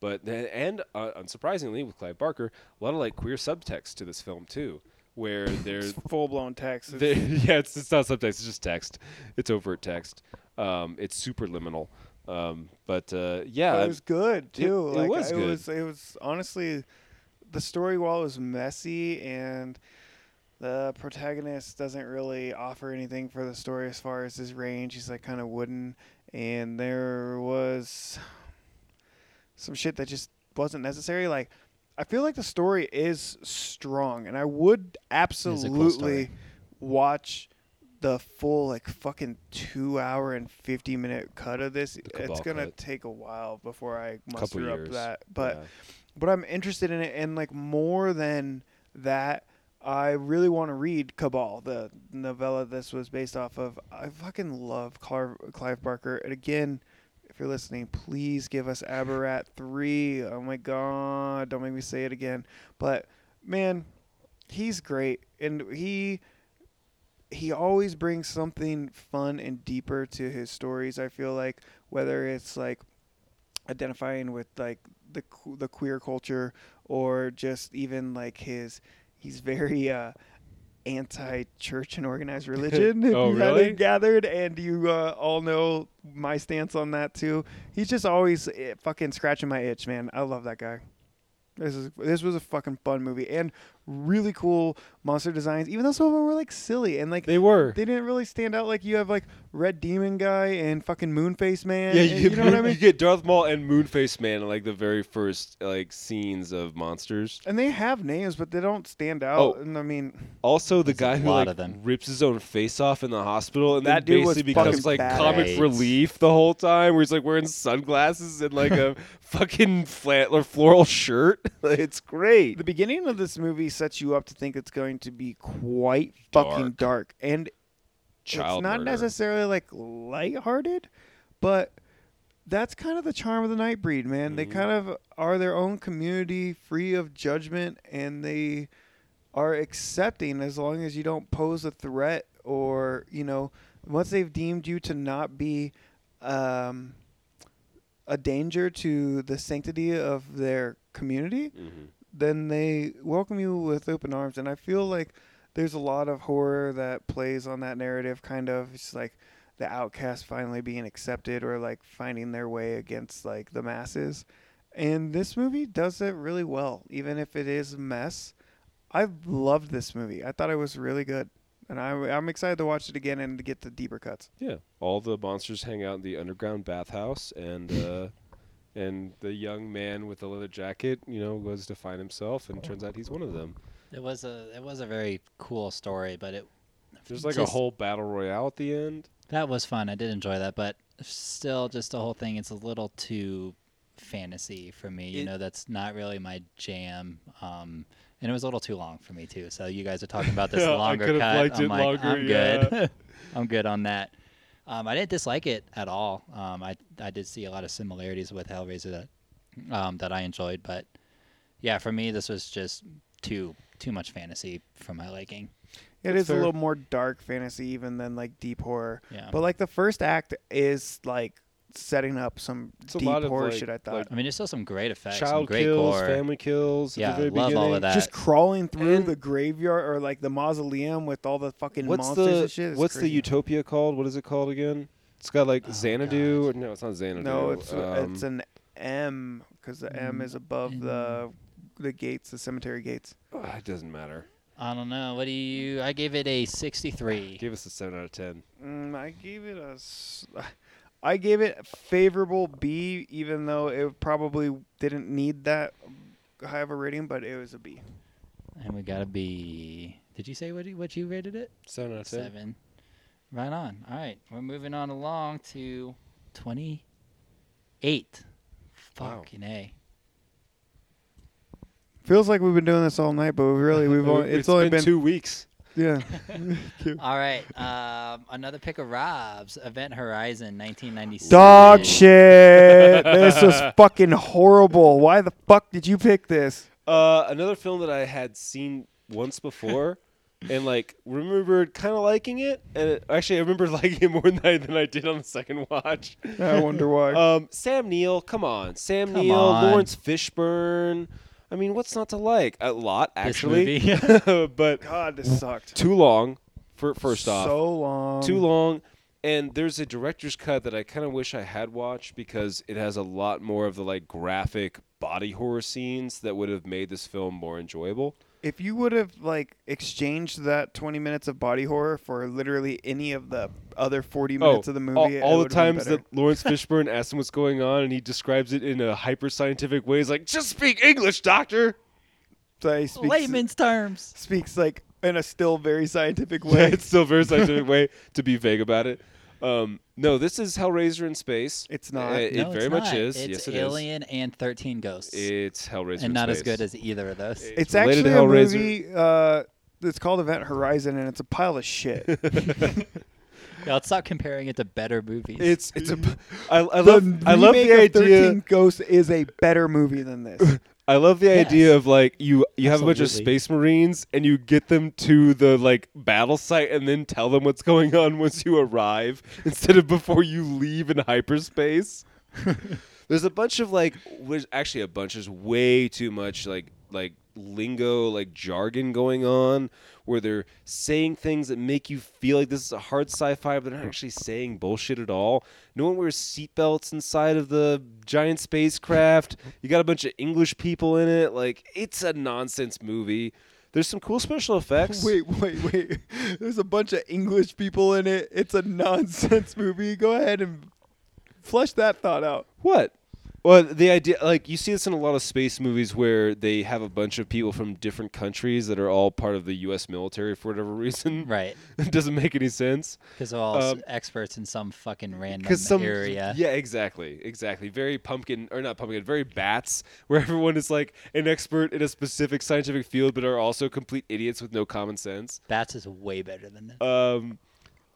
[SPEAKER 2] But then, and uh, unsurprisingly, with Clive Barker, a lot of like queer subtext to this film too, where there's
[SPEAKER 1] Full blown text. It's-
[SPEAKER 2] there, yeah, it's, it's not subtext. It's just text. It's overt text. Um, it's super liminal. Um, but uh, yeah,
[SPEAKER 1] it was good too.
[SPEAKER 2] it
[SPEAKER 1] like,
[SPEAKER 2] was
[SPEAKER 1] it
[SPEAKER 2] good.
[SPEAKER 1] was it was honestly the story while it was messy and the protagonist doesn't really offer anything for the story as far as his range. He's like kind of wooden and there was some shit that just wasn't necessary like I feel like the story is strong and I would
[SPEAKER 3] cool story.
[SPEAKER 1] absolutely watch the full like fucking two hour and 50 minute cut of this it's
[SPEAKER 2] Cabal
[SPEAKER 1] gonna
[SPEAKER 2] cut.
[SPEAKER 1] take a while before i
[SPEAKER 2] couple
[SPEAKER 1] muster up
[SPEAKER 2] years.
[SPEAKER 1] that but
[SPEAKER 2] Yeah.
[SPEAKER 1] but i'm interested in it and like more than that i really want to read cabal the novella this was based off of i fucking love Clive, clive barker and again if you're listening please give us aberrat 3 oh my god don't make me say it again but man he's great and he he always brings something fun and deeper to his stories. I feel like whether it's like identifying with like the que- the queer culture or just even like his he's very uh anti church and organized religion if
[SPEAKER 2] Oh,
[SPEAKER 1] you
[SPEAKER 2] really?
[SPEAKER 1] haven't gathered and you uh, all know my stance on that too he's just always eh, fucking scratching my itch man i love that guy this is this was a fucking fun movie and really cool monster designs, even though some of them were like silly and like
[SPEAKER 2] They were.
[SPEAKER 1] they didn't really stand out. Like you have like Red Demon guy and fucking Moonface Man.
[SPEAKER 2] yeah,
[SPEAKER 1] and-
[SPEAKER 2] you,
[SPEAKER 1] you
[SPEAKER 2] get,
[SPEAKER 1] know what I
[SPEAKER 2] Moon-
[SPEAKER 1] mean.
[SPEAKER 2] you get Darth Maul and Moonface Man in like the very first like scenes of monsters.
[SPEAKER 1] And they have names, but they don't stand out.
[SPEAKER 2] Oh.
[SPEAKER 1] And I mean,
[SPEAKER 2] Also, the
[SPEAKER 3] There's a
[SPEAKER 2] guy who
[SPEAKER 3] lot
[SPEAKER 2] like,
[SPEAKER 3] of them.
[SPEAKER 2] rips his own face off in the hospital and
[SPEAKER 1] That
[SPEAKER 2] then
[SPEAKER 1] dude was
[SPEAKER 2] basically
[SPEAKER 1] fucking
[SPEAKER 2] becomes like
[SPEAKER 1] badass.
[SPEAKER 2] comic
[SPEAKER 3] Right.
[SPEAKER 2] relief the whole time, where he's like wearing sunglasses and like a fucking flat or floral shirt. Like, it's great.
[SPEAKER 1] the beginning of this movie sets you up to think it's going to be quite fucking
[SPEAKER 2] Dark.
[SPEAKER 1] dark, and
[SPEAKER 2] Child
[SPEAKER 1] it's not
[SPEAKER 2] murder.
[SPEAKER 1] necessarily like lighthearted, but that's kind of the charm of the Nightbreed, man. They
[SPEAKER 2] Mm-hmm.
[SPEAKER 1] kind of are their own community, free of judgment, and they are accepting as long as you don't pose a threat or you know once they've deemed you to not be um, a danger to the sanctity of their community
[SPEAKER 2] Mm-hmm.
[SPEAKER 1] then they welcome you with open arms and i feel like there's a lot of horror that plays on that narrative kind of it's like the outcast finally being accepted or like finding their way against like the masses and this movie does it really well even if it is a mess I loved this movie. I thought it was really good, and I, I'm excited to watch it again and to get the deeper cuts.
[SPEAKER 2] Yeah, all the monsters hang out in the underground bathhouse, and uh, and the young man with the leather jacket, you know, goes to find himself, and turns out he's one of them.
[SPEAKER 3] It was a it was a very cool story, but it
[SPEAKER 2] There's like a
[SPEAKER 3] Just-
[SPEAKER 2] whole battle royale at the end.
[SPEAKER 3] that was fun. I did enjoy that, but still, just the whole thing. It's a little too fantasy for me. You
[SPEAKER 1] It-
[SPEAKER 3] know, that's not really my jam. Um, and it was a little too long for me too. So you guys are talking about this
[SPEAKER 2] Yeah, I
[SPEAKER 3] longer
[SPEAKER 2] could've
[SPEAKER 3] cut.
[SPEAKER 2] liked
[SPEAKER 3] I'm
[SPEAKER 2] it
[SPEAKER 3] like,
[SPEAKER 2] longer,
[SPEAKER 3] I'm
[SPEAKER 2] yeah.
[SPEAKER 3] good. I'm good on that. Um, I didn't dislike it at all. Um, I I did see a lot of similarities with Hellraiser that um, that I enjoyed, but yeah, for me this was just too too much fantasy for my liking.
[SPEAKER 1] It
[SPEAKER 2] That's
[SPEAKER 1] is a
[SPEAKER 2] fair.
[SPEAKER 1] little more dark fantasy even than like deep horror.
[SPEAKER 3] Yeah.
[SPEAKER 1] But like the first act is like setting up some
[SPEAKER 2] It's a
[SPEAKER 1] deep
[SPEAKER 2] lot of,
[SPEAKER 1] horror
[SPEAKER 2] like-
[SPEAKER 1] shit. I thought
[SPEAKER 2] like
[SPEAKER 3] I mean, there's still some great effects, some
[SPEAKER 2] Child
[SPEAKER 3] great
[SPEAKER 2] kills,
[SPEAKER 3] gore.
[SPEAKER 2] family kills. at the
[SPEAKER 3] yeah,
[SPEAKER 2] very
[SPEAKER 3] love all
[SPEAKER 2] beginning.
[SPEAKER 3] of that.
[SPEAKER 1] just crawling through
[SPEAKER 2] And-
[SPEAKER 1] the graveyard or like the mausoleum with all the fucking
[SPEAKER 2] What's
[SPEAKER 1] monsters
[SPEAKER 2] the
[SPEAKER 1] and shit. It's
[SPEAKER 2] What's the
[SPEAKER 1] crazy.
[SPEAKER 2] Utopia called? What is it called again? It's got
[SPEAKER 3] Oh,
[SPEAKER 2] like Xanadu. Or, no, it's not Xanadu.
[SPEAKER 1] No, it's uh,
[SPEAKER 2] um,
[SPEAKER 1] it's an M because the M is above
[SPEAKER 3] Mm.
[SPEAKER 1] the the gates, the cemetery gates.
[SPEAKER 2] ugh, ah, it doesn't matter.
[SPEAKER 3] I don't know. What do you? I gave it a 63.
[SPEAKER 2] Give us a seven out of ten.
[SPEAKER 1] Mm, I gave it a. s- I gave it favorable B, even though it probably didn't need that high of a rating, but it was a B.
[SPEAKER 3] And we got to be. Did you say what you, what you rated it?
[SPEAKER 2] Seven out of ten.
[SPEAKER 3] Seven. Right on. All right. We're moving on along to 28.
[SPEAKER 2] Wow.
[SPEAKER 3] Fucking A.
[SPEAKER 1] Feels like we've been doing this all night, but we really we've only it's, only
[SPEAKER 2] been
[SPEAKER 1] been,
[SPEAKER 2] two weeks.
[SPEAKER 1] yeah.
[SPEAKER 3] All right. Um, another pick of Rob's Event Horizon 1996.
[SPEAKER 1] Dog shit. This was fucking horrible. Why the fuck did you pick this?
[SPEAKER 2] Uh, another film that I had seen once before, and like remembered kind of liking it. And it, actually, I remember liking it more than I, than I did on the second watch.
[SPEAKER 1] I wonder why.
[SPEAKER 2] Um, Sam Neill, come on, Sam
[SPEAKER 3] Come
[SPEAKER 2] Neill,
[SPEAKER 3] on.
[SPEAKER 2] Lawrence Fishburne. I mean, what's not to like? A lot,
[SPEAKER 3] This
[SPEAKER 2] actually. but
[SPEAKER 1] God, this sucked.
[SPEAKER 2] too long. For first off,
[SPEAKER 1] so long.
[SPEAKER 2] too long. And there's a director's cut that I kind of wish I had watched because it has a lot more of the like graphic body horror scenes that would have made this film more enjoyable.
[SPEAKER 1] If you would have like exchanged that 20 minutes of body horror for literally any of the other 40 minutes of the movie,
[SPEAKER 2] Oh, all-
[SPEAKER 1] it
[SPEAKER 2] all, the
[SPEAKER 1] would've been
[SPEAKER 2] times
[SPEAKER 1] better.
[SPEAKER 2] that Lawrence Fishburne asks him what's going on, and he describes it in a hyper scientific way. He's like, "Just speak English, doctor."
[SPEAKER 1] So he speaks,
[SPEAKER 3] Layman's terms.
[SPEAKER 1] speaks like in a still very scientific
[SPEAKER 2] Yeah,
[SPEAKER 1] way.
[SPEAKER 2] it's still a very scientific way to be vague about it. Um, no, this is Hellraiser in space.
[SPEAKER 1] It's not.
[SPEAKER 2] Uh, It,
[SPEAKER 3] no, it's
[SPEAKER 2] very much
[SPEAKER 3] not.
[SPEAKER 2] is.
[SPEAKER 3] It's
[SPEAKER 2] yes, it is.
[SPEAKER 3] Alien and 13 Ghosts.
[SPEAKER 2] It's Hellraiser, in
[SPEAKER 3] and not as
[SPEAKER 2] space.
[SPEAKER 3] good as either of those.
[SPEAKER 1] It's,
[SPEAKER 2] related
[SPEAKER 1] actually
[SPEAKER 2] to
[SPEAKER 1] a
[SPEAKER 2] Hellraiser.
[SPEAKER 1] movie uh, that's called Event Horizon, and it's a pile of shit.
[SPEAKER 3] Yeah, let's stop comparing it to better movies.
[SPEAKER 2] It's it's a. I, I love I love the
[SPEAKER 1] remake of
[SPEAKER 2] idea.
[SPEAKER 1] 13 Ghosts is a better movie than this.
[SPEAKER 2] I love the idea of like you you have a bunch of
[SPEAKER 3] Absolutely.
[SPEAKER 2] space marines and you get them to the like battle site and then tell them what's going on once you arrive instead of before you leave in hyperspace. There's a bunch of like there's actually a bunch there's way too much like like lingo like jargon going on where they're saying things that make you feel like this is a hard sci-fi but they're not actually saying bullshit at all no one wears seatbelts inside of the giant spacecraft you got a bunch of english people in it like it's a nonsense movie There's some cool special effects.
[SPEAKER 1] Wait, wait, wait. There's a bunch of English people in it. It's a nonsense movie. Go ahead and flush that thought out.
[SPEAKER 2] What? Well, the idea, like, you see this in a lot of space movies where they have a bunch of people from different countries that are all part of the U.S. military for whatever reason.
[SPEAKER 3] Right.
[SPEAKER 2] it doesn't make any sense.
[SPEAKER 3] Because they're all
[SPEAKER 2] Um,
[SPEAKER 3] experts in some fucking random
[SPEAKER 2] Because some.
[SPEAKER 3] area.
[SPEAKER 2] Yeah, exactly. Exactly. Very pumpkin, or not pumpkin, very bats, where everyone is, like, an expert in a specific scientific field but are also complete idiots with no common sense.
[SPEAKER 3] Bats is way better than that.
[SPEAKER 2] Um,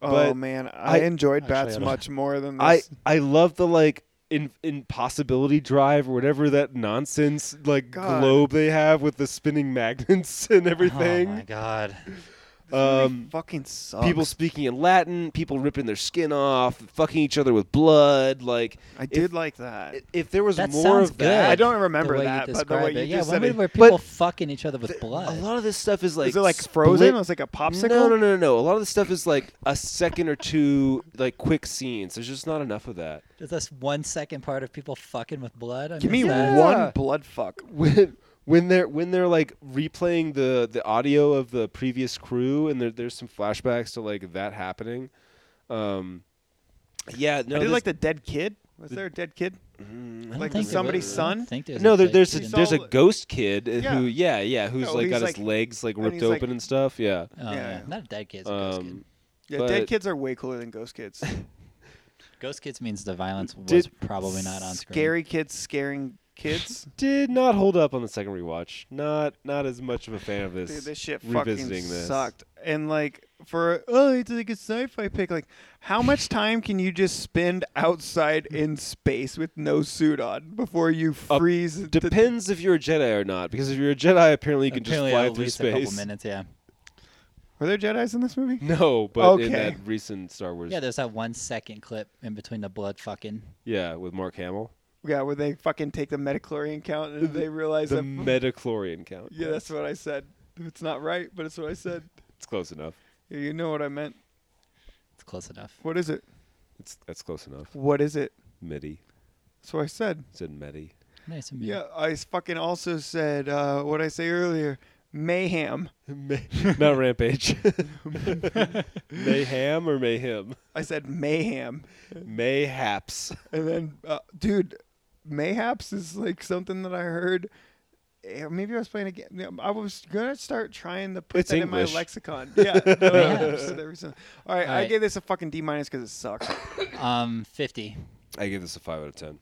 [SPEAKER 1] oh
[SPEAKER 2] But
[SPEAKER 1] man, I,
[SPEAKER 2] I-
[SPEAKER 1] enjoyed Bats
[SPEAKER 3] I don't-
[SPEAKER 1] much more than
[SPEAKER 2] I
[SPEAKER 1] this.
[SPEAKER 2] I love the like in impossibility drive or whatever that nonsense like
[SPEAKER 1] God.
[SPEAKER 2] globe they have with the spinning magnets and
[SPEAKER 3] Oh my
[SPEAKER 2] everything.
[SPEAKER 3] god.
[SPEAKER 2] um,
[SPEAKER 1] fucking sucks.
[SPEAKER 2] people speaking in Latin, people ripping their skin off, fucking each other with blood. Like
[SPEAKER 1] I did like that.
[SPEAKER 2] i- if there was
[SPEAKER 3] That
[SPEAKER 2] more
[SPEAKER 3] sounds
[SPEAKER 2] of
[SPEAKER 3] good.
[SPEAKER 1] I
[SPEAKER 2] that,
[SPEAKER 1] don't remember
[SPEAKER 3] the way
[SPEAKER 1] that,
[SPEAKER 3] you
[SPEAKER 1] but the
[SPEAKER 3] describe
[SPEAKER 1] way you
[SPEAKER 3] it. yeah,
[SPEAKER 1] just
[SPEAKER 3] when
[SPEAKER 1] said
[SPEAKER 3] we
[SPEAKER 1] it-
[SPEAKER 3] were
[SPEAKER 2] But-
[SPEAKER 3] people fucking each other with
[SPEAKER 2] th-
[SPEAKER 3] blood.
[SPEAKER 2] a lot of this stuff is like
[SPEAKER 1] Is it like
[SPEAKER 2] split-
[SPEAKER 1] frozen? It's like a popsicle.
[SPEAKER 2] No, no, no, no. A lot of this stuff is like a second or two like quick scenes. There's just not enough of that.
[SPEAKER 3] Is this one second part of people fucking with blood? I
[SPEAKER 1] Give me
[SPEAKER 3] missed that.
[SPEAKER 1] one blood fuck.
[SPEAKER 2] when when they're when they're like replaying the the audio of the previous crew and there, there's some flashbacks to like that happening um yeah no
[SPEAKER 1] I did
[SPEAKER 2] this-
[SPEAKER 1] like the dead kid. Was there a dead kid?
[SPEAKER 3] I
[SPEAKER 2] Mm,
[SPEAKER 3] don't
[SPEAKER 1] like
[SPEAKER 3] think there
[SPEAKER 1] somebody's
[SPEAKER 3] was- I
[SPEAKER 1] son?
[SPEAKER 3] don't think there's
[SPEAKER 2] no
[SPEAKER 3] a
[SPEAKER 2] there,
[SPEAKER 3] big-
[SPEAKER 2] there's a,
[SPEAKER 1] He
[SPEAKER 2] there's a
[SPEAKER 1] saw-
[SPEAKER 2] ghost kid uh, who yeah yeah who's
[SPEAKER 1] No,
[SPEAKER 2] like
[SPEAKER 1] he's
[SPEAKER 2] got
[SPEAKER 1] like-
[SPEAKER 2] his legs like
[SPEAKER 1] and
[SPEAKER 2] ripped
[SPEAKER 1] he's like-
[SPEAKER 2] open and stuff yeah
[SPEAKER 1] yeah.
[SPEAKER 3] Oh, yeah. Not a dead kid's a ghost kid.
[SPEAKER 2] um
[SPEAKER 1] Yeah,
[SPEAKER 2] But-
[SPEAKER 1] dead kids are way cooler than ghost kids.
[SPEAKER 3] Ghost kids means the violence was
[SPEAKER 2] Did-
[SPEAKER 3] probably not on screen.
[SPEAKER 1] Scary kids scaring kids.
[SPEAKER 2] did not hold up on the second rewatch not not as much of a fan of this
[SPEAKER 1] Dude, this shit fucking
[SPEAKER 2] revisiting this
[SPEAKER 1] sucked. And like for oh, it's like a sci-fi pick. Like, how much time can you just spend outside in space with no suit on before you
[SPEAKER 2] Uh,
[SPEAKER 1] freeze? to-
[SPEAKER 2] depends if you're a jedi or not because if you're a jedi apparently you can
[SPEAKER 3] Apparently
[SPEAKER 2] just fly
[SPEAKER 3] at
[SPEAKER 2] through
[SPEAKER 3] least a couple
[SPEAKER 2] space
[SPEAKER 3] minutes, yeah.
[SPEAKER 1] Were there Jedi's in this movie?
[SPEAKER 2] no but in
[SPEAKER 1] Okay.
[SPEAKER 2] that recent star wars
[SPEAKER 3] Yeah, there's that one second clip in between the blood fucking.
[SPEAKER 2] yeah with mark hamill
[SPEAKER 1] Yeah, where they fucking take the metachlorian count and they realize
[SPEAKER 2] the
[SPEAKER 1] that.
[SPEAKER 2] metachlorian count.
[SPEAKER 1] yeah, that's what I said. It's not right, but it's what I said.
[SPEAKER 2] it's close enough.
[SPEAKER 1] Yeah, You know what I meant.
[SPEAKER 3] It's close enough.
[SPEAKER 1] What is it?
[SPEAKER 2] It's that's close enough.
[SPEAKER 1] What is it?
[SPEAKER 2] Midi
[SPEAKER 1] That's what I said.
[SPEAKER 2] It's in medi.
[SPEAKER 3] Nice and
[SPEAKER 1] Yeah, I s- fucking also said uh, what I say earlier. Mayhem.
[SPEAKER 2] Not rampage. Mayhem or mayhem.
[SPEAKER 1] I said mayhem.
[SPEAKER 2] Mayhaps.
[SPEAKER 1] And then, uh, dude, mayhaps is like something that I heard. eh, Maybe I was playing a game. I was gonna start trying to put
[SPEAKER 2] It's
[SPEAKER 1] that in
[SPEAKER 2] English.
[SPEAKER 1] my lexicon. Yeah. mayhaps.
[SPEAKER 3] Mayhaps.
[SPEAKER 1] There was some- All right,
[SPEAKER 3] All
[SPEAKER 1] I
[SPEAKER 3] right.
[SPEAKER 1] gave this a fucking D minus because it sucks.
[SPEAKER 3] Um, 50.
[SPEAKER 2] I give this a five out of ten.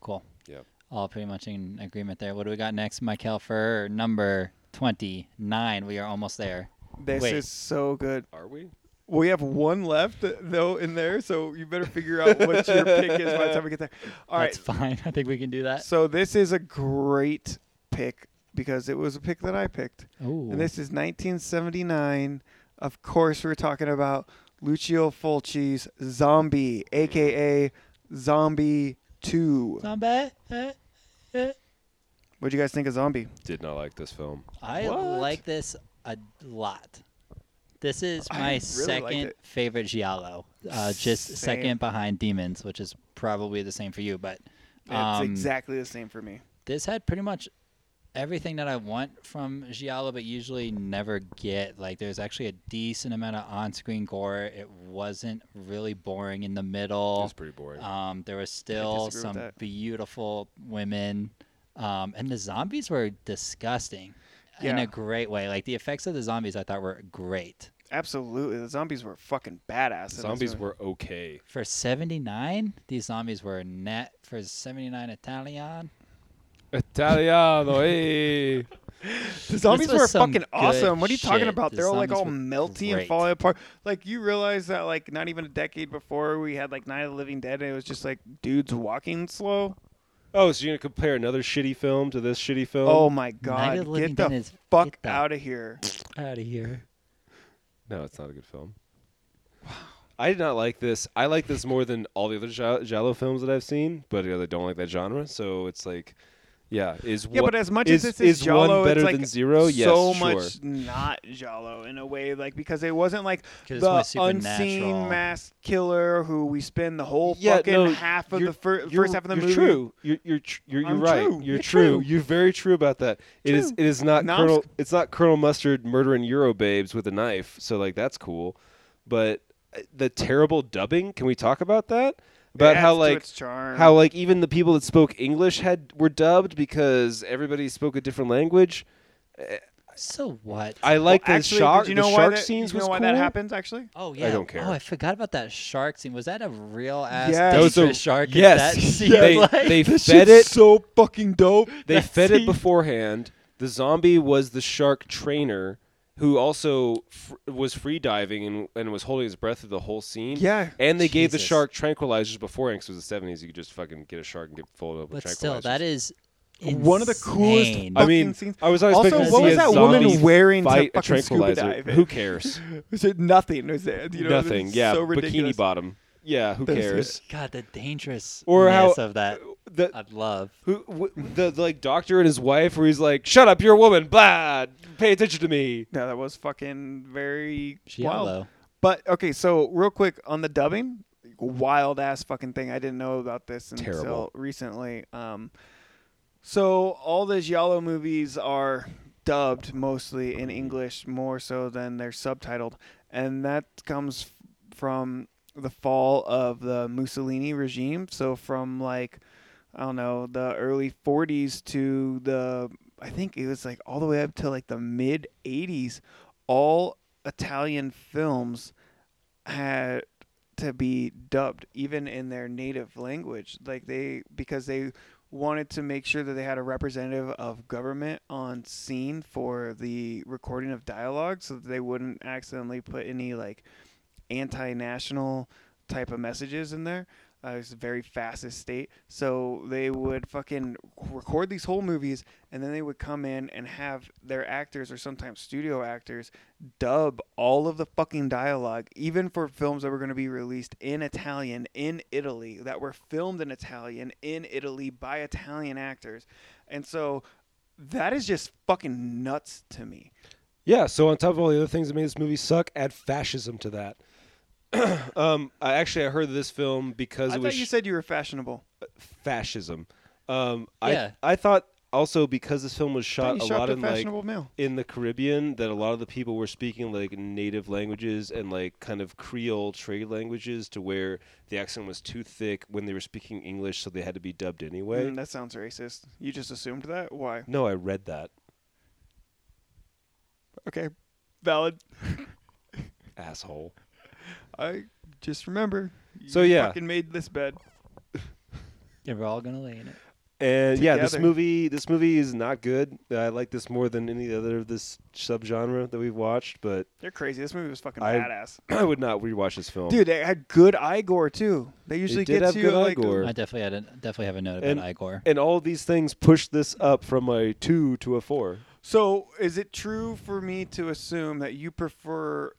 [SPEAKER 3] Cool.
[SPEAKER 2] Yeah.
[SPEAKER 3] All pretty much in agreement there. What do we got next, Michael, for number 29? We are almost there.
[SPEAKER 1] This
[SPEAKER 3] Wait.
[SPEAKER 1] is so good.
[SPEAKER 2] Are we?
[SPEAKER 1] We have one left uh, though in there, so you better figure out what your pick is by the time we get there. All right.
[SPEAKER 3] That's fine. I think we can do that.
[SPEAKER 1] So this is a great pick because it was a pick that I picked. And this is 1979. Of course, we're talking about Lucio Fulci's Zombie, aka Zombie 2.
[SPEAKER 3] Not bad. Eh, eh.
[SPEAKER 1] What'd you guys think of Zombie?
[SPEAKER 2] Did not like this film.
[SPEAKER 3] I
[SPEAKER 1] What?
[SPEAKER 3] like this a lot. This is
[SPEAKER 1] I
[SPEAKER 3] my
[SPEAKER 1] really liked
[SPEAKER 3] second
[SPEAKER 1] it.
[SPEAKER 3] favorite Giallo, uh, just
[SPEAKER 1] Same.
[SPEAKER 3] second behind Demons, which is probably the same for you. But
[SPEAKER 1] It's
[SPEAKER 3] um,
[SPEAKER 1] exactly the same for me.
[SPEAKER 3] this had pretty much everything that I want from Giallo, but usually never get. Like, there's actually a decent amount of on-screen gore. It wasn't really boring in the
[SPEAKER 1] Oh.
[SPEAKER 3] middle.
[SPEAKER 2] It's pretty boring.
[SPEAKER 1] Ah,
[SPEAKER 3] Um, there was
[SPEAKER 1] disagree
[SPEAKER 3] still
[SPEAKER 1] with
[SPEAKER 3] some
[SPEAKER 1] that.
[SPEAKER 3] beautiful women, um, and the zombies were disgusting in
[SPEAKER 1] Yeah.
[SPEAKER 3] a great way. Like the effects of the zombies, I thought were great
[SPEAKER 1] Absolutely. The zombies were fucking badass. in this
[SPEAKER 2] Zombies
[SPEAKER 1] movie.
[SPEAKER 2] were okay.
[SPEAKER 3] for '79. These zombies were net for '79 Italian.
[SPEAKER 2] Italiano, hey.
[SPEAKER 1] The zombies
[SPEAKER 3] was
[SPEAKER 1] were
[SPEAKER 3] some
[SPEAKER 1] fucking
[SPEAKER 3] good
[SPEAKER 1] awesome. What are you talking
[SPEAKER 3] shit.
[SPEAKER 1] about?
[SPEAKER 3] The
[SPEAKER 1] They're all like
[SPEAKER 3] zombies
[SPEAKER 1] all
[SPEAKER 3] were
[SPEAKER 1] melty and
[SPEAKER 3] great.
[SPEAKER 1] falling apart. Like you realize that like not even a decade before we had like Night of the Living Dead and it was just like dudes walking slow.
[SPEAKER 2] Oh, so you're gonna compare another shitty film to this shitty film?
[SPEAKER 1] Oh my
[SPEAKER 3] Night of
[SPEAKER 1] god.
[SPEAKER 3] the
[SPEAKER 1] Get
[SPEAKER 3] Living Dead
[SPEAKER 1] the
[SPEAKER 3] is
[SPEAKER 1] fuck
[SPEAKER 3] get the
[SPEAKER 1] out of here.
[SPEAKER 3] out of here.
[SPEAKER 2] No, it's not a good film. I did not like this. I like this more than all the other Jal- Jalo films that I've seen, but uh, I don't like that genre. So it's like, Yeah, is
[SPEAKER 1] Yeah,
[SPEAKER 2] what-
[SPEAKER 1] but as much
[SPEAKER 2] is,
[SPEAKER 1] as this is, Jalo,
[SPEAKER 2] one better
[SPEAKER 1] it's like
[SPEAKER 2] than zero? Yes,
[SPEAKER 1] so
[SPEAKER 2] sure.
[SPEAKER 1] much not Jalo in a way, like because it wasn't like
[SPEAKER 3] 'Cause it's
[SPEAKER 1] the
[SPEAKER 3] more supernatural.
[SPEAKER 1] unseen masked killer who we spend the whole
[SPEAKER 2] Yeah,
[SPEAKER 1] fucking
[SPEAKER 2] no,
[SPEAKER 1] half of
[SPEAKER 2] you're-
[SPEAKER 1] the fir-
[SPEAKER 2] you're-
[SPEAKER 1] first half of the
[SPEAKER 2] you're
[SPEAKER 1] movie.
[SPEAKER 2] True. You're you're tr- you're, you're
[SPEAKER 1] I'm
[SPEAKER 2] right.
[SPEAKER 1] true.
[SPEAKER 2] You're
[SPEAKER 1] You're
[SPEAKER 2] true.
[SPEAKER 1] true.
[SPEAKER 2] You're very true about that. It is
[SPEAKER 1] True.
[SPEAKER 2] it is not
[SPEAKER 1] Now I'm
[SPEAKER 2] Colonel
[SPEAKER 1] sc-
[SPEAKER 2] it's not Colonel Mustard murdering Euro babes with a knife. So like that's cool. But uh, the terrible dubbing, can we talk about that? About
[SPEAKER 1] It
[SPEAKER 2] how
[SPEAKER 1] adds to
[SPEAKER 2] like
[SPEAKER 1] its charm.
[SPEAKER 2] how like even the people that spoke English had were dubbed because everybody spoke a different language.
[SPEAKER 3] So what?
[SPEAKER 2] I
[SPEAKER 1] Well,
[SPEAKER 2] like the
[SPEAKER 1] actually,
[SPEAKER 2] shark
[SPEAKER 1] Did you know
[SPEAKER 2] the
[SPEAKER 1] why
[SPEAKER 2] shark
[SPEAKER 1] that,
[SPEAKER 2] scenes
[SPEAKER 1] you know
[SPEAKER 2] was
[SPEAKER 1] why
[SPEAKER 2] cool.
[SPEAKER 1] that happens actually?
[SPEAKER 3] Oh yeah.
[SPEAKER 2] don't care.
[SPEAKER 3] Oh, I forgot about that shark scene. Was that a real ass
[SPEAKER 1] Yes. That
[SPEAKER 2] was
[SPEAKER 3] dangerous
[SPEAKER 2] a-
[SPEAKER 3] shark? Is
[SPEAKER 2] yes.
[SPEAKER 3] That scene
[SPEAKER 2] They-
[SPEAKER 3] like,
[SPEAKER 2] they
[SPEAKER 3] This
[SPEAKER 2] fed it
[SPEAKER 3] shit's
[SPEAKER 7] so fucking dope.
[SPEAKER 2] They
[SPEAKER 3] That
[SPEAKER 2] fed it
[SPEAKER 3] scene.
[SPEAKER 2] beforehand. The zombie was the shark trainer who also fr- was free diving and, and was holding his breath through the whole scene.
[SPEAKER 1] Yeah.
[SPEAKER 2] And they gave the
[SPEAKER 3] Jesus.
[SPEAKER 2] shark tranquilizers beforehand because it was the 70s. You could just fucking get a shark and get folded up with
[SPEAKER 3] But
[SPEAKER 2] tranquilizers.
[SPEAKER 3] still, that is insane.
[SPEAKER 1] One of the coolest
[SPEAKER 2] I
[SPEAKER 1] fucking
[SPEAKER 2] mean,
[SPEAKER 1] scenes.
[SPEAKER 2] I was not
[SPEAKER 1] Also,
[SPEAKER 2] expecting to
[SPEAKER 1] what
[SPEAKER 2] see
[SPEAKER 1] was
[SPEAKER 2] a
[SPEAKER 1] that woman
[SPEAKER 2] zombie
[SPEAKER 1] wearing to
[SPEAKER 2] fight a
[SPEAKER 1] fucking scuba
[SPEAKER 2] tranquilizer.
[SPEAKER 1] dive?
[SPEAKER 2] Who cares?
[SPEAKER 1] Is it nothing? Is it, you know, this
[SPEAKER 2] Nothing.
[SPEAKER 1] is
[SPEAKER 2] Yeah.
[SPEAKER 1] so
[SPEAKER 2] bikini
[SPEAKER 1] ridiculous.
[SPEAKER 2] bottom. Yeah. Who
[SPEAKER 1] That's it.
[SPEAKER 2] cares?
[SPEAKER 3] God, the dangerous
[SPEAKER 2] Or how-
[SPEAKER 3] of that.
[SPEAKER 2] The-
[SPEAKER 3] I'd love.
[SPEAKER 2] Who w- the, the like doctor and his wife, where he's like, "Shut up, you're a woman. Blah. Pay attention to me."
[SPEAKER 1] No, that was fucking very
[SPEAKER 3] Giallo.
[SPEAKER 1] wild. But okay, so real quick on the dubbing, wild ass fucking thing. I didn't know about this until
[SPEAKER 2] Terrible.
[SPEAKER 1] recently. Um, so all the Giallo movies are dubbed mostly in English more so than they're subtitled, and that comes f- from the fall of the Mussolini regime. So from like I don't know the early 40s to the I think it was like all the way up to like the mid 80s, all Italian films had to be dubbed even in their native language like they because they wanted to make sure that they had a representative of government on scene for the recording of dialogue so that they wouldn't accidentally put any like anti-national type of messages in there uh, it's the very fastest state so they would fucking record these whole movies and then they would come in and have their actors or sometimes studio actors dub all of the fucking dialogue, even for films that were going to be released in Italian in Italy, that were filmed in Italian in Italy by Italian actors. And so that is just fucking nuts to me.
[SPEAKER 2] Yeah, so on top of all the other things that made this movie suck, add fascism to that. um, I actually I heard of this film because
[SPEAKER 1] I
[SPEAKER 2] it was
[SPEAKER 1] thought you
[SPEAKER 2] sh-
[SPEAKER 1] said you were fashionable.
[SPEAKER 2] fascism. Um,
[SPEAKER 3] Yeah.
[SPEAKER 2] I I thought also because this film was
[SPEAKER 1] I
[SPEAKER 2] shot
[SPEAKER 1] thought
[SPEAKER 2] a
[SPEAKER 1] you
[SPEAKER 2] lot
[SPEAKER 1] shopped at
[SPEAKER 2] in like
[SPEAKER 1] fashionable male.
[SPEAKER 2] in the Caribbean that a lot of the people were speaking like native languages and like kind of Creole trade languages to where the accent was too thick when they were speaking English, so they had to be dubbed anyway.
[SPEAKER 1] Mm, that sounds racist. You just assumed that? Why?
[SPEAKER 2] No, I read that
[SPEAKER 1] Okay. Valid.
[SPEAKER 2] asshole.
[SPEAKER 1] I just remember. You
[SPEAKER 2] So, yeah.
[SPEAKER 1] fucking made this bed.
[SPEAKER 3] Yeah, we're all gonna lay in it.
[SPEAKER 2] And yeah, this
[SPEAKER 1] together.
[SPEAKER 2] movie this movie is not good. I like this more than any other of this subgenre that we've watched, but
[SPEAKER 1] You're crazy. This movie was fucking
[SPEAKER 2] I-
[SPEAKER 1] badass.
[SPEAKER 2] I would not rewatch this film.
[SPEAKER 1] Dude, they had good eye gore too. They usually
[SPEAKER 2] did
[SPEAKER 1] get
[SPEAKER 2] have
[SPEAKER 1] you
[SPEAKER 2] good eye
[SPEAKER 1] like
[SPEAKER 2] gore. Sure.
[SPEAKER 3] I definitely had a, definitely have a note about
[SPEAKER 2] And-
[SPEAKER 3] Igor.
[SPEAKER 2] And all these things push this up from a two to a four.
[SPEAKER 1] So, is it true for me to assume that you prefer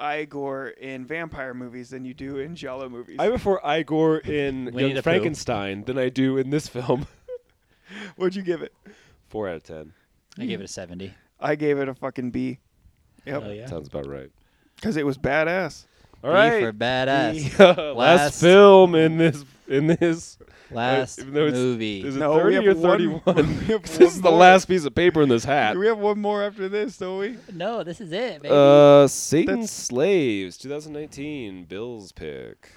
[SPEAKER 1] Igor in vampire movies than you do in Jello movies?
[SPEAKER 2] I prefer Igor in
[SPEAKER 3] Winnie
[SPEAKER 2] Young
[SPEAKER 3] the Pooh.
[SPEAKER 2] Frankenstein than I do in this film.
[SPEAKER 1] What'd you give it?
[SPEAKER 2] four out of ten.
[SPEAKER 3] I gave it a seventy.
[SPEAKER 1] I gave it a fucking B.
[SPEAKER 3] Oh
[SPEAKER 1] Yep,
[SPEAKER 3] yeah.
[SPEAKER 2] Sounds about right.
[SPEAKER 1] because it was badass.
[SPEAKER 2] All
[SPEAKER 3] B
[SPEAKER 2] right.
[SPEAKER 3] for badass.
[SPEAKER 2] last,
[SPEAKER 3] Last-
[SPEAKER 2] film in this in this
[SPEAKER 3] Last
[SPEAKER 2] even though it's-
[SPEAKER 3] movie.
[SPEAKER 2] is it
[SPEAKER 1] No, we
[SPEAKER 2] 30 or
[SPEAKER 1] have one-
[SPEAKER 2] 31
[SPEAKER 1] we have
[SPEAKER 2] this
[SPEAKER 1] one
[SPEAKER 2] is the
[SPEAKER 1] more.
[SPEAKER 2] last piece of paper in this hat
[SPEAKER 1] Do we have one more after this, don't we?
[SPEAKER 3] no, this is it, baby.
[SPEAKER 2] uh satan's
[SPEAKER 1] That's-
[SPEAKER 2] slaves 2019 bill's pick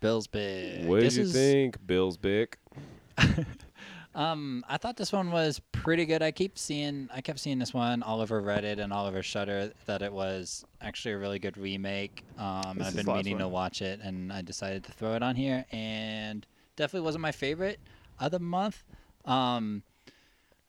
[SPEAKER 3] Bill's big.
[SPEAKER 2] what
[SPEAKER 3] This
[SPEAKER 2] did you
[SPEAKER 3] is-
[SPEAKER 2] think bill's pick
[SPEAKER 3] Um, I thought this one was pretty good. I keep seeing, I kept seeing this one all over Reddit and all over Shutter that it was actually a really good remake. Um, and
[SPEAKER 1] This
[SPEAKER 3] I've
[SPEAKER 1] is
[SPEAKER 3] been
[SPEAKER 1] the last
[SPEAKER 3] meaning to
[SPEAKER 1] one.
[SPEAKER 3] watch it, and I decided to throw it on here. And definitely wasn't my favorite of the month. Um,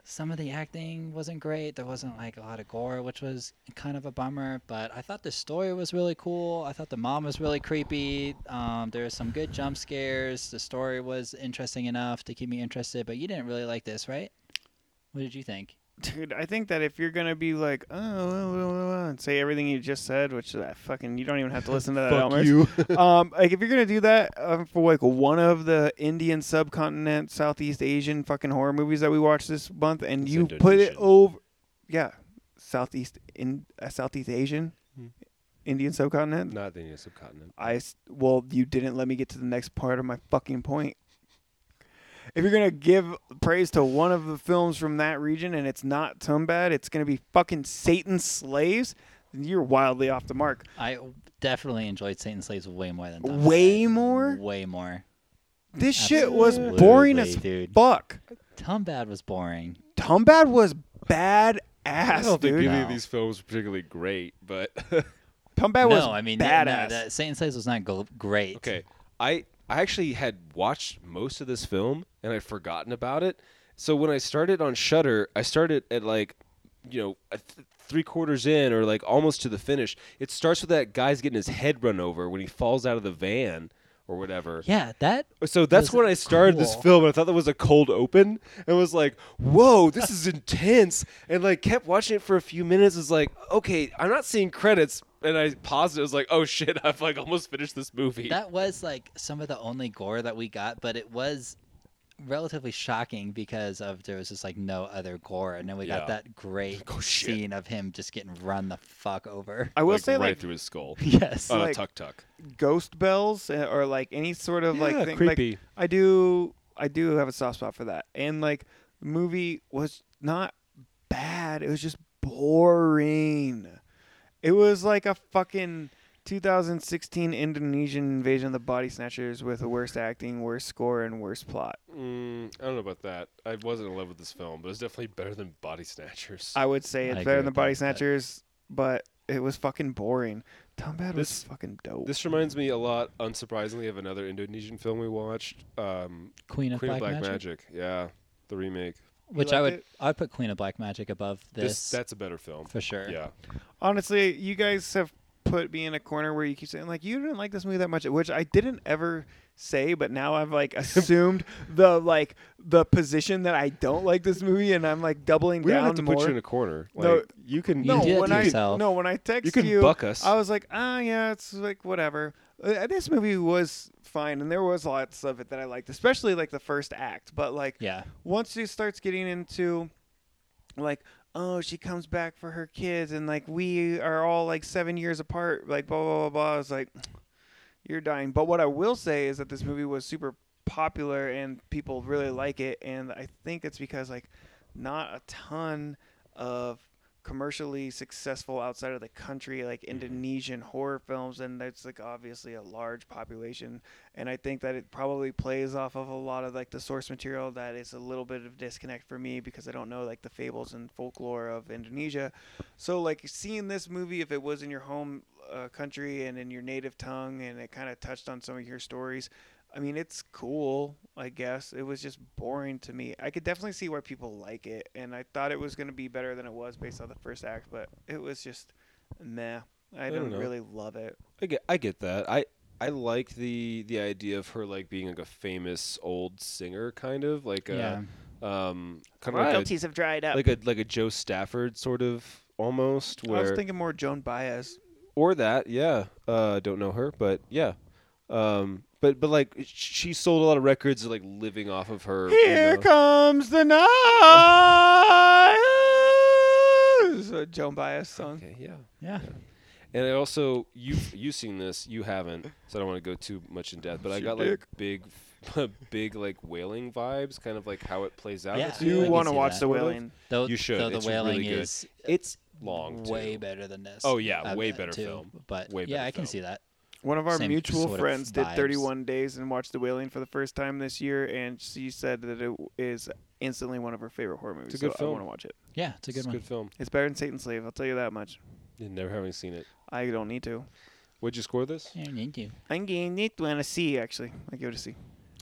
[SPEAKER 3] some of the acting wasn't great. There wasn't like a lot of gore, which was kind of a bummer. But I thought the story was really cool. I thought the mom was really creepy. Um, there was some good jump scares. The story was interesting enough to keep me interested. But you didn't really like this, right? What did you think?
[SPEAKER 1] dude, I think that if you're gonna be like, oh, well, well, well, well," and say everything you just said, which that fucking you don't even have to listen to that. Elmer's. um, like if you're gonna do that um, for like one of the Indian subcontinent, Southeast Asian fucking horror movies that we watched this month, and
[SPEAKER 2] It's
[SPEAKER 1] you put it
[SPEAKER 2] Indonesian.
[SPEAKER 1] over, yeah, Southeast in uh, Southeast Asian, Indian subcontinent.
[SPEAKER 2] Not the Indian subcontinent.
[SPEAKER 1] I s- well, you didn't let me get to the next part of my fucking point. If you're gonna give praise to one of the films from that region and it's not Tumbad, it's gonna be fucking Satan's Slaves. Then you're wildly off the mark.
[SPEAKER 3] I definitely enjoyed Satan's Slaves way more than Tom
[SPEAKER 1] Way
[SPEAKER 3] Bad.
[SPEAKER 1] more?
[SPEAKER 3] Way more.
[SPEAKER 1] This shit was boring as
[SPEAKER 3] Absolutely, dude.
[SPEAKER 1] fuck.
[SPEAKER 3] Tom Bad was boring.
[SPEAKER 1] Tumbad was bad
[SPEAKER 2] I
[SPEAKER 1] ass,
[SPEAKER 2] don't think
[SPEAKER 1] dude.
[SPEAKER 2] any
[SPEAKER 3] No.
[SPEAKER 2] of these films are particularly great, but
[SPEAKER 1] Tumbad was
[SPEAKER 3] no, I mean, yeah,
[SPEAKER 1] badass.
[SPEAKER 3] no, that Satan's Slaves was not go- great.
[SPEAKER 2] okay. I I actually had watched most of this film and I'd forgotten about it. So when I started on Shutter, I started at like, you know, a th- three quarters in or like almost to the finish. It starts with that guy's getting his head run over when he falls out of the van or whatever.
[SPEAKER 3] Yeah, that.
[SPEAKER 2] So that's
[SPEAKER 3] was
[SPEAKER 2] when I started this
[SPEAKER 3] cool.
[SPEAKER 2] film, and I thought that was a cold open, and was like, "Whoa, this is intense!" And like kept watching it for a few minutes. Was like, "Okay, I'm not seeing credits," and I paused. it. I was like, "Oh shit, I've like almost finished this movie."
[SPEAKER 3] That was like some of the only gore that we got, but it was relatively shocking because of there was just like no other gore, and then we
[SPEAKER 2] Yeah.
[SPEAKER 3] got that great
[SPEAKER 2] Oh, shit.
[SPEAKER 3] scene of him just getting run the fuck over.
[SPEAKER 1] I will
[SPEAKER 2] like,
[SPEAKER 1] say,
[SPEAKER 2] right
[SPEAKER 1] like
[SPEAKER 2] through his skull.
[SPEAKER 3] yes.
[SPEAKER 2] Uh,
[SPEAKER 1] like-
[SPEAKER 2] tuck tuck.
[SPEAKER 1] ghost bells uh, or like any sort of like
[SPEAKER 2] Yeah,
[SPEAKER 1] thing.
[SPEAKER 2] creepy.
[SPEAKER 1] Like, I do, I do have a soft spot for that. And like, the movie was not bad. It was just boring. It was like a fucking 2016 Indonesian invasion of the body snatchers with the worst acting, worst score, and worst plot.
[SPEAKER 2] Mm, I don't know about that. I wasn't in love with this film, but it was definitely better than Body Snatchers.
[SPEAKER 1] I would say it's
[SPEAKER 3] I agree
[SPEAKER 1] better
[SPEAKER 3] with
[SPEAKER 1] than Body
[SPEAKER 3] that, but-
[SPEAKER 1] Snatchers, but it was fucking boring. Tombad was
[SPEAKER 2] This-
[SPEAKER 1] fucking dope.
[SPEAKER 2] this reminds me a lot, unsurprisingly, of another Indonesian film we watched, um,
[SPEAKER 3] Queen of
[SPEAKER 2] Queen
[SPEAKER 3] Black,
[SPEAKER 2] of Black
[SPEAKER 3] Magic,
[SPEAKER 2] Magic. Yeah, the remake.
[SPEAKER 3] which
[SPEAKER 1] like
[SPEAKER 3] I would
[SPEAKER 1] it?
[SPEAKER 3] I would put Queen of Black Magic above this,
[SPEAKER 2] This that's a better film.
[SPEAKER 3] for sure.
[SPEAKER 2] Yeah.
[SPEAKER 1] honestly, you guys have put me in a corner where you keep saying like you didn't like this movie that much, which I didn't ever say, but now I've like assumed the like the position that I don't like this movie, and I'm like doubling
[SPEAKER 2] We
[SPEAKER 1] down
[SPEAKER 2] don't have to
[SPEAKER 1] more.
[SPEAKER 2] put you in a corner. Like,
[SPEAKER 1] No.
[SPEAKER 2] you can.
[SPEAKER 3] You
[SPEAKER 1] no,
[SPEAKER 3] do that
[SPEAKER 1] when
[SPEAKER 3] to
[SPEAKER 1] I
[SPEAKER 3] yourself.
[SPEAKER 1] no when I text
[SPEAKER 2] You can buck us.
[SPEAKER 1] I was like, ah, yeah, it's like whatever. Uh, this movie was fine, and there was lots of it that I liked, especially like the first act. But like,
[SPEAKER 3] Yeah.
[SPEAKER 1] once she starts getting into like oh she comes back for her kids and like we are all like seven years apart like blah blah blah blah it's like you're dying but what i will say is that this movie was super popular and people really like it and i think it's because like not a ton of commercially successful outside of the country like indonesian horror films and that's like obviously a large population and i think that it probably plays off of a lot of like the source material that is a little bit of disconnect for me because i don't know like the fables and folklore of indonesia so like seeing this movie if it was in your home uh, country and in your native tongue and it kind of touched on some of your stories i mean it's cool i guess it was just boring to me i could definitely see why people like it and i thought it was going to be better than it was based on the first act but it was just meh i,
[SPEAKER 2] don't
[SPEAKER 1] don't
[SPEAKER 2] know.
[SPEAKER 1] really love it
[SPEAKER 2] I get, I get that. I I like the the idea of her like being like a famous old singer, kind of like
[SPEAKER 3] Yeah.
[SPEAKER 2] a um kind of like
[SPEAKER 1] have dried
[SPEAKER 2] a, like a like a Joe Stafford sort of almost
[SPEAKER 1] I was
[SPEAKER 2] where
[SPEAKER 1] thinking more Joan Baez.
[SPEAKER 2] or that yeah uh don't know her but yeah um but but like sh- she sold a lot of records like living off of her you know.
[SPEAKER 1] comes the night. It's a Joan Baez song.
[SPEAKER 2] okay yeah
[SPEAKER 3] Yeah.
[SPEAKER 2] And I also you you seen this you haven't so I don't want to go too much in depth but I got like big big like wailing vibes kind of like how it plays out.
[SPEAKER 3] Yeah.
[SPEAKER 2] It's
[SPEAKER 1] Do you
[SPEAKER 3] I can
[SPEAKER 1] want to
[SPEAKER 3] see
[SPEAKER 1] watch
[SPEAKER 3] that.
[SPEAKER 1] The Wailing?
[SPEAKER 3] Though,
[SPEAKER 2] You should.
[SPEAKER 3] Though the
[SPEAKER 2] It's really
[SPEAKER 3] wailing
[SPEAKER 2] good.
[SPEAKER 3] is
[SPEAKER 2] it's long too.
[SPEAKER 3] way better than this.
[SPEAKER 2] Oh, yeah,
[SPEAKER 3] I
[SPEAKER 2] way
[SPEAKER 3] bet,
[SPEAKER 2] better
[SPEAKER 3] too.
[SPEAKER 2] film.
[SPEAKER 3] But
[SPEAKER 2] Way
[SPEAKER 3] yeah,
[SPEAKER 2] better
[SPEAKER 3] I can
[SPEAKER 2] film.
[SPEAKER 3] see that.
[SPEAKER 1] One of our
[SPEAKER 3] Same
[SPEAKER 1] mutual
[SPEAKER 3] sort of
[SPEAKER 1] friends did
[SPEAKER 3] vibes.
[SPEAKER 1] 31 days and watched The Wailing for the first time this year, and she said that it is instantly one of her favorite horror movies.
[SPEAKER 2] It's a good
[SPEAKER 1] so I
[SPEAKER 2] film.
[SPEAKER 1] want to watch it.
[SPEAKER 3] Yeah, it's a good
[SPEAKER 2] it's a
[SPEAKER 3] one.
[SPEAKER 2] good film.
[SPEAKER 1] It's better than Satan's Slave. I'll tell you that much.
[SPEAKER 2] Yeah, Never having seen it.
[SPEAKER 1] I don't need to.
[SPEAKER 2] What'd you score this?
[SPEAKER 3] Yeah, thank you.
[SPEAKER 1] I'm getting it when I see. Actually, I give it a C.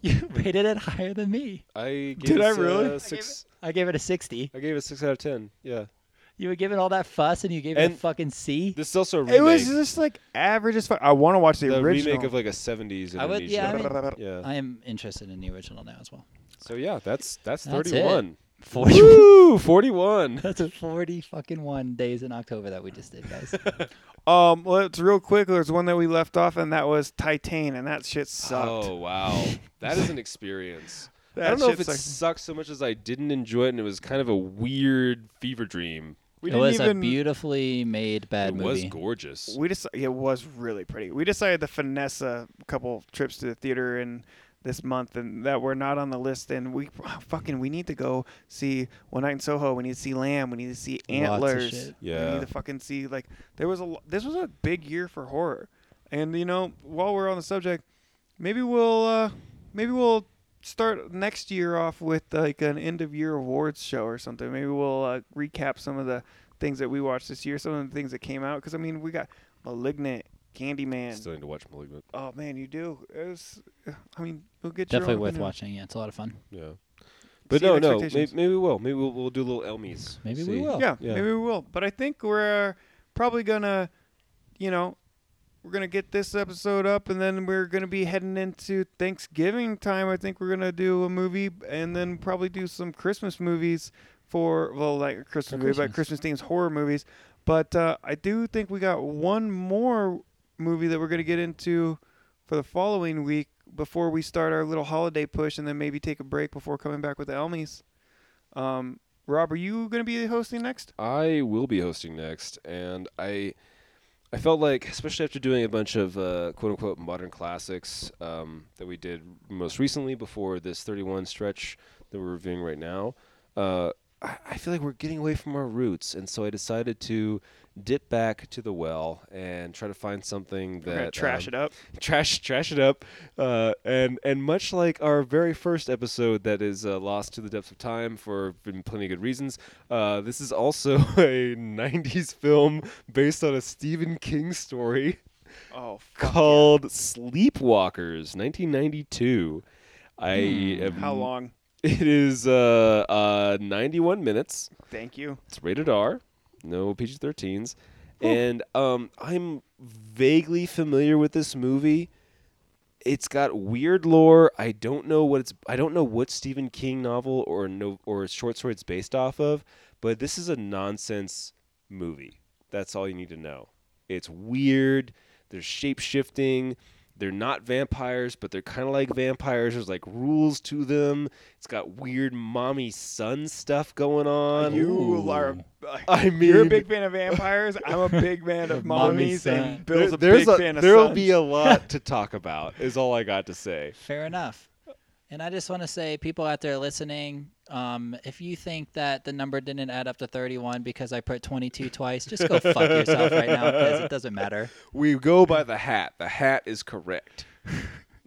[SPEAKER 3] You rated it higher than me.
[SPEAKER 2] I gave
[SPEAKER 1] Did
[SPEAKER 2] it
[SPEAKER 1] I
[SPEAKER 2] s-
[SPEAKER 1] really?
[SPEAKER 2] uh,
[SPEAKER 1] I gave
[SPEAKER 2] six.
[SPEAKER 3] I gave it a 60.
[SPEAKER 2] I gave it six out of ten. Yeah.
[SPEAKER 3] You were giving all that fuss and you gave it a
[SPEAKER 2] And
[SPEAKER 3] fucking C.
[SPEAKER 2] This is also a remake.
[SPEAKER 1] It was just like average as fuck. I want to watch the,
[SPEAKER 2] the
[SPEAKER 1] original.
[SPEAKER 2] remake of like a seventies.
[SPEAKER 3] I would- yeah, I
[SPEAKER 2] Indonesian.
[SPEAKER 3] mean-
[SPEAKER 2] yeah.
[SPEAKER 3] I am interested in the original now as well.
[SPEAKER 2] So yeah, that's that's,
[SPEAKER 3] That's it.
[SPEAKER 2] thirty one.
[SPEAKER 3] Forty.
[SPEAKER 2] Woo, 41.
[SPEAKER 3] That's forty fucking one days in October that we just did, guys.
[SPEAKER 1] Um, well, it's real quick. There's one that we left off, and that was Titan, and that shit sucked.
[SPEAKER 2] Oh wow, that is an experience. I
[SPEAKER 1] That
[SPEAKER 2] don't know if
[SPEAKER 1] shit
[SPEAKER 2] it
[SPEAKER 1] sucked.
[SPEAKER 2] sucks so much as I didn't enjoy it, and it was kind of a weird fever dream.
[SPEAKER 1] We
[SPEAKER 3] it
[SPEAKER 1] didn't
[SPEAKER 3] was
[SPEAKER 1] even.
[SPEAKER 3] a beautifully made bad
[SPEAKER 2] it
[SPEAKER 3] movie.
[SPEAKER 2] was gorgeous.
[SPEAKER 1] we just it was really pretty. We decided to finesse a couple trips to the theater and this month, and that were not on the list. And we oh, fucking we need to go see One Night in Soho. We need to see Lamb. We need to see Antlers.
[SPEAKER 3] shit.
[SPEAKER 2] Yeah.
[SPEAKER 1] we need to fucking see like there was a lo- this was a big year for horror. And you know, while we're on the subject, maybe we'll uh maybe we'll start next year off with like an end of year awards show or something. Maybe we'll uh, recap some of the things that we watched this year, some of the things that came out. Because I mean, we got Malignant, Candyman.
[SPEAKER 2] Still need to watch *Malignant*.
[SPEAKER 1] oh man, you do. It was, I mean, we'll get
[SPEAKER 3] Definitely
[SPEAKER 1] your own
[SPEAKER 3] worth
[SPEAKER 1] opinion.
[SPEAKER 3] watching. Yeah, it's a lot of fun.
[SPEAKER 2] Yeah, but
[SPEAKER 1] See
[SPEAKER 2] no,
[SPEAKER 1] the
[SPEAKER 2] no, maybe,
[SPEAKER 1] expectations.
[SPEAKER 2] maybe we will. Maybe we'll, we'll do little Elmies.
[SPEAKER 3] Maybe
[SPEAKER 2] See.
[SPEAKER 3] we will.
[SPEAKER 1] Yeah,
[SPEAKER 2] Yeah.
[SPEAKER 1] maybe we will. But I think we're probably gonna, you know, we're gonna get this episode up, and then we're gonna be heading into Thanksgiving time. I think we're gonna do a movie, and then probably do some Christmas movies for well, like Christmas, movies, but
[SPEAKER 3] Christmas.
[SPEAKER 1] Christmas themes horror movies. But uh, I do think we got one more movie that we're gonna get into for the following week before we start our little holiday push, and then maybe take a break before coming back with the Elmies. Um, Rob, are you gonna be hosting next?
[SPEAKER 2] I will be hosting next, and I I felt like, especially after doing a bunch of uh, quote unquote modern classics um, that we did most recently before this 31 stretch that we're reviewing right now, uh, I, I feel like we're getting away from our roots, and so I decided to dip back to the well and try to find something
[SPEAKER 1] We're gonna
[SPEAKER 2] that
[SPEAKER 1] trash
[SPEAKER 2] um,
[SPEAKER 1] it up.
[SPEAKER 2] trash trash it up uh, and and much like our very first episode that is uh, lost to the depths of time for plenty of good reasons uh, this is also a 90s film based on a stephen king story
[SPEAKER 1] Oh, fuck.
[SPEAKER 2] called sleepwalkers 1992 i am-
[SPEAKER 1] Hmm, how long?
[SPEAKER 2] it is uh, uh, 91 minutes
[SPEAKER 1] Thank you.
[SPEAKER 2] it's rated R, no PG 13s. And um, I'm vaguely familiar with this movie. It's got weird lore. I don't know what it's. I don't know what Stephen King novel or no or short story it's based off of. But this is a nonsense movie. That's all you need to know. It's weird. There's shape shifting. They're not vampires, but they're kind of like vampires. There's like rules to them. It's got weird mommy son stuff going on.
[SPEAKER 1] You are.
[SPEAKER 2] I
[SPEAKER 1] You're a
[SPEAKER 2] mean-
[SPEAKER 1] big fan of vampires. I'm a big fan of
[SPEAKER 3] Mommy
[SPEAKER 1] mommies,
[SPEAKER 3] son.
[SPEAKER 1] and Bill's a
[SPEAKER 2] There-
[SPEAKER 1] big fan of
[SPEAKER 2] there'll
[SPEAKER 1] sons.
[SPEAKER 2] be a lot to talk about is all i got to say
[SPEAKER 3] Fair enough. And I just want to say, people out there listening, um, if you think that the number didn't add up to 31 because I put 22 twice, just go fuck yourself right now because it doesn't matter.
[SPEAKER 2] we go by the hat the hat is correct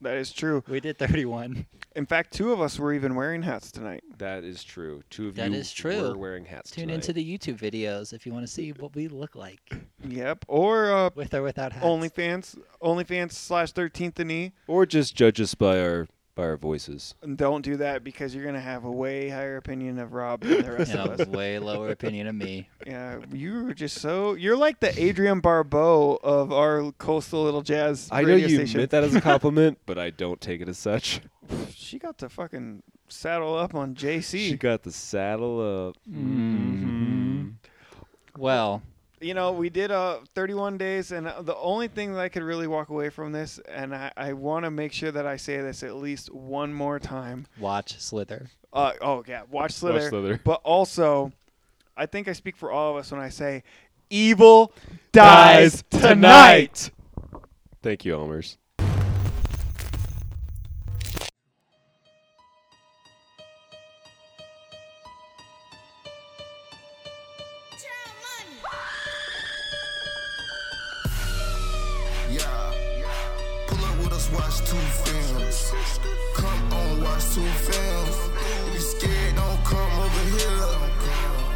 [SPEAKER 1] that is true.
[SPEAKER 3] We did 31.
[SPEAKER 1] In fact, two of us were even wearing hats tonight.
[SPEAKER 2] that is true two of
[SPEAKER 3] That
[SPEAKER 2] you
[SPEAKER 3] is true.
[SPEAKER 2] were wearing hats
[SPEAKER 3] Tune
[SPEAKER 2] tonight.
[SPEAKER 3] into the YouTube videos if you want to see what we look like
[SPEAKER 1] Yep. Or uh,
[SPEAKER 3] with or without hats.
[SPEAKER 1] OnlyFans, OnlyFans slash Thirteenth and E.
[SPEAKER 2] or just judge us by our by our voices
[SPEAKER 1] And Don't do that because you're gonna have a way higher opinion of Rob than the rest of
[SPEAKER 3] and a
[SPEAKER 1] us.
[SPEAKER 3] way lower opinion of me.
[SPEAKER 1] Yeah, you're just so you're like the Adrian Barbeau of our coastal little jazz.
[SPEAKER 2] i know
[SPEAKER 1] radio
[SPEAKER 2] you
[SPEAKER 1] station.
[SPEAKER 2] meant that as a compliment but i don't take it as such
[SPEAKER 1] She got to fucking saddle up on JC.
[SPEAKER 2] she got the saddle up
[SPEAKER 1] Mm-hmm.
[SPEAKER 3] Well,
[SPEAKER 1] you know, we did uh 31 days, and uh, the only thing that I could really walk away from this, and I, I want to make sure that I say this at least one more time.
[SPEAKER 3] watch Slither.
[SPEAKER 1] Uh, oh yeah, watch Slither.
[SPEAKER 2] Slither.
[SPEAKER 1] But also, I think I speak for all of us when I say, evil
[SPEAKER 2] Dies
[SPEAKER 1] dies tonight.
[SPEAKER 2] thank you elmers
[SPEAKER 8] Yeah. Pull up with us, watch two films. Come on, watch two films. If you scared, don't come over here.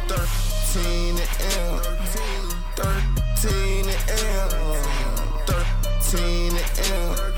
[SPEAKER 8] 13 and M. 13 and M. 13 and M.